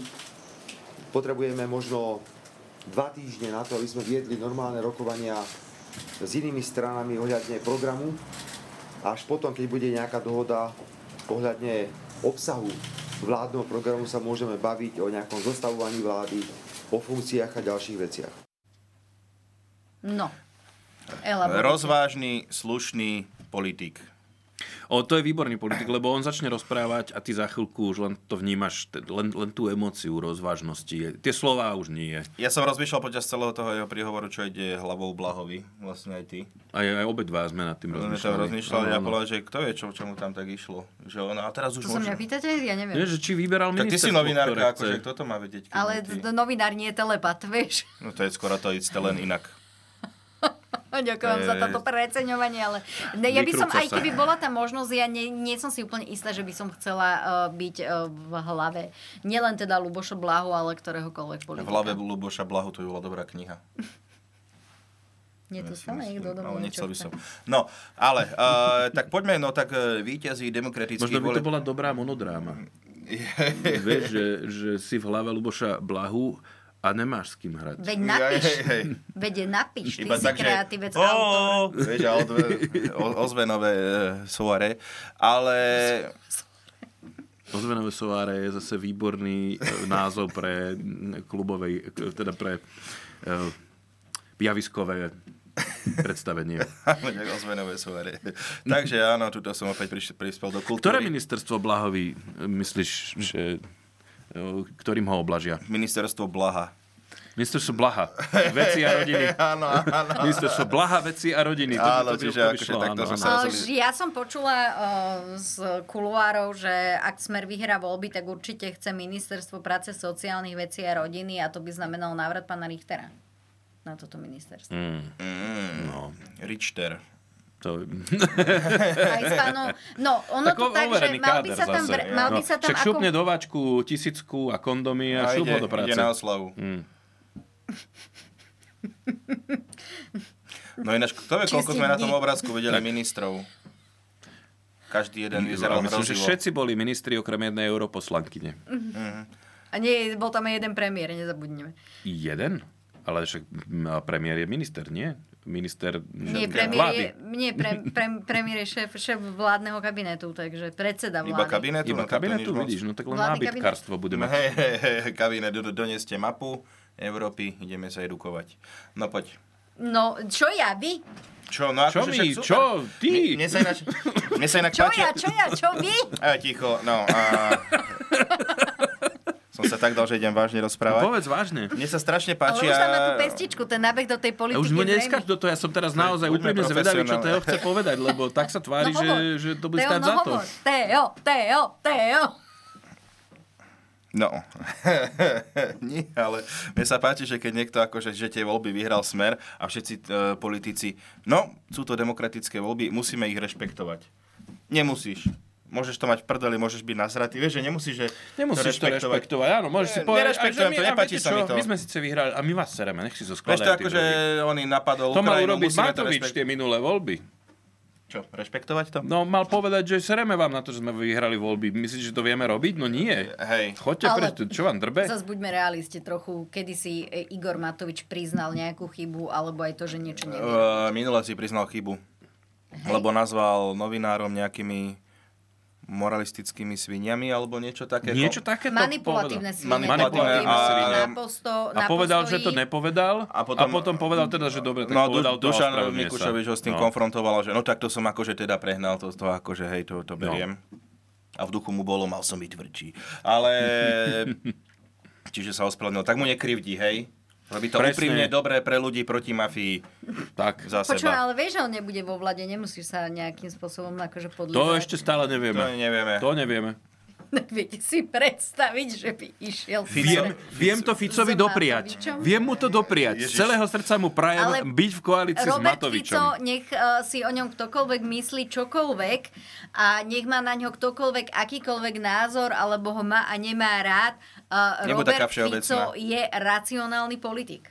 Speaker 11: Potrebujeme možno dva týždne na to, aby sme viedli normálne rokovania s inými stranami ohľadne programu. A Až potom, keď bude nejaká dohoda ohľadne obsahu vládneho programu, sa môžeme baviť o nejakom zostavovaní vlády, o funkciách a ďalších veciach.
Speaker 1: No. Elaborujte.
Speaker 2: Rozvážny, slušný politik.
Speaker 3: O, to je výborný politik, lebo on začne rozprávať a ty za chvíľku už len to vnímaš, t- len, len tú emóciu rozvážnosti. Tie slová už nie.
Speaker 2: Ja som rozmýšľal počas celého toho jeho príhovoru, čo ide hlavou Blahovi, vlastne aj ty.
Speaker 3: Aj, aj obidva sme nad tým
Speaker 2: Rozmýšľali.
Speaker 3: rozmýšľali.
Speaker 2: to rozmýšľali a
Speaker 3: Áno, áno.
Speaker 2: povedal, že kto vie, čo, čomu tam tak išlo. Že on, a teraz
Speaker 1: To
Speaker 2: už
Speaker 1: sa
Speaker 2: môže.
Speaker 1: mňa pýtate? Ja neviem.
Speaker 3: Nie, že či vyberal
Speaker 2: Tak ty si
Speaker 3: ministerstvo, ktoré
Speaker 2: novinárka,
Speaker 3: chce.
Speaker 2: akože kto to má vedieť? keď
Speaker 1: Ale
Speaker 2: nie ty?
Speaker 1: d- novinár nie je telepat, vieš.
Speaker 2: No to je skoro to isté, len inak.
Speaker 1: No, Ďakujem za
Speaker 2: Ej.
Speaker 1: toto preceňovanie, ale ne, ja by som,
Speaker 2: Vykrúca
Speaker 1: aj
Speaker 2: Eh, sa.
Speaker 1: keby bola tá možnosť, ja nie, nie som si úplne istá, že by som chcela uh, byť uh, v hlave. Nielen teda Luboša Blahu, ale ktoréhokoľvek
Speaker 2: V
Speaker 1: politika.
Speaker 2: hlave Luboša Blahu to by bola dobrá kniha.
Speaker 1: Nie to sa niekto
Speaker 2: No,
Speaker 1: domov.
Speaker 2: nechcel by som. No, ale, uh, tak poďme, no tak uh, víťazí demokratických
Speaker 3: Možno by
Speaker 2: volieb.
Speaker 3: to bola dobrá
Speaker 2: Mm.
Speaker 3: monodráma. Vieš, že, že si v hlave Luboša blahu a nemáš s kým hrať.
Speaker 1: Veď napíš,
Speaker 3: Hej, hej.
Speaker 1: veď napíš, ty
Speaker 2: Iba
Speaker 1: si
Speaker 2: tak, že-
Speaker 1: kreatívec,
Speaker 2: Ó,
Speaker 1: autor. Eh,
Speaker 2: Vieš, a od, o, ozvenové e, soare. Ale
Speaker 3: Ozvenové soáre je zase výborný e, názov pre mm, klubovej, e, teda pre uh, javiskové predstavenie.
Speaker 2: Ale ozvenové soare. Takže áno, tuto som opäť priš- prispel do kultúry.
Speaker 3: Ktoré ministerstvo Blahovi e, myslíš, že, e, ktorým ho oblažia?
Speaker 2: Ministerstvo Blaha.
Speaker 3: Ministerstvo Blaha. Veci a rodiny.
Speaker 2: Áno, áno.
Speaker 3: Ministerstvo Blaha, veci a rodiny. To,
Speaker 2: Áno,
Speaker 3: by- to, by-
Speaker 2: čiže
Speaker 3: to by
Speaker 2: akože
Speaker 3: šlo,
Speaker 2: takto
Speaker 3: áno,
Speaker 2: sme
Speaker 3: áno.
Speaker 1: Ale už ja som počula uh, z kuluárov, že ak Smer vyhrá voľby, tak určite chce ministerstvo práce, sociálnych vecí a rodiny a to by znamenalo návrat pána Richtera na toto ministerstvo.
Speaker 3: Mm.
Speaker 2: No. Richter.
Speaker 3: To...
Speaker 1: Aj s pánom, no ono No to tak, že
Speaker 3: overený
Speaker 1: mal by
Speaker 3: káder
Speaker 1: sa tam,
Speaker 3: zase. No.
Speaker 1: vr- mal by sa tam
Speaker 3: Však šupne
Speaker 1: ako...
Speaker 3: do váčku tisícku a kondomy
Speaker 2: A
Speaker 3: a, šup
Speaker 2: No, ide-
Speaker 3: ho do práce.
Speaker 2: ide na oslavu.
Speaker 3: Mm.
Speaker 2: No ináč, kto vie, koľko
Speaker 3: Čisti
Speaker 2: sme na tom
Speaker 3: dni.
Speaker 2: obrázku videli
Speaker 3: Tak.
Speaker 2: ministrov? Každý jeden vyzeral
Speaker 3: A Myslím, že
Speaker 2: hrozivo.
Speaker 3: všetci boli ministri okrem jednej europoslankyne.
Speaker 1: Mhm. A nie, bol tam aj jeden premiér, nezabudnime.
Speaker 3: Jeden? Ale však m, a premiér je minister, nie? Minister
Speaker 1: Nie,
Speaker 3: m,
Speaker 1: premiér je, nie pre, pre, premiér je šéf, šéf vládneho kabinetu, takže predseda vlády.
Speaker 2: Iba kabinetu?
Speaker 3: Iba
Speaker 2: no tak to
Speaker 3: kabinetu,
Speaker 2: nič moc.
Speaker 3: vidíš, no tak len
Speaker 1: Vládny
Speaker 3: nábytkárstvo budeme.
Speaker 2: Hej, hej, hej, kabinet, do- doneste mapu Európy, ideme sa edukovať. No poď.
Speaker 1: No, čo ja, vy?
Speaker 2: Čo, no akože
Speaker 3: Čo my?
Speaker 2: však super.
Speaker 3: Čo? Ty?
Speaker 2: Mne, mne sa ináč, mne sa inak
Speaker 1: Čo
Speaker 2: páči...
Speaker 1: ja, čo ja, čo vy?
Speaker 2: A ticho, no a... Som sa tak dal, že idem vážne rozprávať.
Speaker 3: No povedz vážne.
Speaker 2: Mne sa strašne
Speaker 1: Ale
Speaker 2: páči
Speaker 1: už tam má tú
Speaker 2: a...
Speaker 1: pestičku, ten nábeh do tej
Speaker 3: A
Speaker 1: politiky.
Speaker 3: už mu
Speaker 1: zrejme.
Speaker 3: neskač do toho, ja som teraz naozaj
Speaker 2: Buďme
Speaker 3: úplne zvedavý, čo
Speaker 2: profesionálni.
Speaker 3: Teo chce povedať, lebo tak sa tvári,
Speaker 1: No
Speaker 3: že,
Speaker 1: hovor.
Speaker 3: že to bude
Speaker 1: Teo,
Speaker 3: stáť
Speaker 1: no
Speaker 3: za to.
Speaker 1: hovor. Teo, Teo, Teo.
Speaker 2: No, nie, ale mne sa páči, že keď niekto akože, že tie voľby vyhral smer a všetci e, politici, no, sú to demokratické voľby, musíme ich rešpektovať. Nemusíš. Môžeš to mať v prdeli, môžeš byť nasratý. Vieš, že nemusíš, že
Speaker 3: Nemusíš to rešpektovať, áno, môžeš si
Speaker 2: Ne,
Speaker 3: povedať,
Speaker 2: nerešpektujem
Speaker 3: že
Speaker 2: to,
Speaker 3: my, a
Speaker 2: nepáči
Speaker 3: viete
Speaker 2: sa mi
Speaker 3: čo,
Speaker 2: to.
Speaker 3: My sme síce vyhrali a my vás sereme, nech si zo
Speaker 2: Vieš to
Speaker 3: skladajú
Speaker 2: ako, že oni napadol
Speaker 3: To mal
Speaker 2: Ukrajinu,
Speaker 3: urobiť
Speaker 2: musíme to
Speaker 3: Matovič
Speaker 2: rešpekt-
Speaker 3: tie minulé voľby.
Speaker 2: Čo, rešpektovať to?
Speaker 3: No, mal povedať, že sereme vám na to, že sme vyhrali voľby. Myslíte, že to vieme robiť? No nie.
Speaker 2: Hej.
Speaker 3: Choďte
Speaker 1: Ale-
Speaker 3: preč, tu- čo vám drbe?
Speaker 1: Zas buďme realisti trochu, kedy si e, Igor Matovič priznal nejakú chybu, alebo aj to, že niečo nevie.
Speaker 2: Uh, minule si priznal chybu. Lebo nazval novinárom nejakými moralistickými sviniami alebo niečo také.
Speaker 3: Niečo také to
Speaker 1: Manipulatívne
Speaker 3: povedal.
Speaker 1: svine.
Speaker 3: Manipulatívne
Speaker 2: Manipulatívne a-
Speaker 3: svine.
Speaker 1: Na posto,
Speaker 3: A
Speaker 1: na
Speaker 3: povedal, že
Speaker 1: postoji,
Speaker 3: to nepovedal a potom, a potom povedal teda, že dobre, tak
Speaker 2: No, Du-
Speaker 3: povedal to
Speaker 2: Dušan
Speaker 3: a ospravedlňuje sa.
Speaker 2: Mikušovič ho s tým
Speaker 3: No.
Speaker 2: no. konfrontoval, že no tak to som akože teda prehnal, to, to akože hej, to, to
Speaker 3: No.
Speaker 2: beriem. A v duchu mu bolo, mal som byť tvrdší. Ale... Čiže sa ospravedlnil. Tak mu nekrivdí, hej? Robí to
Speaker 3: Presne.
Speaker 2: úprimne dobré pre ľudí proti mafii.
Speaker 3: Tak.
Speaker 2: Za
Speaker 1: Počúva,
Speaker 2: seba.
Speaker 1: ale vieš, že on nebude vo vlade, nemusíš sa nejakým spôsobom akože podľať.
Speaker 3: To ešte stále nevieme.
Speaker 2: To nevieme.
Speaker 3: To nevieme.
Speaker 1: Viete si predstaviť, že by išiel
Speaker 3: Viem, viem to Ficovi
Speaker 1: S
Speaker 3: dopriať.
Speaker 1: Matovičom?
Speaker 3: Viem mu to dopriať. Z celého srdca mu prajem
Speaker 1: Ale
Speaker 3: byť v koalícii s
Speaker 1: Robert
Speaker 3: Matovičom.
Speaker 1: Fico, nech eh, si o ňom ktokoľvek myslí čokoľvek a nech má na ňo ktokoľvek akýkoľvek názor, alebo ho má a nemá rád, eh,
Speaker 3: Nebuď taká
Speaker 1: Robert
Speaker 3: všeobecná.
Speaker 1: Fico je racionálny politik.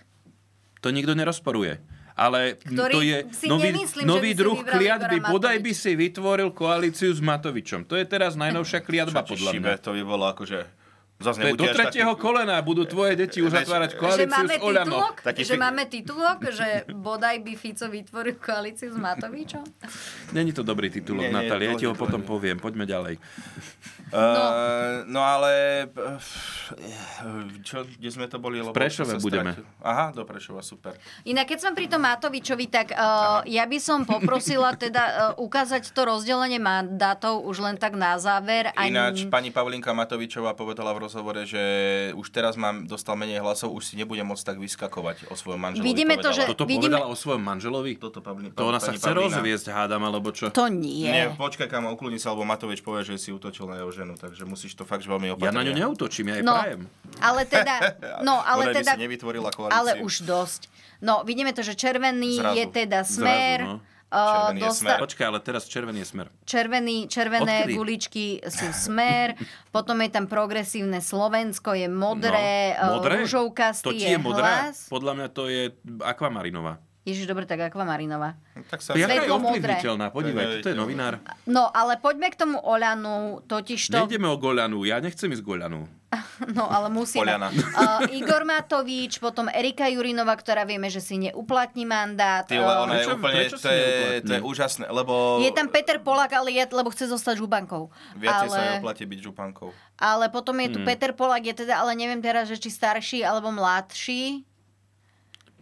Speaker 3: To nikto nerozporuje. Ale
Speaker 1: Ktorý
Speaker 3: to je
Speaker 1: si
Speaker 3: nový,
Speaker 1: nemyslím, že
Speaker 3: nový
Speaker 1: by si
Speaker 3: druh
Speaker 1: vybral
Speaker 3: kliatby.
Speaker 1: Igora
Speaker 3: Bodaj by si vytvoril koalíciu s Matovičom. To je teraz najnovšia kliatba podľa mňa.
Speaker 2: Šibe, to by bolo akože Zas
Speaker 3: To je do
Speaker 2: nebuďte až
Speaker 3: tretieho kolena budú tvoje deti už zatvárať
Speaker 1: Že
Speaker 3: koalíciu
Speaker 1: máme,
Speaker 3: s Oľano.
Speaker 1: titulok, že máme titulok, že bodaj by Fico vytvoril koalíciu s Matovičom?
Speaker 3: Není to dobrý
Speaker 2: Nie,
Speaker 3: titulok,
Speaker 2: nie,
Speaker 3: Natália, ja
Speaker 2: to
Speaker 3: ti ho
Speaker 2: je
Speaker 3: potom poviem. Poďme ďalej.
Speaker 2: No. no ale... eh, Čo, kde sme to boli? Lebo
Speaker 3: Prešove
Speaker 2: som sa
Speaker 3: budeme.
Speaker 2: stratil. Aha, do Prešova, super.
Speaker 1: Inak keď som pri tom Matovičovi, tak uh, ja by som poprosila teda uh, ukázať to rozdelenie mandátov už len tak na záver. Aj-
Speaker 2: Ináč pani Pavlinka Matovičová povedala v rozhovore, že už teraz mám, dostal menej hlasov, už si nebude môcť tak vyskakovať o svojom manželovi.
Speaker 1: Vidíme to,
Speaker 2: povedala.
Speaker 1: že-
Speaker 3: Toto
Speaker 1: vidíme-
Speaker 3: povedala o svojom manželovi?
Speaker 2: Toto Pavli,
Speaker 3: To ona sa
Speaker 2: pani
Speaker 3: chce
Speaker 2: Pavlína.
Speaker 3: rozviesť, hádam, alebo čo?
Speaker 1: To nie.
Speaker 2: Nie, počkaj, kamo, ukludni sa, lebo Matovič povie, že si utočil na jeho ženu, takže musíš to fakt veľmi opatrne.
Speaker 3: Ja na ňu neutočím, ja jej
Speaker 1: No.
Speaker 3: prajem.
Speaker 1: Ale teda... No, ale
Speaker 2: Bodaj by
Speaker 1: teda...
Speaker 2: si nevytvorila koalíciu.
Speaker 1: Ale už dosť. No, vidíme to, že červený
Speaker 3: Zrazu.
Speaker 1: je teda smer.
Speaker 3: Zrazu, no.
Speaker 1: uh,
Speaker 3: Červený je
Speaker 1: dosta-
Speaker 3: smer. Počkaj, ale teraz červený je smer.
Speaker 1: Červený, červené
Speaker 3: Odkedy?
Speaker 1: guličky sú smer, potom je tam progresívne Slovensko, je modré, no,
Speaker 3: Modré? To
Speaker 1: ružovkastý
Speaker 3: ti
Speaker 1: je,
Speaker 3: je modrá?
Speaker 1: hlas.
Speaker 3: Podľa mňa to je akvamarinová.
Speaker 1: Ježiš, dobre, tak akvamarinová.
Speaker 2: Tak
Speaker 3: To je aká je
Speaker 1: modré.
Speaker 3: ovplyvniteľná, podívaj, toto je novinár.
Speaker 1: No, ale poďme k tomu Oľanu, totiž to...
Speaker 3: Nejdeme o Goľanu, ja nechcem ísť Goľanu.
Speaker 1: No, ale musíme.
Speaker 3: Oľana.
Speaker 1: Uh, Igor Matovič, potom Erika Jurinova, ktorá vieme, že si neuplatní mandát.
Speaker 2: Ty, ale
Speaker 1: Eh,
Speaker 2: ona je úplne, to je, to je úžasné, lebo
Speaker 1: Je tam Peter Polak, ale je, lebo chce zostať žubankou.
Speaker 2: viacej sa
Speaker 1: ale,
Speaker 2: neoplatí byť župankou.
Speaker 1: ale potom je tu
Speaker 3: Mm.
Speaker 1: Peter Polak, je teda, ale neviem teraz, že či starší alebo mladší.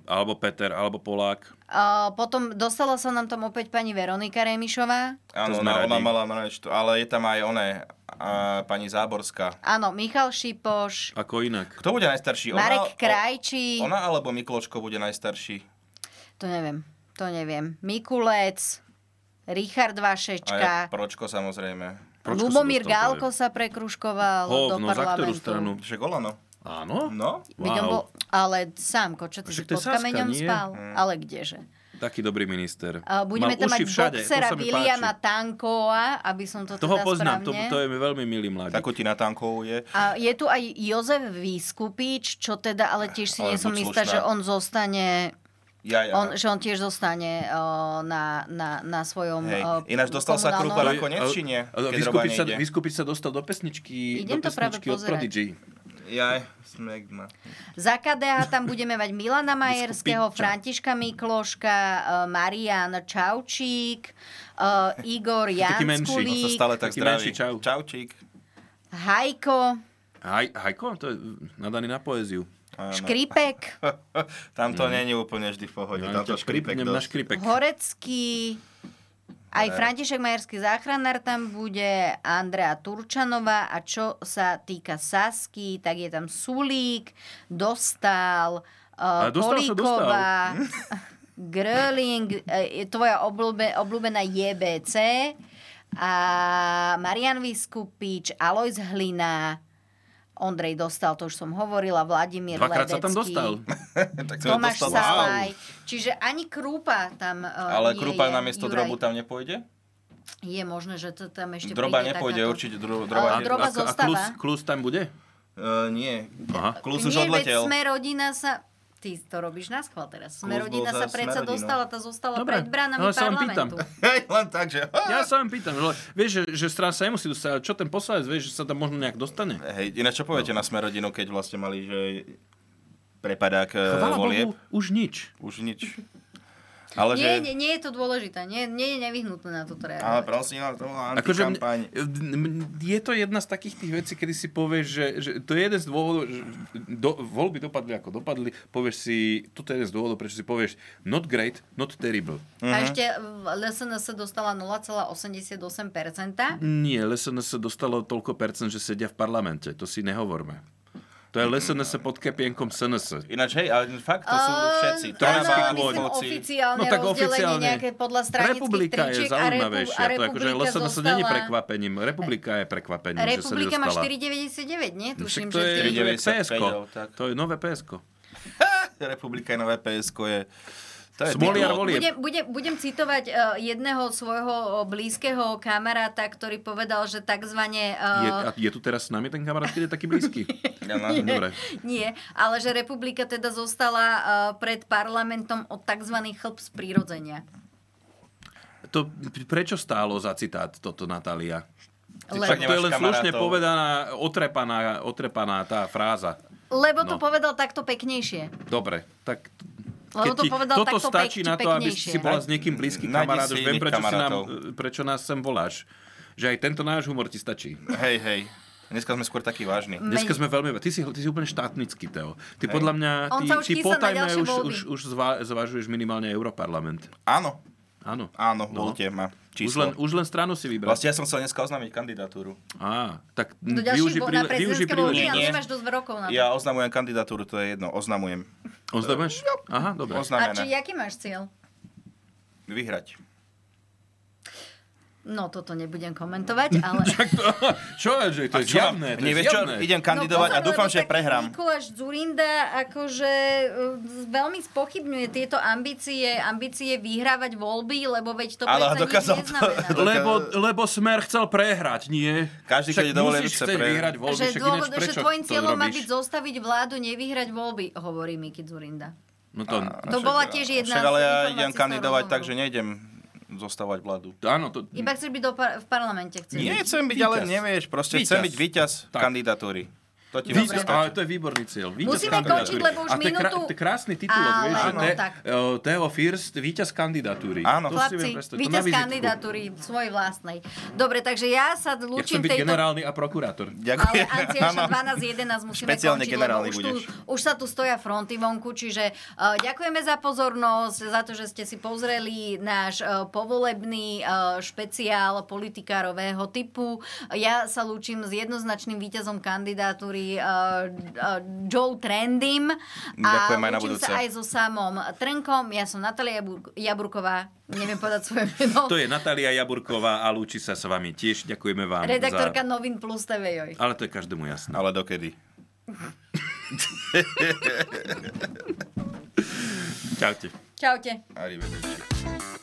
Speaker 3: Alebo Peter, alebo Polák.
Speaker 1: Uh, potom dostala sa nám tam opäť pani Veronika Remišová.
Speaker 3: To
Speaker 2: Áno,
Speaker 3: sme
Speaker 2: ona,
Speaker 3: radi.
Speaker 2: ona mala mrač, ale je tam aj ona, a, pani Záborská.
Speaker 1: Áno, Michal Šipoš,
Speaker 3: Ako inak.
Speaker 2: Kto bude najstarší?
Speaker 1: Marek
Speaker 2: ona,
Speaker 1: Krajčí.
Speaker 2: o- ona alebo Mikločko bude najstarší?
Speaker 1: To neviem, to neviem. Mikulec, Richard
Speaker 2: A ja,
Speaker 1: Vašečka,
Speaker 2: Pročko samozrejme.
Speaker 1: Lubomír Gálko sa prekruškoval do
Speaker 3: no
Speaker 1: parlamentu.
Speaker 2: Že Golano.
Speaker 3: Áno?
Speaker 2: No.
Speaker 1: Veď on bol, ale sámko, čo ty si
Speaker 3: Však to je
Speaker 1: pod
Speaker 3: Saska,
Speaker 1: kameňom
Speaker 3: nie?
Speaker 1: spal?
Speaker 3: Mm.
Speaker 1: Ale kdeže?
Speaker 3: Taký dobrý minister.
Speaker 1: A Eh, budeme
Speaker 3: Mal
Speaker 1: tam
Speaker 3: uši
Speaker 1: mať
Speaker 3: všade, to
Speaker 1: boxera
Speaker 3: sa mi
Speaker 1: Williama
Speaker 3: páči.
Speaker 1: Tankoa, aby som to teda
Speaker 3: Toho poznám, to,
Speaker 1: správne...
Speaker 3: to je mi veľmi milý mladík.
Speaker 2: Takú ti natankovuje.
Speaker 1: A je tu aj Jozef Výskupič, čo teda, ale tiež si nie
Speaker 2: Ale
Speaker 1: som
Speaker 2: buď
Speaker 1: istá,
Speaker 2: slušná.
Speaker 1: že on zostane...
Speaker 2: Ja, ja.
Speaker 1: On, že on tiež zostane o, na, na, na svojom
Speaker 2: Hej.
Speaker 1: o,
Speaker 2: Ináč dostal sa
Speaker 1: komunálnom-
Speaker 2: Krúpa nakoniec, či nie?
Speaker 3: Ale
Speaker 2: Keď
Speaker 3: Vyskupič
Speaker 2: Roman
Speaker 3: sa,
Speaker 2: ide.
Speaker 3: vyskupič sa dostal do pesničky,
Speaker 1: Idem
Speaker 3: do
Speaker 1: to práve
Speaker 3: pesničky od
Speaker 1: pozerať.
Speaker 3: Prodigy.
Speaker 2: Jaj, smegma.
Speaker 1: Za KDH tam budeme mať Milana Majerského, Františka Mikloška, e, Marian Čaučík, e, Igor
Speaker 2: On sa
Speaker 1: Janskulík,
Speaker 2: stále tak
Speaker 3: Taký
Speaker 2: zdraví.
Speaker 3: menší, čau.
Speaker 2: Čaučík.
Speaker 1: Hajko,
Speaker 3: Haj, hajko, to je nadaný na poéziu.
Speaker 1: Škripek,
Speaker 2: Tam
Speaker 3: No.
Speaker 2: to není úplne vždy v pohode. Tam
Speaker 3: Ja
Speaker 2: to
Speaker 3: ťa
Speaker 2: škripek
Speaker 3: pripnem
Speaker 2: dosť.
Speaker 3: na škripek.
Speaker 1: Horecký, aj
Speaker 2: Ne.
Speaker 1: František Majerský záchranár tam bude, Andrea Turčanová a čo sa týka Sasky, tak je tam Sulík, Dostal, uh,
Speaker 3: A Dostal sa
Speaker 1: Kolíková, Gröling, eh, je tvoja obľúbe, obľúbená JBC a Marian Vyskupič, Alojz Hlina, Ondrej Dostal, to už som hovorila, Vladimír
Speaker 3: Dvakrát sa
Speaker 1: Ledecký.
Speaker 3: tam dostal.
Speaker 2: tak
Speaker 1: Tomáš Salaj. Čiže ani Krúpa tam uh,
Speaker 2: Ale
Speaker 1: nie
Speaker 2: Krúpa
Speaker 1: je.
Speaker 2: namiesto
Speaker 1: Juraj,
Speaker 2: drobu tam nepôjde?
Speaker 1: Je možné, že to tam ešte
Speaker 2: Droba
Speaker 1: príde
Speaker 2: nepôjde,
Speaker 1: takáto-
Speaker 2: určite dro- droba.
Speaker 1: Ale droba
Speaker 2: nepôjde.
Speaker 1: zostáva.
Speaker 3: Klus, klus tam bude?
Speaker 2: Uh, nie.
Speaker 3: Aha.
Speaker 2: Klus už
Speaker 1: nie, E, veď
Speaker 2: odletel.
Speaker 1: Sme rodina sa... Ty to robíš na schvál teraz. Sme
Speaker 2: Klus bol
Speaker 1: rodina sa
Speaker 2: za
Speaker 1: predsa
Speaker 2: Smerodinou.
Speaker 1: dostala, tá zostala
Speaker 3: Dobre,
Speaker 1: pred bránami
Speaker 3: ale sa len pýtam.
Speaker 1: parlamentu.
Speaker 2: Len tak, že...
Speaker 3: Ja sa vám pýtam, že, vieš, že, že strana sa nemusí dostať, ale čo ten poslanec, vieš, že sa tam možno nejak dostane?
Speaker 2: Hej, ináč čo poviete na Smerodinu, keď vlastne mali, že prepadák e,
Speaker 3: Chvála
Speaker 2: volieb?
Speaker 3: Bohu, už nič.
Speaker 2: Už nič. Ale že...
Speaker 1: nie, nie, nie je to dôležité. Nie, nie je nevyhnutné na to
Speaker 2: Ale
Speaker 1: reagovať.
Speaker 2: prosím vás, to bola
Speaker 3: Akože mne-
Speaker 2: antikampaň.
Speaker 3: m- je to jedna z takých tých vecí, kedy si povieš, že, že to je jeden z dôvodov, že do, voľby dopadli ako dopadli, povieš si, toto je jeden z dôvodov, prečo si povieš not great, not terrible.
Speaker 1: A
Speaker 2: Mhm.
Speaker 1: ešte v LSNS dostala 0,88%.
Speaker 3: Nie, LSNS dostalo toľko percent, že sedia v parlamente, to si nehovorme.
Speaker 2: Mm.
Speaker 3: To je LSNS pod kepienkom SNS.
Speaker 2: Ináč, hej, ale fakt, to sú
Speaker 1: Ehm,
Speaker 2: všetci. To
Speaker 1: áno,
Speaker 2: nás
Speaker 1: myslím,
Speaker 2: kvôci.
Speaker 1: oficiálne
Speaker 3: No tak
Speaker 1: rozdelenie
Speaker 3: oficiálne.
Speaker 1: nejaké podľa stranických
Speaker 3: Republika je
Speaker 1: tričiek a repu- a
Speaker 3: zaujímavejšia. to je akože
Speaker 1: republika
Speaker 3: LSNS není
Speaker 1: zostala-
Speaker 3: prekvapením. Republika je prekvapením, že sa
Speaker 1: Republika má
Speaker 3: nedostala.
Speaker 1: 4,99, nie?
Speaker 3: No Však
Speaker 1: Tuším,
Speaker 3: to je,
Speaker 1: že No. 4,99.
Speaker 3: nové
Speaker 2: 95
Speaker 3: PSK.
Speaker 2: eur, tak.
Speaker 3: To je nové PSK.
Speaker 2: Republika je nové PSK je... To je
Speaker 3: Smoliar
Speaker 2: titul.
Speaker 3: volie.
Speaker 1: Budem, budem, budem citovať eh, jedného svojho eh, blízkeho kamaráta, ktorý povedal, že takzvané...
Speaker 3: Je, a
Speaker 1: eh,
Speaker 3: je tu teraz s nami ten kamarát, keď je taký blízky?
Speaker 2: Ja mám.
Speaker 3: Nie. Dobre.
Speaker 1: nie, ale že republika teda zostala eh, pred parlamentom od tzv. chlp z prírodzenia.
Speaker 3: To, prečo stálo za citát toto, Natália?
Speaker 1: Lebo-
Speaker 3: Však to je len
Speaker 2: nemáš
Speaker 3: slušne
Speaker 2: kamarátov.
Speaker 3: povedaná, otrepaná, otrepaná tá fráza.
Speaker 1: Lebo to
Speaker 3: No.
Speaker 1: povedal takto peknejšie.
Speaker 3: Dobre, tak
Speaker 1: Lebo
Speaker 3: keď
Speaker 1: to
Speaker 3: ti-
Speaker 1: povedal
Speaker 3: toto
Speaker 1: takto
Speaker 3: stačí
Speaker 1: pek-
Speaker 3: na to, aby
Speaker 1: peknejšie.
Speaker 3: si bola s niekým blízky
Speaker 2: Nájdi
Speaker 3: kamarát,
Speaker 2: si
Speaker 3: už viem,
Speaker 2: iných
Speaker 3: prečo, si nám,
Speaker 2: kamarátov.
Speaker 3: prečo nás sem voláš. Že aj tento náš humor ti stačí.
Speaker 2: Hej, hej. Dneska sme skôr takí vážni.
Speaker 1: Mm.
Speaker 3: Dneska sme veľmi... Ty si, ty si úplne štátnický, Teo. Ty
Speaker 2: Hej.
Speaker 3: podľa mňa...
Speaker 1: On
Speaker 3: Ty,
Speaker 1: sa už
Speaker 3: ty
Speaker 1: chystá na
Speaker 3: potajme
Speaker 1: ďalšie
Speaker 3: už,
Speaker 1: voľby.
Speaker 3: už, už zva, zvažuješ minimálne Europarlament.
Speaker 2: Áno.
Speaker 3: Áno.
Speaker 2: Áno, volte ma.
Speaker 3: No. Už
Speaker 2: Číslo.
Speaker 3: len, už len stranu si vybral.
Speaker 2: Vlastne ja som chcel dneska oznámiť kandidatúru.
Speaker 3: Á, tak
Speaker 1: Do ďalších
Speaker 3: m, Hm, využi
Speaker 1: vo- na
Speaker 3: príle- využi
Speaker 1: prezidentské voľby a
Speaker 3: príležitosť.
Speaker 1: nemáš dosť rokov na to.
Speaker 2: Ja oznamujem kandidatúru, to je jedno. Oznamujem.
Speaker 3: Oznamuješ? Aha, dobre.
Speaker 1: a
Speaker 2: Oznamená.
Speaker 1: či, aký máš cieľ?
Speaker 2: Vyhrať.
Speaker 1: No toto nebudem komentovať, ale...
Speaker 3: Čo je, že to
Speaker 2: A čo
Speaker 3: je
Speaker 2: mám-
Speaker 3: zjavné? To
Speaker 2: nie,
Speaker 3: je
Speaker 2: vieš čo,
Speaker 3: zjavné.
Speaker 2: idem kandidovať
Speaker 1: No,
Speaker 2: a
Speaker 1: pozor,
Speaker 2: dúfam,
Speaker 1: lebo
Speaker 2: že
Speaker 1: tak
Speaker 2: prehrám.
Speaker 1: Mikuláš Zurinda akože uh, veľmi spochybňuje tieto ambície, ambície vyhrávať voľby, lebo veď to
Speaker 2: Ale
Speaker 1: predsa nič
Speaker 2: dokázal to-
Speaker 1: neznamená.
Speaker 3: Lebo, lebo Smer chcel prehrať, nie?
Speaker 2: Každý, keď je dovolený,
Speaker 3: musíš
Speaker 2: chce
Speaker 3: chcieť
Speaker 2: prehrať.
Speaker 3: vyhrať voľby,
Speaker 1: že,
Speaker 3: však ináč
Speaker 1: dôvod, že
Speaker 3: prečo
Speaker 1: tvojim
Speaker 3: to
Speaker 1: cieľom má
Speaker 3: robíš?
Speaker 1: byť zostaviť vládu, nevyhrať voľby, hovorí Miki Zurinda.
Speaker 3: No to,
Speaker 1: To bola tiež jedna
Speaker 2: Však
Speaker 1: z
Speaker 2: ale ja
Speaker 1: informácií
Speaker 2: idem
Speaker 1: z toho
Speaker 2: kandidovať
Speaker 1: rozhovoru.
Speaker 2: tak, že nejdem zostávať vládu.
Speaker 3: Áno, to...
Speaker 1: Iba chceš byť do par- v parlamente. Chceš
Speaker 2: Nie,
Speaker 1: byť.
Speaker 2: chcem byť,
Speaker 3: Víťaz.
Speaker 2: ale nevieš, proste
Speaker 3: Víťaz.
Speaker 2: chcem byť víťaz kandidatúry. To ti musí
Speaker 3: Víťaz,
Speaker 2: stať.
Speaker 3: ale to je výborný cieľ. Víťaz
Speaker 1: Musíme
Speaker 3: kandidatúry.
Speaker 1: končiť, lebo už
Speaker 3: A to je krá-
Speaker 1: minútu-
Speaker 3: to je krásny titulok,
Speaker 1: Áno,
Speaker 3: vieš, že
Speaker 1: áno,
Speaker 3: te,
Speaker 1: tak.
Speaker 3: eh, Teo First, víťaz kandidatúry.
Speaker 2: Áno.
Speaker 3: To si
Speaker 1: Chlapci,
Speaker 3: viem predstaviť, to na
Speaker 1: víťaz
Speaker 3: vizitku.
Speaker 1: kandidatúry svojej vlastnej. Dobre, takže ja sa
Speaker 3: Ja chcem
Speaker 1: lúčim
Speaker 3: byť
Speaker 1: tejto...
Speaker 3: generálny a prokurátor.
Speaker 1: Ale
Speaker 2: Ďakujem.
Speaker 1: Anciaša 12.11 musíme
Speaker 2: Špeciálne
Speaker 1: končiť, lebo
Speaker 2: generálny
Speaker 1: už, tu,
Speaker 2: budeš.
Speaker 1: už sa tu stoja fronty vonku, čiže uh, ďakujeme za pozornosť, za to, že ste si pozreli náš uh, povolebný uh, špeciál politikárového typu. Ja sa lúčim s jednoznačným víťazom kandidatúry uh, uh, Joe Trendym a
Speaker 2: Ďakujem aj na
Speaker 1: lúčim
Speaker 2: budúce.
Speaker 1: sa aj so samom Trnkom. Ja som Natalia Jabur- Jaburková, neviem povedať svoje meno.
Speaker 3: To je Natália Jaburková a lúči sa s vami tiež. Ďakujeme vám
Speaker 1: Redaktorka
Speaker 3: za...
Speaker 1: Novín Plus TV, joj.
Speaker 3: Ale to je každému jasné.
Speaker 2: Ale dokedy?
Speaker 3: Čaute.
Speaker 1: Čaute.
Speaker 2: Arrivederci.